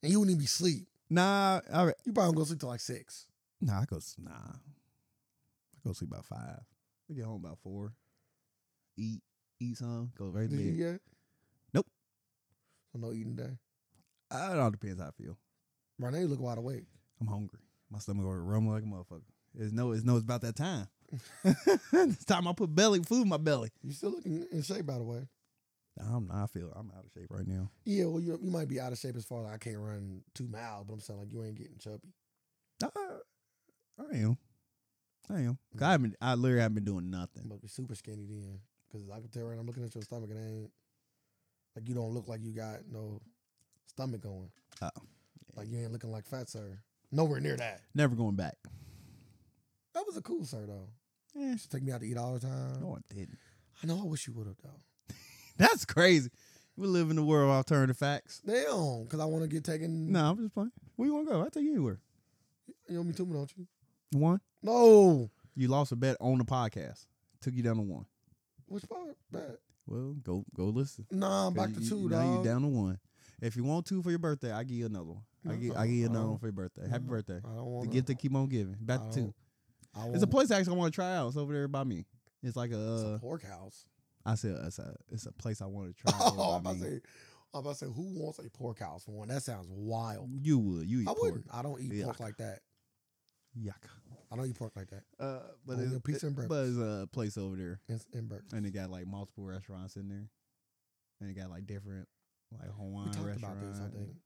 Speaker 2: and you wouldn't even be sleep.
Speaker 1: Nah, I re-
Speaker 2: You probably gonna sleep till like six.
Speaker 1: nah, I go s- nah. I go sleep about five. We get home about four. Eat, eat some, go right to
Speaker 2: Did you
Speaker 1: bed.
Speaker 2: yet?
Speaker 1: Nope.
Speaker 2: So no eating day.
Speaker 1: Uh, It all depends how I feel.
Speaker 2: Right now, you look wide awake.
Speaker 1: I'm hungry. My stomach gonna rumble like a motherfucker. It's no, it's no, it's about that time. it's time I put belly food in my belly.
Speaker 2: You still looking in shape, by the way.
Speaker 1: I'm not. I feel I'm out of shape right now.
Speaker 2: Yeah, well, you you might be out of shape as far as I can't run two miles, but I'm saying like you ain't getting chubby.
Speaker 1: Uh, I am. I am. 'Cause I haven't. I literally haven't been doing
Speaker 2: You
Speaker 1: nothing.
Speaker 2: must be super skinny then, because I can tell right now I'm looking at your stomach and I ain't like you don't look like you got no stomach going.
Speaker 1: Oh.
Speaker 2: Like you ain't looking like fat sir. Nowhere near that.
Speaker 1: Never going back.
Speaker 2: That was a cool sir though.
Speaker 1: Eh,
Speaker 2: She take me out to eat all the time.
Speaker 1: no, I didn't.
Speaker 2: I know. I wish you would have though.
Speaker 1: That's crazy. We live in the world of alternative facts.
Speaker 2: Damn, because I want to get taken.
Speaker 1: No, I'm just playing. Where you want to go? I'll take you anywhere.
Speaker 2: you owe me two, don't you?
Speaker 1: One.
Speaker 2: No.
Speaker 1: You lost a bet on the podcast. Took you down to one.
Speaker 2: Which part? Bad.
Speaker 1: Well, go go listen.
Speaker 2: Nah, I'm back to
Speaker 1: You-
Speaker 2: two,
Speaker 1: you, now
Speaker 2: dog.
Speaker 1: you down to one. If you want two for your birthday, I give you another one. I
Speaker 2: No,
Speaker 1: give I give you another
Speaker 2: no.
Speaker 1: one for your birthday. Happy
Speaker 2: No,
Speaker 1: birthday.
Speaker 2: I don't
Speaker 1: The
Speaker 2: want
Speaker 1: gift that keep on giving. Back to two.
Speaker 2: I
Speaker 1: It's a
Speaker 2: want-
Speaker 1: place actually I want to try out. It's over there by me. It's like
Speaker 2: It's
Speaker 1: a
Speaker 2: a pork house.
Speaker 1: uh, I said it's a it's a place I want to try.
Speaker 2: Oh, I'm
Speaker 1: out by
Speaker 2: about to
Speaker 1: me.
Speaker 2: say, I'm about to say, who wants a pork house for one? That sounds wild.
Speaker 1: You would you eat
Speaker 2: I
Speaker 1: pork?
Speaker 2: wouldn't. I don't eat
Speaker 1: Yeah.
Speaker 2: pork like that.
Speaker 1: Yuck.
Speaker 2: I don't eat pork like that.
Speaker 1: Uh, but
Speaker 2: Only
Speaker 1: it's,
Speaker 2: a pizza and
Speaker 1: but it's a place over there,
Speaker 2: It's in breakfast.
Speaker 1: and it got like multiple restaurants in there, and it got like different like Hawaiian
Speaker 2: we talked about
Speaker 1: restaurant.
Speaker 2: this. I think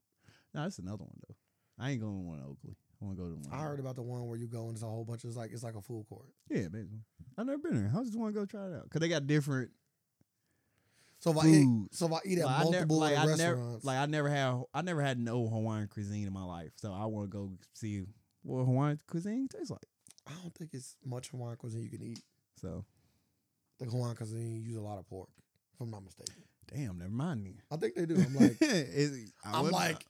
Speaker 1: No, that's another one though. I ain't going to one in Oakley. I want to go to one.
Speaker 2: I heard about the one where you go and it's a whole bunch. Of, it's like it's like a food court.
Speaker 1: Yeah, basically. I've never been there. I just want to go try it out because they got different.
Speaker 2: So if I eat,
Speaker 1: Food.
Speaker 2: so if I eat at
Speaker 1: like,
Speaker 2: multiple
Speaker 1: I never, like, I never,
Speaker 2: restaurants,
Speaker 1: like I never had, I never had no Hawaiian cuisine in my life. So I want to go see what Hawaiian cuisine tastes like.
Speaker 2: I don't think it's much Hawaiian cuisine you can eat.
Speaker 1: So
Speaker 2: The Hawaiian cuisine use a lot of pork, if I'm not mistaken.
Speaker 1: damn, never mind me.
Speaker 2: I think they do. I'm like,
Speaker 1: It's- I
Speaker 2: I'm
Speaker 1: wouldn't-
Speaker 2: like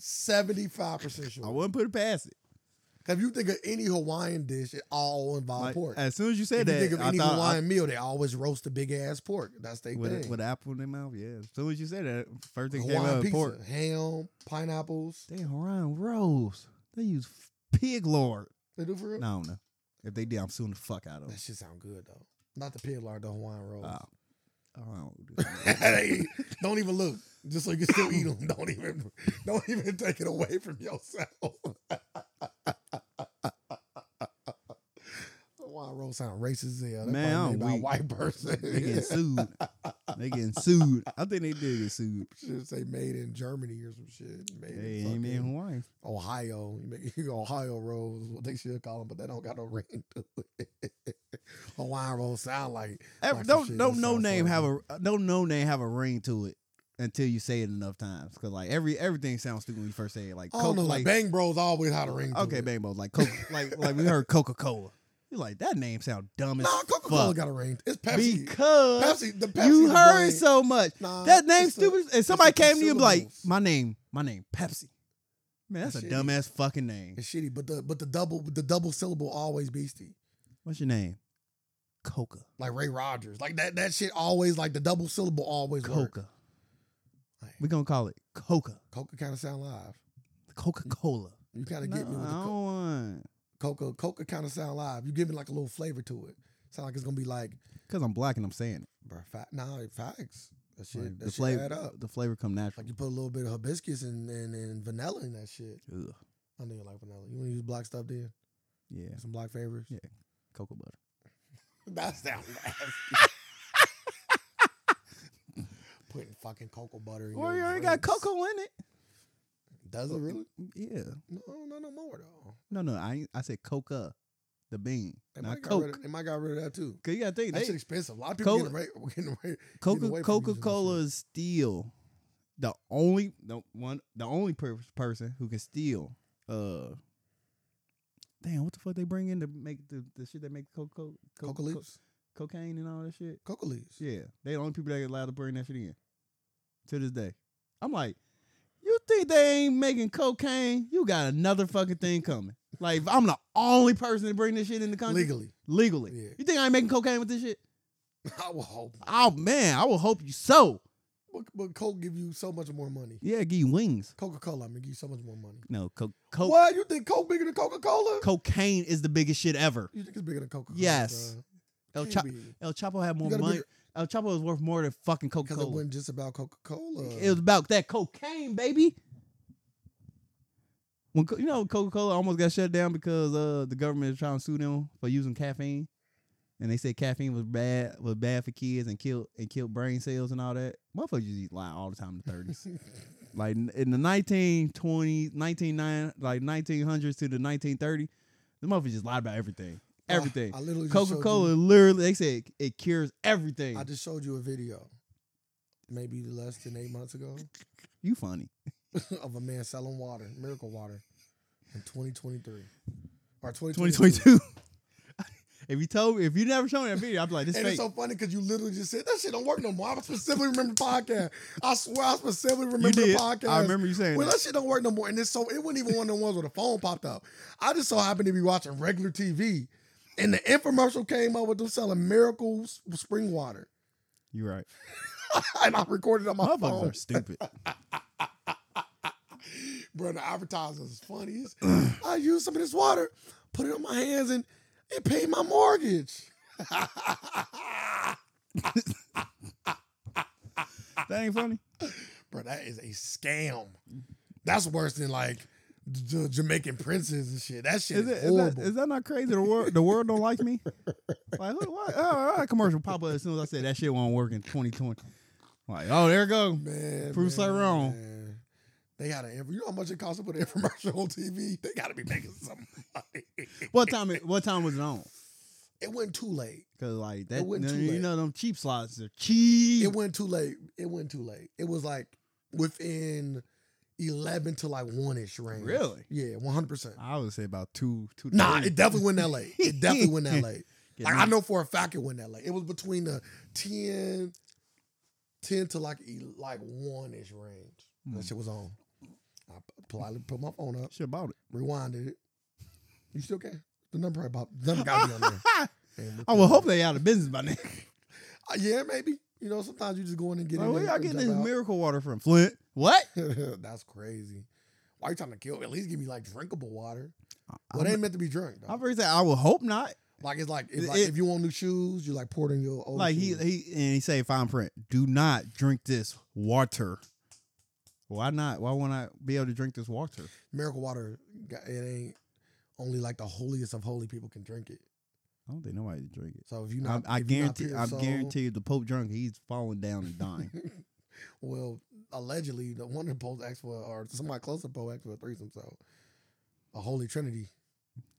Speaker 2: 75 percent
Speaker 1: I
Speaker 2: sure.
Speaker 1: wouldn't put it past it.
Speaker 2: If you think of any Hawaiian dish, it all involves
Speaker 1: Like,
Speaker 2: pork.
Speaker 1: as soon as you said
Speaker 2: if you
Speaker 1: that,
Speaker 2: think of
Speaker 1: I
Speaker 2: any
Speaker 1: thought I-
Speaker 2: Hawaiian meal, they always roast a big ass pork. That's their
Speaker 1: with,
Speaker 2: thing.
Speaker 1: with apple in their mouth. Yeah. As soon as you said that, first thing came
Speaker 2: Hawaiian
Speaker 1: up
Speaker 2: pizza,
Speaker 1: pork.
Speaker 2: ham, pineapples.
Speaker 1: Damn, Hawaiian rolls. They use f- pig lard.
Speaker 2: They do for real.
Speaker 1: No, I don't know. If they did, I'm suing the fuck out of
Speaker 2: That
Speaker 1: them.
Speaker 2: shit sound good though. Not the pig lard, the Hawaiian rolls.
Speaker 1: Oh. Oh, I don't do that.
Speaker 2: Hey, don't even look. Just so you can still eat them. Don't even, don't even take it away from yourself. Hawaiian roll sound racist as hell. That
Speaker 1: Man,
Speaker 2: probably
Speaker 1: I'm
Speaker 2: made by a
Speaker 1: weak.
Speaker 2: white person.
Speaker 1: they getting sued. They getting sued. I think they did get sued.
Speaker 2: Should say made in Germany or some shit. Made in
Speaker 1: They ain't been in
Speaker 2: fucking-
Speaker 1: Hawaii.
Speaker 2: Ohio. You make you go Ohio rolls, is what they should call them, but they don't got no ring to it. Hawaiian rolls sound like
Speaker 1: Ever-
Speaker 2: some
Speaker 1: don't
Speaker 2: shit
Speaker 1: don't
Speaker 2: in
Speaker 1: no
Speaker 2: South
Speaker 1: name have a don't no name have a ring to it until you say it enough times. Cause like every everything sounds stupid when you first say it. Like
Speaker 2: I don't
Speaker 1: Coke,
Speaker 2: know, like
Speaker 1: like
Speaker 2: Bang Bros always had a ring. To
Speaker 1: okay,
Speaker 2: it.
Speaker 1: Bang Bros, like Coke, like like we heard Coca Cola. You're like that name sound dumb as
Speaker 2: Nah, Coca Cola
Speaker 1: fuck.
Speaker 2: got a ring. It's Pepsi.
Speaker 1: because
Speaker 2: Pepsi, the Pepsi.
Speaker 1: you
Speaker 2: the
Speaker 1: heard
Speaker 2: brand.
Speaker 1: so much.
Speaker 2: Nah,
Speaker 1: That name
Speaker 2: it's the-
Speaker 1: stupid. And somebody
Speaker 2: a
Speaker 1: came to you and be like,
Speaker 2: consumables.
Speaker 1: "My name, my name, Pepsi." Man, that's
Speaker 2: That
Speaker 1: a
Speaker 2: shit is-
Speaker 1: dumbass fucking name.
Speaker 2: It's shitty, but the but the double the double syllable always beastie.
Speaker 1: What's your name? Coca.
Speaker 2: Like Ray Rogers, like that that shit always like the double syllable always work.
Speaker 1: Coca. We're gonna call it Coca.
Speaker 2: Coca kind of sound live.
Speaker 1: Coca Cola.
Speaker 2: You kind of get me with the
Speaker 1: I
Speaker 2: co-
Speaker 1: don't want.
Speaker 2: Coca. Coca kind of sound live. You give it like a little flavor to it. Sound like it's gonna be like
Speaker 1: Cause I'm black and I'm saying it.
Speaker 2: Bruh, fact, nah, it facts. That shit,
Speaker 1: Like,
Speaker 2: that
Speaker 1: the
Speaker 2: shit add
Speaker 1: flavor,
Speaker 2: up.
Speaker 1: the flavor come natural.
Speaker 2: Like you put a little bit of hibiscus and, and, and vanilla in that shit.
Speaker 1: Ugh.
Speaker 2: I know you like vanilla. You want to use black stuff then?
Speaker 1: Yeah,
Speaker 2: Some black flavors.
Speaker 1: Yeah. cocoa butter.
Speaker 2: that sounds nasty. Putting fucking cocoa butter in
Speaker 1: Or you
Speaker 2: your
Speaker 1: already got
Speaker 2: drinks.
Speaker 1: cocoa in it.
Speaker 2: Does it really?
Speaker 1: Yeah.
Speaker 2: No, no, no more though.
Speaker 1: No, no. I ain't, I said coca, the bean,
Speaker 2: They
Speaker 1: not
Speaker 2: might got rid
Speaker 1: coke.
Speaker 2: of, they might got rid of that too.
Speaker 1: Cause you gotta think
Speaker 2: That shit
Speaker 1: they,
Speaker 2: expensive. A lot of people
Speaker 1: Cola-
Speaker 2: getting away. Getting away. away from
Speaker 1: Coca
Speaker 2: using
Speaker 1: Coca
Speaker 2: that
Speaker 1: Cola is still the only the one the only per- person who can steal. Uh, damn, what the fuck they bring in to make the, the shit that make Coca Cola
Speaker 2: Coca leaves.
Speaker 1: cocaine and all that shit.
Speaker 2: Coca leaves.
Speaker 1: Yeah, they the only people that allowed to bring that shit in. To this day, I'm like, you think they ain't making cocaine? You got another fucking thing coming. Like, if I'm the only person to bring this shit in the country
Speaker 2: Legally.
Speaker 1: legally.
Speaker 2: Yeah.
Speaker 1: You think I ain't making cocaine with this shit?
Speaker 2: I will hope.
Speaker 1: Oh man, I would hope you so.
Speaker 2: But, but Coke give you so much more money.
Speaker 1: Yeah, give you wings.
Speaker 2: Coca Cola, I mean, give you so much more money.
Speaker 1: No, co- co-
Speaker 2: Why you think Coke bigger than Coca Cola?
Speaker 1: cocaine is the biggest shit ever.
Speaker 2: You think it's bigger than Coca Cola?
Speaker 1: Yes. El,
Speaker 2: Can't
Speaker 1: Cha-
Speaker 2: be.
Speaker 1: El Chapo had more
Speaker 2: gotta be-
Speaker 1: money. El Chapo was worth more than fucking Coca
Speaker 2: Because uh, it
Speaker 1: Cola.
Speaker 2: wasn't just about Coca Cola.
Speaker 1: It was about that cocaine, baby. When Co- you know Coca Cola almost got shut down because uh the government is trying to sue them for using caffeine, and they said caffeine was bad was bad for kids and killed and killed brain cells and all that. Motherfuckers used to lie all the time in the thirties,
Speaker 2: Oh,
Speaker 1: like in in the 1920s, 1909, like nineteen hundreds to the nineteen thirty, the motherfuckers just lied about everything,
Speaker 2: Oh,
Speaker 1: everything.
Speaker 2: I literally just showed you-
Speaker 1: Coca Cola literally they said it cures everything.
Speaker 2: I just showed you a video, maybe less than eight months ago,
Speaker 1: you funny.
Speaker 2: of a man selling water, miracle water, in 2023 or 2022.
Speaker 1: 2022. if you told me, if you never shown me that video, I'd be like, this
Speaker 2: And
Speaker 1: fake.
Speaker 2: it's so funny because you literally just said that shit don't work no more. I specifically remember the podcast. I swear I specifically remember
Speaker 1: you did.
Speaker 2: the podcast.
Speaker 1: I remember you saying
Speaker 2: Well,
Speaker 1: that.
Speaker 2: that shit don't work no more. And it's so it wasn't even one of the ones where the phone popped up. I just so happened to be watching regular TV, and the infomercial came up with them selling miracle s- spring water,
Speaker 1: You're right.
Speaker 2: and I recorded it on my
Speaker 1: Motherfuckers
Speaker 2: phone.
Speaker 1: are stupid.
Speaker 2: Bro, the advertising is funny. It's- I used some of this water, put it on my hands, and it paid my mortgage.
Speaker 1: that ain't funny.
Speaker 2: Bro, that is a scam. That's worse than like the Jamaican princes and shit. That shit
Speaker 1: Is,
Speaker 2: is,
Speaker 1: it, is,
Speaker 2: horrible.
Speaker 1: that, is that not crazy? The world, the world don't like me. Like, who- why? Oh, that commercial pop up as soon as I said that shit won't work in 2020. Like, oh, there it go.
Speaker 2: Man,
Speaker 1: Proves
Speaker 2: man,
Speaker 1: her wrong.
Speaker 2: man. They got an inf- you know how much it costs to put an infomercial on TV. They got to be making some money.
Speaker 1: What time? It, what time was it on?
Speaker 2: It went too late.
Speaker 1: Cause like that,
Speaker 2: wasn't too
Speaker 1: you
Speaker 2: late.
Speaker 1: know, them cheap slots are cheap.
Speaker 2: It went too late. It went too late. It was like within eleven to like one ish range.
Speaker 1: Really? Ah,
Speaker 2: Yeah, one hundred percent.
Speaker 1: I would say about two, two. to
Speaker 2: Nah,
Speaker 1: three.
Speaker 2: it definitely went that late. It definitely went that late.
Speaker 1: Get
Speaker 2: Like,
Speaker 1: me-
Speaker 2: I know for a fact it went that late. It was between the 10, 10 to like e- like one ish range.
Speaker 1: Hmm.
Speaker 2: That shit was on. I politely put my phone up.
Speaker 1: shit about it.
Speaker 2: rewinded it. You still can. The number probably about the number got to be on there.
Speaker 1: I would hope they out of business by now.
Speaker 2: Uh, yeah, maybe. You know, sometimes you just go in and get
Speaker 1: Like,
Speaker 2: in.
Speaker 1: where
Speaker 2: there
Speaker 1: y'all
Speaker 2: and
Speaker 1: getting this
Speaker 2: jump
Speaker 1: miracle water from? Flint. What?
Speaker 2: out. That's crazy. Why you trying to kill? me? At least give me like drinkable water. Well, it
Speaker 1: I'm-
Speaker 2: ain't meant to be drunk.
Speaker 1: I've
Speaker 2: Though.
Speaker 1: already said I would hope not.
Speaker 2: Like it's like, it's
Speaker 1: It-
Speaker 2: like
Speaker 1: it-
Speaker 2: if you want new shoes, you like pour it in your old.
Speaker 1: like he
Speaker 2: shoes.
Speaker 1: he and he say fine print. Do not drink this water. Why not? Why won't I be able to drink this water?
Speaker 2: miracle water. got- It ain't only like the holiest of holy people can drink it.
Speaker 1: I don't think nobody would drink it.
Speaker 2: So if you
Speaker 1: I,
Speaker 2: not,
Speaker 1: I
Speaker 2: if you not
Speaker 1: guarantee.
Speaker 2: pure
Speaker 1: I
Speaker 2: soul-
Speaker 1: guarantee you the Pope drunk. He's falling down and dying.
Speaker 2: Well, allegedly, the one that Pope asked for, or somebody close to Pope asked for a threesome, so a holy trinity.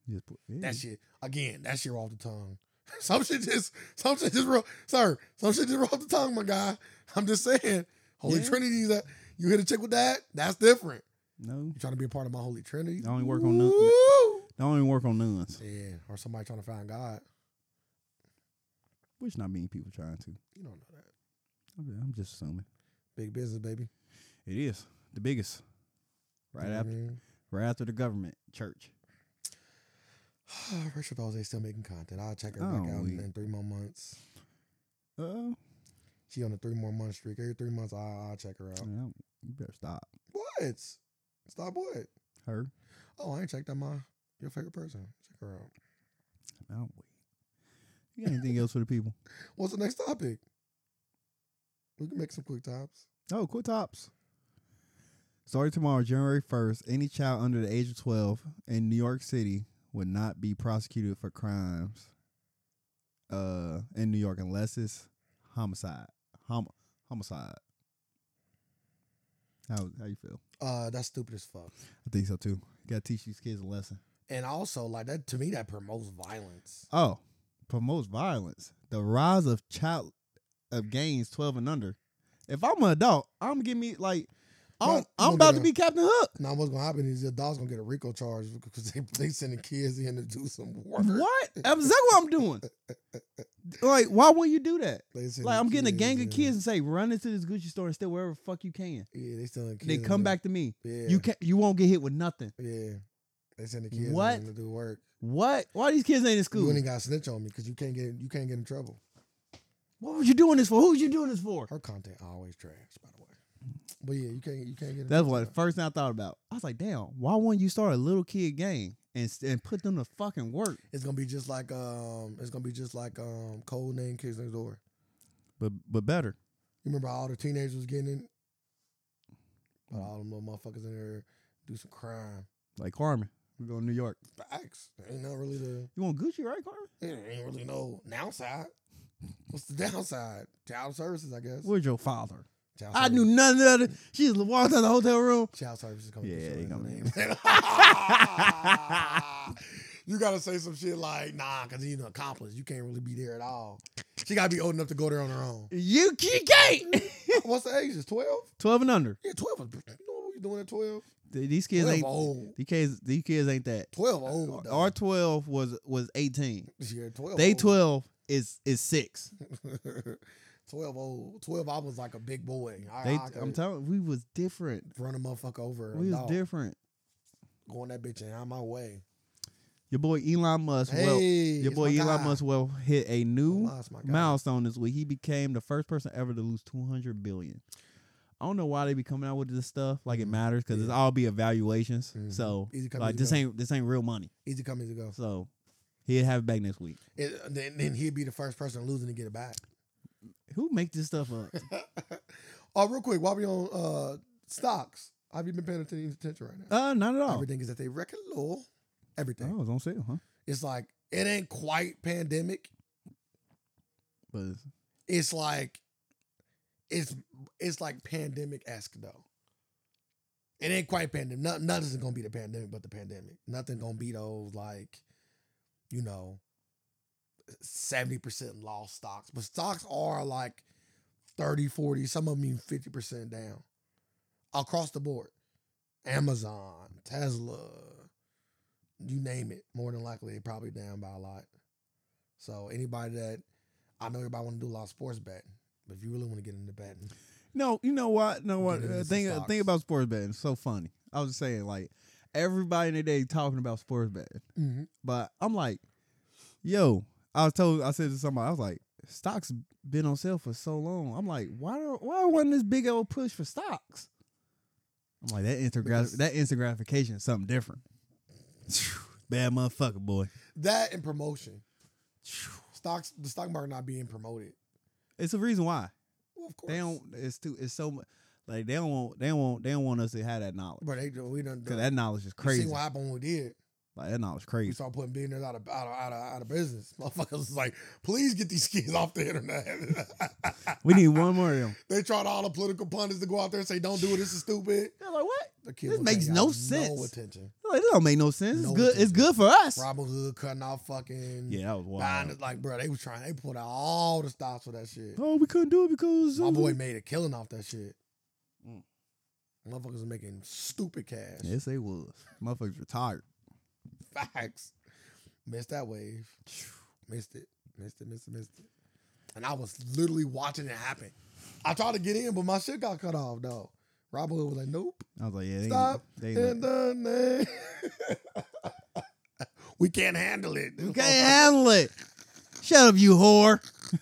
Speaker 1: Just put- yeah,
Speaker 2: That shit again. That shit off the tongue. Some shit just, some shit just real, sir. Some shit just roll off the tongue, my guy. I'm just saying, holy
Speaker 1: Yeah.
Speaker 2: trinity. That you hit a chick with that, that's different.
Speaker 1: No,
Speaker 2: You trying to be a part of my holy trinity?
Speaker 1: I only work on nun-
Speaker 2: Woo!
Speaker 1: don't even work on nuns.
Speaker 2: Yeah, or somebody trying to find God.
Speaker 1: Which not many people trying to.
Speaker 2: You don't know that.
Speaker 1: Okay, I'm just assuming
Speaker 2: Big business, baby.
Speaker 1: it is the biggest. Right
Speaker 2: You know what
Speaker 1: after,
Speaker 2: I mean?
Speaker 1: right after the government church.
Speaker 2: Rachel thought they still making content. I'll check her
Speaker 1: Oh,
Speaker 2: back out in,
Speaker 1: we-
Speaker 2: in three more months.
Speaker 1: Oh,
Speaker 2: She on a three more month streak. Every three months, I I check her out.
Speaker 1: yeah, you better stop
Speaker 2: What? Stop what?
Speaker 1: her.
Speaker 2: Oh, I ain't checked out my your favorite person. Check her out.
Speaker 1: I'll wait. You got anything else for the people?
Speaker 2: What's the next topic? We can make some quick tops.
Speaker 1: Oh, cool tops. Starting tomorrow, January 1st, any child under the age of 12 in New York City would not be prosecuted for crimes uh, in New York unless it's homicide. Hom- homicide. How, how you feel?
Speaker 2: Uh, that's stupid as fuck.
Speaker 1: I think so too. Got to teach these kids a lesson.
Speaker 2: And also, like that to me, that promotes violence.
Speaker 1: Oh, promotes violence. The rise of child of gangs 12 and under. If I'm an adult, I'm giving me like, I'm,
Speaker 2: Well,
Speaker 1: I'm
Speaker 2: no,
Speaker 1: about
Speaker 2: no,
Speaker 1: to
Speaker 2: no.
Speaker 1: be Captain Hook.
Speaker 2: Now, what's gonna happen is your dog's gonna get a RICO charge because they they sending kids in to do some work.
Speaker 1: What? That's exactly what I'm doing. Like, why wouldn't you do that?
Speaker 2: They sending
Speaker 1: Like, I'm getting a gang of
Speaker 2: in.
Speaker 1: kids and say, run into this Gucci store and steal wherever the fuck you can.
Speaker 2: Yeah, they sending kids.
Speaker 1: They come
Speaker 2: in.
Speaker 1: back to me.
Speaker 2: Yeah,
Speaker 1: You can not you won't get hit with nothing.
Speaker 2: Yeah, they sending kids
Speaker 1: What?
Speaker 2: in to do work.
Speaker 1: What? Why these kids ain't in
Speaker 2: You
Speaker 1: school?
Speaker 2: ain't got to snitch on me because you can't get you can't get in trouble.
Speaker 1: What were you doing this for? Who was you doing this for?
Speaker 2: Her content always trash, by the way. But yeah, you can't you can't get. in
Speaker 1: That's
Speaker 2: trouble.
Speaker 1: what the first thing I thought about. I was like, damn, why wouldn't you start a little kid gang and s- and put them to fucking work?
Speaker 2: It's gonna be just like um, it's gonna be just like um, Cold Name Kids Next Door.
Speaker 1: But but better.
Speaker 2: You remember all the teenagers was getting in? But all them little motherfuckers in there do some crime.
Speaker 1: Like Carmen, we go to New York.
Speaker 2: Facts. Ain't not really the
Speaker 1: You want Gucci, right, Carmen?
Speaker 2: there ain't really no downside. What's the downside? Child services, I guess.
Speaker 1: Where's your father?
Speaker 2: Child
Speaker 1: I knew
Speaker 2: services-
Speaker 1: none of that. She just walked out the hotel room.
Speaker 2: Child services coming.
Speaker 1: Yeah,
Speaker 2: through,
Speaker 1: you
Speaker 2: so
Speaker 1: know
Speaker 2: that's the name. You gotta say some shit like, nah, cause he's an accomplice. You can't really be there at all. She gotta be old enough to go there on her own.
Speaker 1: You you can't.
Speaker 2: What's the age? Is twelve?
Speaker 1: Twelve and under.
Speaker 2: Yeah, twelve. is- You know what we doing at twelve?
Speaker 1: Th- These kids
Speaker 2: Twelve
Speaker 1: ain't.
Speaker 2: old.
Speaker 1: These kids. These kids ain't that.
Speaker 2: Twelve old. though.
Speaker 1: Our twelve was was eighteen.
Speaker 2: Yeah, twelve.
Speaker 1: They
Speaker 2: old.
Speaker 1: twelve is is six.
Speaker 2: 12 old. 12, I was like a big boy. I,
Speaker 1: They,
Speaker 2: I could
Speaker 1: I'm telling we was different.
Speaker 2: run a motherfucker over.
Speaker 1: We
Speaker 2: a
Speaker 1: was
Speaker 2: dog,
Speaker 1: different.
Speaker 2: Going that bitch and out my way.
Speaker 1: Your boy Elon Musk.
Speaker 2: Hey,
Speaker 1: well, your
Speaker 2: it's
Speaker 1: boy
Speaker 2: my
Speaker 1: Elon
Speaker 2: guy.
Speaker 1: Musk well hit a new
Speaker 2: Lost my guy.
Speaker 1: milestone this week. He became the first person ever to lose 200 billion. I don't know why they be coming out with this stuff. Like it
Speaker 2: Mhm.
Speaker 1: matters because it's
Speaker 2: Yeah.
Speaker 1: all be evaluations.
Speaker 2: Mhm.
Speaker 1: So
Speaker 2: Easy come,
Speaker 1: like
Speaker 2: easy
Speaker 1: this
Speaker 2: go.
Speaker 1: ain't this ain't real money.
Speaker 2: Easy come, easy go.
Speaker 1: So he'd have it back next week.
Speaker 2: It- uh, then, then he'd be the first person losing to get it back.
Speaker 1: Who make this stuff up?
Speaker 2: oh, real quick, while we on uh, stocks, have you been paying attention attention right now?
Speaker 1: uh, not at all.
Speaker 2: Everything is at their record low. Everything.
Speaker 1: Oh, it's on sale, huh?
Speaker 2: It's like, it ain't quite pandemic.
Speaker 1: But it's-
Speaker 2: It's like, it's it's like pandemic esque though. It ain't quite pandemic. No, nothing's gonna be the pandemic, but the pandemic. Nothing gonna be those like, you know, seventy percent lost stocks. But stocks are like 30, 40, some of them even fifty percent down across the board. Amazon, Tesla, you name it. More than likely, they probably down by a lot. So anybody that I know, everybody want to do a lot of sports betting, but if you really want to get into betting,
Speaker 1: No, you know what? No,
Speaker 2: We're
Speaker 1: what?
Speaker 2: getting
Speaker 1: Uh,
Speaker 2: into some
Speaker 1: thing,
Speaker 2: stocks.
Speaker 1: thing about sports betting is so funny. I was just saying, like, everybody in the day talking about sports betting. But I'm like, yo, I was told, I said to somebody, I was like, stocks been on sale for so long. I'm like, why don't, why wasn't this big old push for stocks? I'm like, that instant, grat-
Speaker 2: Because-
Speaker 1: that instant gratification is something different. Bad motherfucker, boy.
Speaker 2: that and promotion, stocks, the stock market not being promoted.
Speaker 1: It's the reason why
Speaker 2: Well, of course,
Speaker 1: they don't. It's too. It's so much. Like they don't want. They don't want. They don't want us to have that knowledge
Speaker 2: But they do. We done.
Speaker 1: because that knowledge is
Speaker 2: you
Speaker 1: crazy.
Speaker 2: seen what happened when we did.
Speaker 1: Like that knowledge
Speaker 2: We
Speaker 1: crazy.
Speaker 2: started putting billionaires out of out of out of, out of business. Motherfuckers was like, please get these kids off the internet.
Speaker 1: We need one more of them.
Speaker 2: they tried all the political pundits to go out there and say, don't do it. This is stupid.
Speaker 1: They're like, what?
Speaker 2: The kids
Speaker 1: This
Speaker 2: won't
Speaker 1: makes
Speaker 2: pay
Speaker 1: no
Speaker 2: y'all
Speaker 1: sense.
Speaker 2: No attention.
Speaker 1: They're like, that don't make no sense.
Speaker 2: No,
Speaker 1: it's
Speaker 2: it
Speaker 1: good. It's
Speaker 2: doesn't.
Speaker 1: good for us.
Speaker 2: Robin Hood cutting off fucking.
Speaker 1: Yeah, that was
Speaker 2: Buying
Speaker 1: wild.
Speaker 2: it, like, bro, they was trying. They put out all the stops for that shit.
Speaker 1: Oh, we couldn't do it because
Speaker 2: My
Speaker 1: uh,
Speaker 2: boy made a killing off that shit.
Speaker 1: Mm.
Speaker 2: Motherfuckers are making stupid cash.
Speaker 1: Yes, they was. Motherfuckers retired.
Speaker 2: Facts. Missed that wave. Missed it. Missed it. Missed it. Missed it. And I was literally watching it happen. I tried to get in, but my shit got cut off though. Robin Hood was like, "Nope,
Speaker 1: I was like, yeah, they
Speaker 2: Stop
Speaker 1: They like,
Speaker 2: and the name. we can't handle it.
Speaker 1: we can't handle it. Shut up, you whore.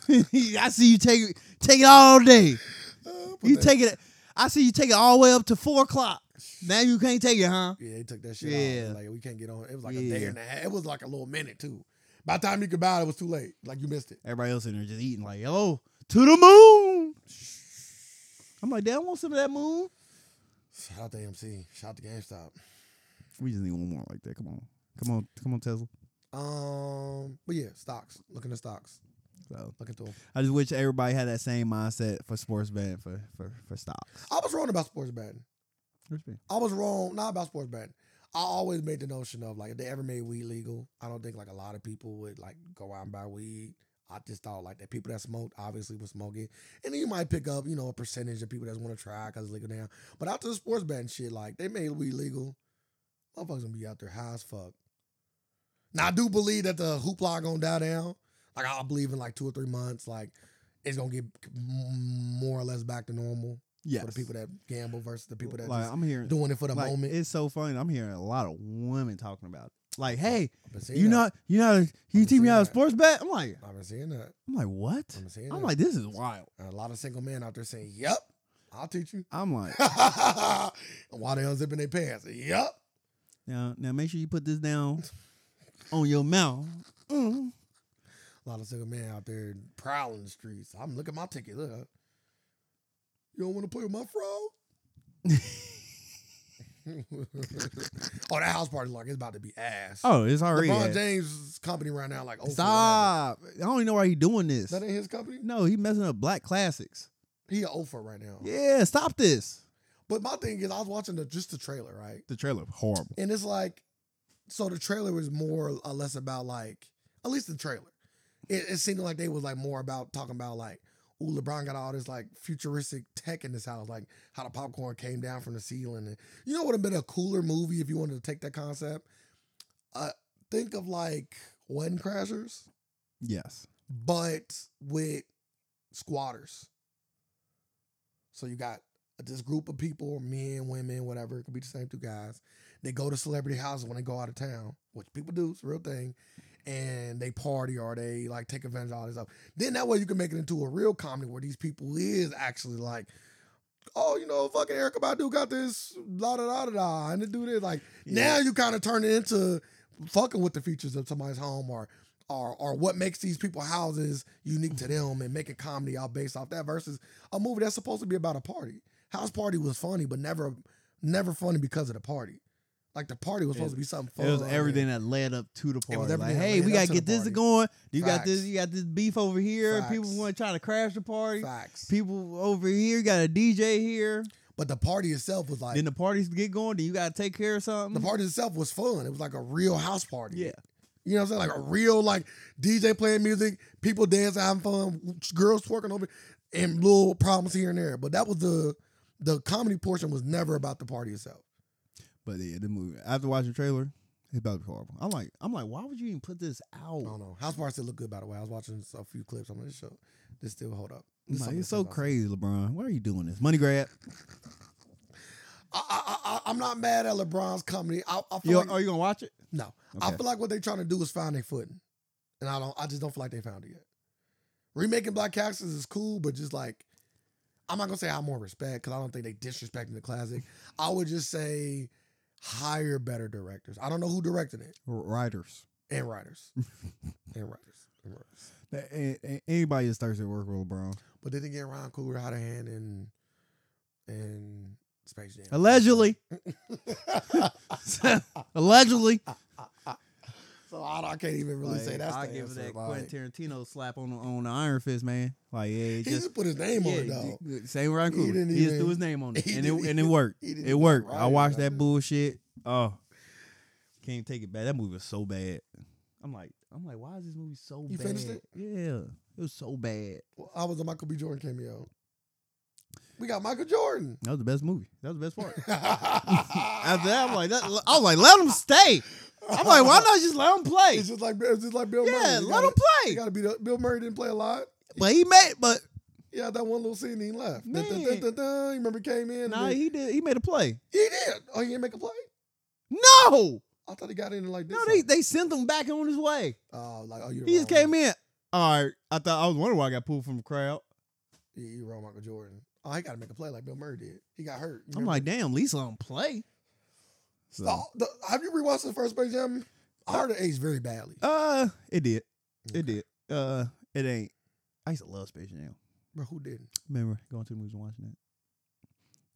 Speaker 1: I see you take it- take it all day.
Speaker 2: Uh, put
Speaker 1: You
Speaker 2: that-
Speaker 1: take it. I see you take it all the way up to four o'clock. Now you can't take it, huh?
Speaker 2: Yeah, they took that shit
Speaker 1: Yeah.
Speaker 2: off. Like we can't get on. It was like a day
Speaker 1: Yeah.
Speaker 2: and a half. It was like a little minute too. By the time you could buy it, it was too late. Like you missed it.
Speaker 1: Everybody else in there just eating like, oh, to the moon. I'm like, damn, I want some of that moon.
Speaker 2: Shout out to AMC. Shout out to GameStop.
Speaker 1: We just need one more like that. Come on, come on, come on, Tesla.
Speaker 2: Um, but yeah, stocks. Looking at stocks.
Speaker 1: So
Speaker 2: Looking to them.
Speaker 1: I just wish everybody had that same mindset for sports betting for for for stocks.
Speaker 2: I was wrong about sports betting. I was wrong, not about sports betting. I always made the notion of like if they ever made weed legal, I don't think like a lot of people would like go out and buy weed. I just thought like that people that smoked obviously would smoke it, and then you might pick up you know a percentage of people that want to try because it's legal now. But after the sports betting shit, like they made weed legal, motherfuckers gonna be out there high as fuck. Now I do believe that the hoopla gonna die down. Like I believe in like two or three months, like it's gonna get m- more or less back to normal
Speaker 1: Yeah,
Speaker 2: for the people that gamble versus the people that
Speaker 1: like
Speaker 2: just
Speaker 1: I'm hearing
Speaker 2: doing it for the
Speaker 1: like,
Speaker 2: moment.
Speaker 1: It's so funny. I'm hearing a lot of women talking about it.
Speaker 2: Oh,
Speaker 1: Like, hey,
Speaker 2: I've been seeing
Speaker 1: you
Speaker 2: that.
Speaker 1: not you not you
Speaker 2: been
Speaker 1: teach me
Speaker 2: seeing
Speaker 1: how to
Speaker 2: that.
Speaker 1: sports bet? I'm like,
Speaker 2: I've been seeing that.
Speaker 1: I'm like, what?
Speaker 2: I've been seeing
Speaker 1: I'm
Speaker 2: that.
Speaker 1: like, this is wild.
Speaker 2: a lot of single men out there saying, "Yep, I'll teach you."
Speaker 1: I'm like,
Speaker 2: and while they unzipping their pants, "Yep."
Speaker 1: now now make sure you put this down on your mouth. Mm.
Speaker 2: A lot of single men out there prowling the streets. I'm looking at my ticket. Look, you don't want to play with my fro? oh, that house party like it's about to be ass.
Speaker 1: Oh, it's already.
Speaker 2: LeBron
Speaker 1: at-
Speaker 2: James' company right now, like oh, for
Speaker 1: Stop! I don't even know why he doing this.
Speaker 2: whatever. That ain't Oh. his company.
Speaker 1: No, he messing up black classics.
Speaker 2: He a Ofer right now.
Speaker 1: Yeah, stop this.
Speaker 2: But my thing is, I was watching the, just the trailer, right?
Speaker 1: The trailer horrible.
Speaker 2: And it's like, so the trailer was more or less about like, at least the trailer. It, it seemed like they was like more about talking about like, ooh, LeBron got all this like futuristic tech in this house, like how the popcorn came down from the ceiling. And you know what would have been a cooler movie if you wanted to take that concept? Uh, think of like Wedding Crashers,
Speaker 1: Yes.
Speaker 2: but with squatters. So you got this group of people, men, women, whatever. It could be the same two guys. They go to celebrity houses when they go out of town, which people do. It's a real thing. And they party or they like take advantage of all this stuff. Then that way you can make it into a real comedy where these people is actually like, oh, you know, fucking Erica Badu got this, blah, da, da, da, da, and they do this. Like now you kind of turn it into fucking with the features of somebody's home or or or what makes these people houses unique to them and making comedy all based off that versus a movie that's supposed to be about a party. House party was funny, but never never funny because of the party. Like the party was supposed to be something fun.
Speaker 1: It was everything that led up to the party. Like,
Speaker 2: everything that
Speaker 1: hey, we
Speaker 2: led
Speaker 1: gotta
Speaker 2: up to
Speaker 1: get
Speaker 2: the
Speaker 1: this
Speaker 2: party.
Speaker 1: going. You got
Speaker 2: Facts.
Speaker 1: this. You got this beef over here. People
Speaker 2: Facts.
Speaker 1: want to try to crash the party.
Speaker 2: and facts.
Speaker 1: People over here. You got a DJ here.
Speaker 2: But the party itself was like
Speaker 1: then the parties get going. Then you gotta take care of something.
Speaker 2: the party itself was fun. It was like a real house party.
Speaker 1: yeah.
Speaker 2: You know what I'm saying? Like a real like DJ playing music, people dancing, having fun, girls twerking over, and little problems here and there. But that was the the comedy portion was never about the party itself.
Speaker 1: But yeah, the movie. After watching the trailer, it's about to be horrible. I'm like, I'm like, why would you even put this out?
Speaker 2: I don't know. House party still look good by the way. I was watching a few clips. I'm gonna show this still hold up. This
Speaker 1: I'm like,
Speaker 2: something
Speaker 1: it's
Speaker 2: that
Speaker 1: so
Speaker 2: comes out.
Speaker 1: crazy, LeBron. Why are you doing this? Money grab.
Speaker 2: I, I, I, I'm not mad at LeBron's company. I, I feel
Speaker 1: You,
Speaker 2: like,
Speaker 1: are you gonna watch it?
Speaker 2: no. I
Speaker 1: Okay.
Speaker 2: feel like what they're trying to do is find their footing, and I don't. I just don't feel like they found it yet. Remaking Black Axes is cool, but just like I'm not gonna say I have more respect because I don't think they disrespecting the classic. I would just say hire better directors. I don't know who directed it
Speaker 1: R- Writers.
Speaker 2: and writers and writers and writers.
Speaker 1: That- a- a- Anybody that starts at work with LeBron.
Speaker 2: But then again, Ryan Coogler had a hand in in Space Jam.
Speaker 1: Allegedly. Allegedly.
Speaker 2: so I, don't- I can't even really say that's.
Speaker 1: I
Speaker 2: the
Speaker 1: give
Speaker 2: answer.
Speaker 1: that
Speaker 2: Like,
Speaker 1: Quentin Tarantino slap on the, on the Iron Fist, man. Like, yeah, he
Speaker 2: he
Speaker 1: just.
Speaker 2: just put his name on it
Speaker 1: Yeah,
Speaker 2: though.
Speaker 1: d- same Ryan
Speaker 2: He
Speaker 1: Coogler. He,
Speaker 2: didn't
Speaker 1: just
Speaker 2: even-
Speaker 1: threw his name on it,
Speaker 2: he
Speaker 1: and it
Speaker 2: didn't
Speaker 1: and it
Speaker 2: even-
Speaker 1: worked.
Speaker 2: he didn't
Speaker 1: It
Speaker 2: even
Speaker 1: worked.
Speaker 2: write
Speaker 1: I
Speaker 2: it,
Speaker 1: watched
Speaker 2: I
Speaker 1: that
Speaker 2: did.
Speaker 1: bullshit. Oh, can't take it back. That movie was so bad. I'm like, I'm like, why is this movie so
Speaker 2: You
Speaker 1: bad?
Speaker 2: finished it?
Speaker 1: Yeah, it was so bad.
Speaker 2: Well, I was a Michael B. Jordan cameo. We got Michael Jordan.
Speaker 1: That was the best movie. That was the best part. After
Speaker 2: After
Speaker 1: that, I'm like, that, I was like, let him stay. I'm like, why not just let him play?
Speaker 2: It's just like it's just like Bill Murray.
Speaker 1: Yeah,
Speaker 2: You
Speaker 1: let
Speaker 2: gotta-
Speaker 1: him
Speaker 2: You
Speaker 1: play.
Speaker 2: gotta be the, Bill Murray didn't play a lot.
Speaker 1: But he made, but
Speaker 2: Yeah, that one little scene and he left. Dun, dun,
Speaker 1: Man.
Speaker 2: dun, dun, dun. You remember he came in? and
Speaker 1: nah,
Speaker 2: then-
Speaker 1: he did. He made a play.
Speaker 2: he did. Oh, he didn't make a play.
Speaker 1: No,
Speaker 2: I thought he got in and like this.
Speaker 1: no, they they sent him back on his way.
Speaker 2: oh, like oh, you.
Speaker 1: He just came in. All right, I thought I was wondering why I got pulled from the crowd.
Speaker 2: Yeah, you wrong, Michael Jordan. Oh, he got to make a play like Bill Murray did. He got hurt. You
Speaker 1: I'm
Speaker 2: remember?
Speaker 1: like, damn, Lisa don't play. So,
Speaker 2: The- the- have you rewatched the first Space Jam? I heard it aged very badly.
Speaker 1: uh, it did,
Speaker 2: Okay.
Speaker 1: it did. Uh, it ain't. I used to love Space Jam.
Speaker 2: Bro, who didn't?
Speaker 1: Remember going to the movies and watching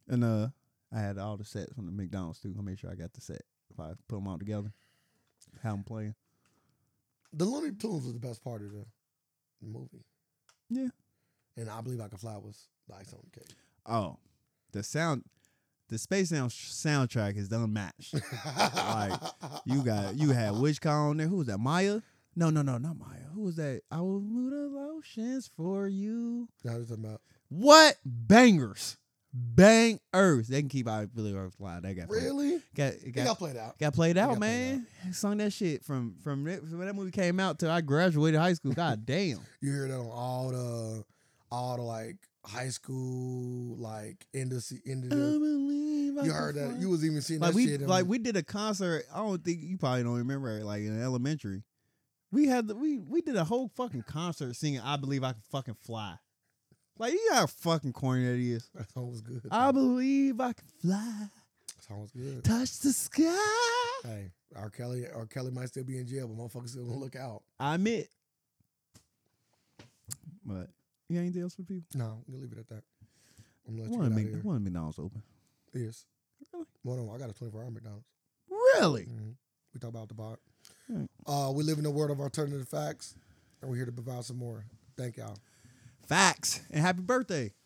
Speaker 1: that. And uh, I had all the sets from the McDonald's too. I made sure I got the set if I put them all together. How I'm playing.
Speaker 2: The Looney Tunes was the best part of the the movie.
Speaker 1: Yeah.
Speaker 2: And I believe I can fly was the ice on the cake.
Speaker 1: Oh, the sound, the Space Jam sh- soundtrack is unmatched. You got you had Witchcon on there. Who was that? Maya? No, no, no, not Maya. Who was that? I will move the lotions for you.
Speaker 2: Now you're talking about
Speaker 1: What bangers? Bangers. They can keep out Billy Earth live. That got played-
Speaker 2: really?
Speaker 1: got it
Speaker 2: It got
Speaker 1: got,
Speaker 2: played out.
Speaker 1: got played out,
Speaker 2: got played
Speaker 1: man. Sung that shit from from it- from when that movie came out till I graduated high school. God damn.
Speaker 2: You hear that on all the all the like high school like end of se- end of
Speaker 1: I
Speaker 2: the,
Speaker 1: believe I
Speaker 2: you
Speaker 1: can
Speaker 2: heard that
Speaker 1: fly.
Speaker 2: you was even seeing
Speaker 1: Um, like
Speaker 2: that
Speaker 1: we
Speaker 2: shit. in-
Speaker 1: like we did a concert. I don't think you probably don't remember it, like in elementary. We had the, we we did a whole fucking concert singing "I Believe I Can Fucking Fly." Like you know how fucking corny that is.
Speaker 2: that song was good.
Speaker 1: I believe I can fly,
Speaker 2: that song was good.
Speaker 1: touch the sky.
Speaker 2: Hey, R. Kelly R. Kelly might still be in jail, but motherfuckers still gonna look out.
Speaker 1: I'm it. But you got anything else for people?
Speaker 2: No, I'm gonna leave it at that. I'm
Speaker 1: I
Speaker 2: gonna let you
Speaker 1: want
Speaker 2: get
Speaker 1: to
Speaker 2: out
Speaker 1: make
Speaker 2: of
Speaker 1: I
Speaker 2: here.
Speaker 1: want to McDonald's open.
Speaker 2: Yes.
Speaker 1: Really?
Speaker 2: Well, no, I got a 24 hour McDonald's.
Speaker 1: Really?
Speaker 2: Mhm. We talk about the bar.
Speaker 1: Hmm.
Speaker 2: Uh, we live in a world of alternative facts, and we're here to provide some more. Thank y'all.
Speaker 1: Facts. And happy birthday.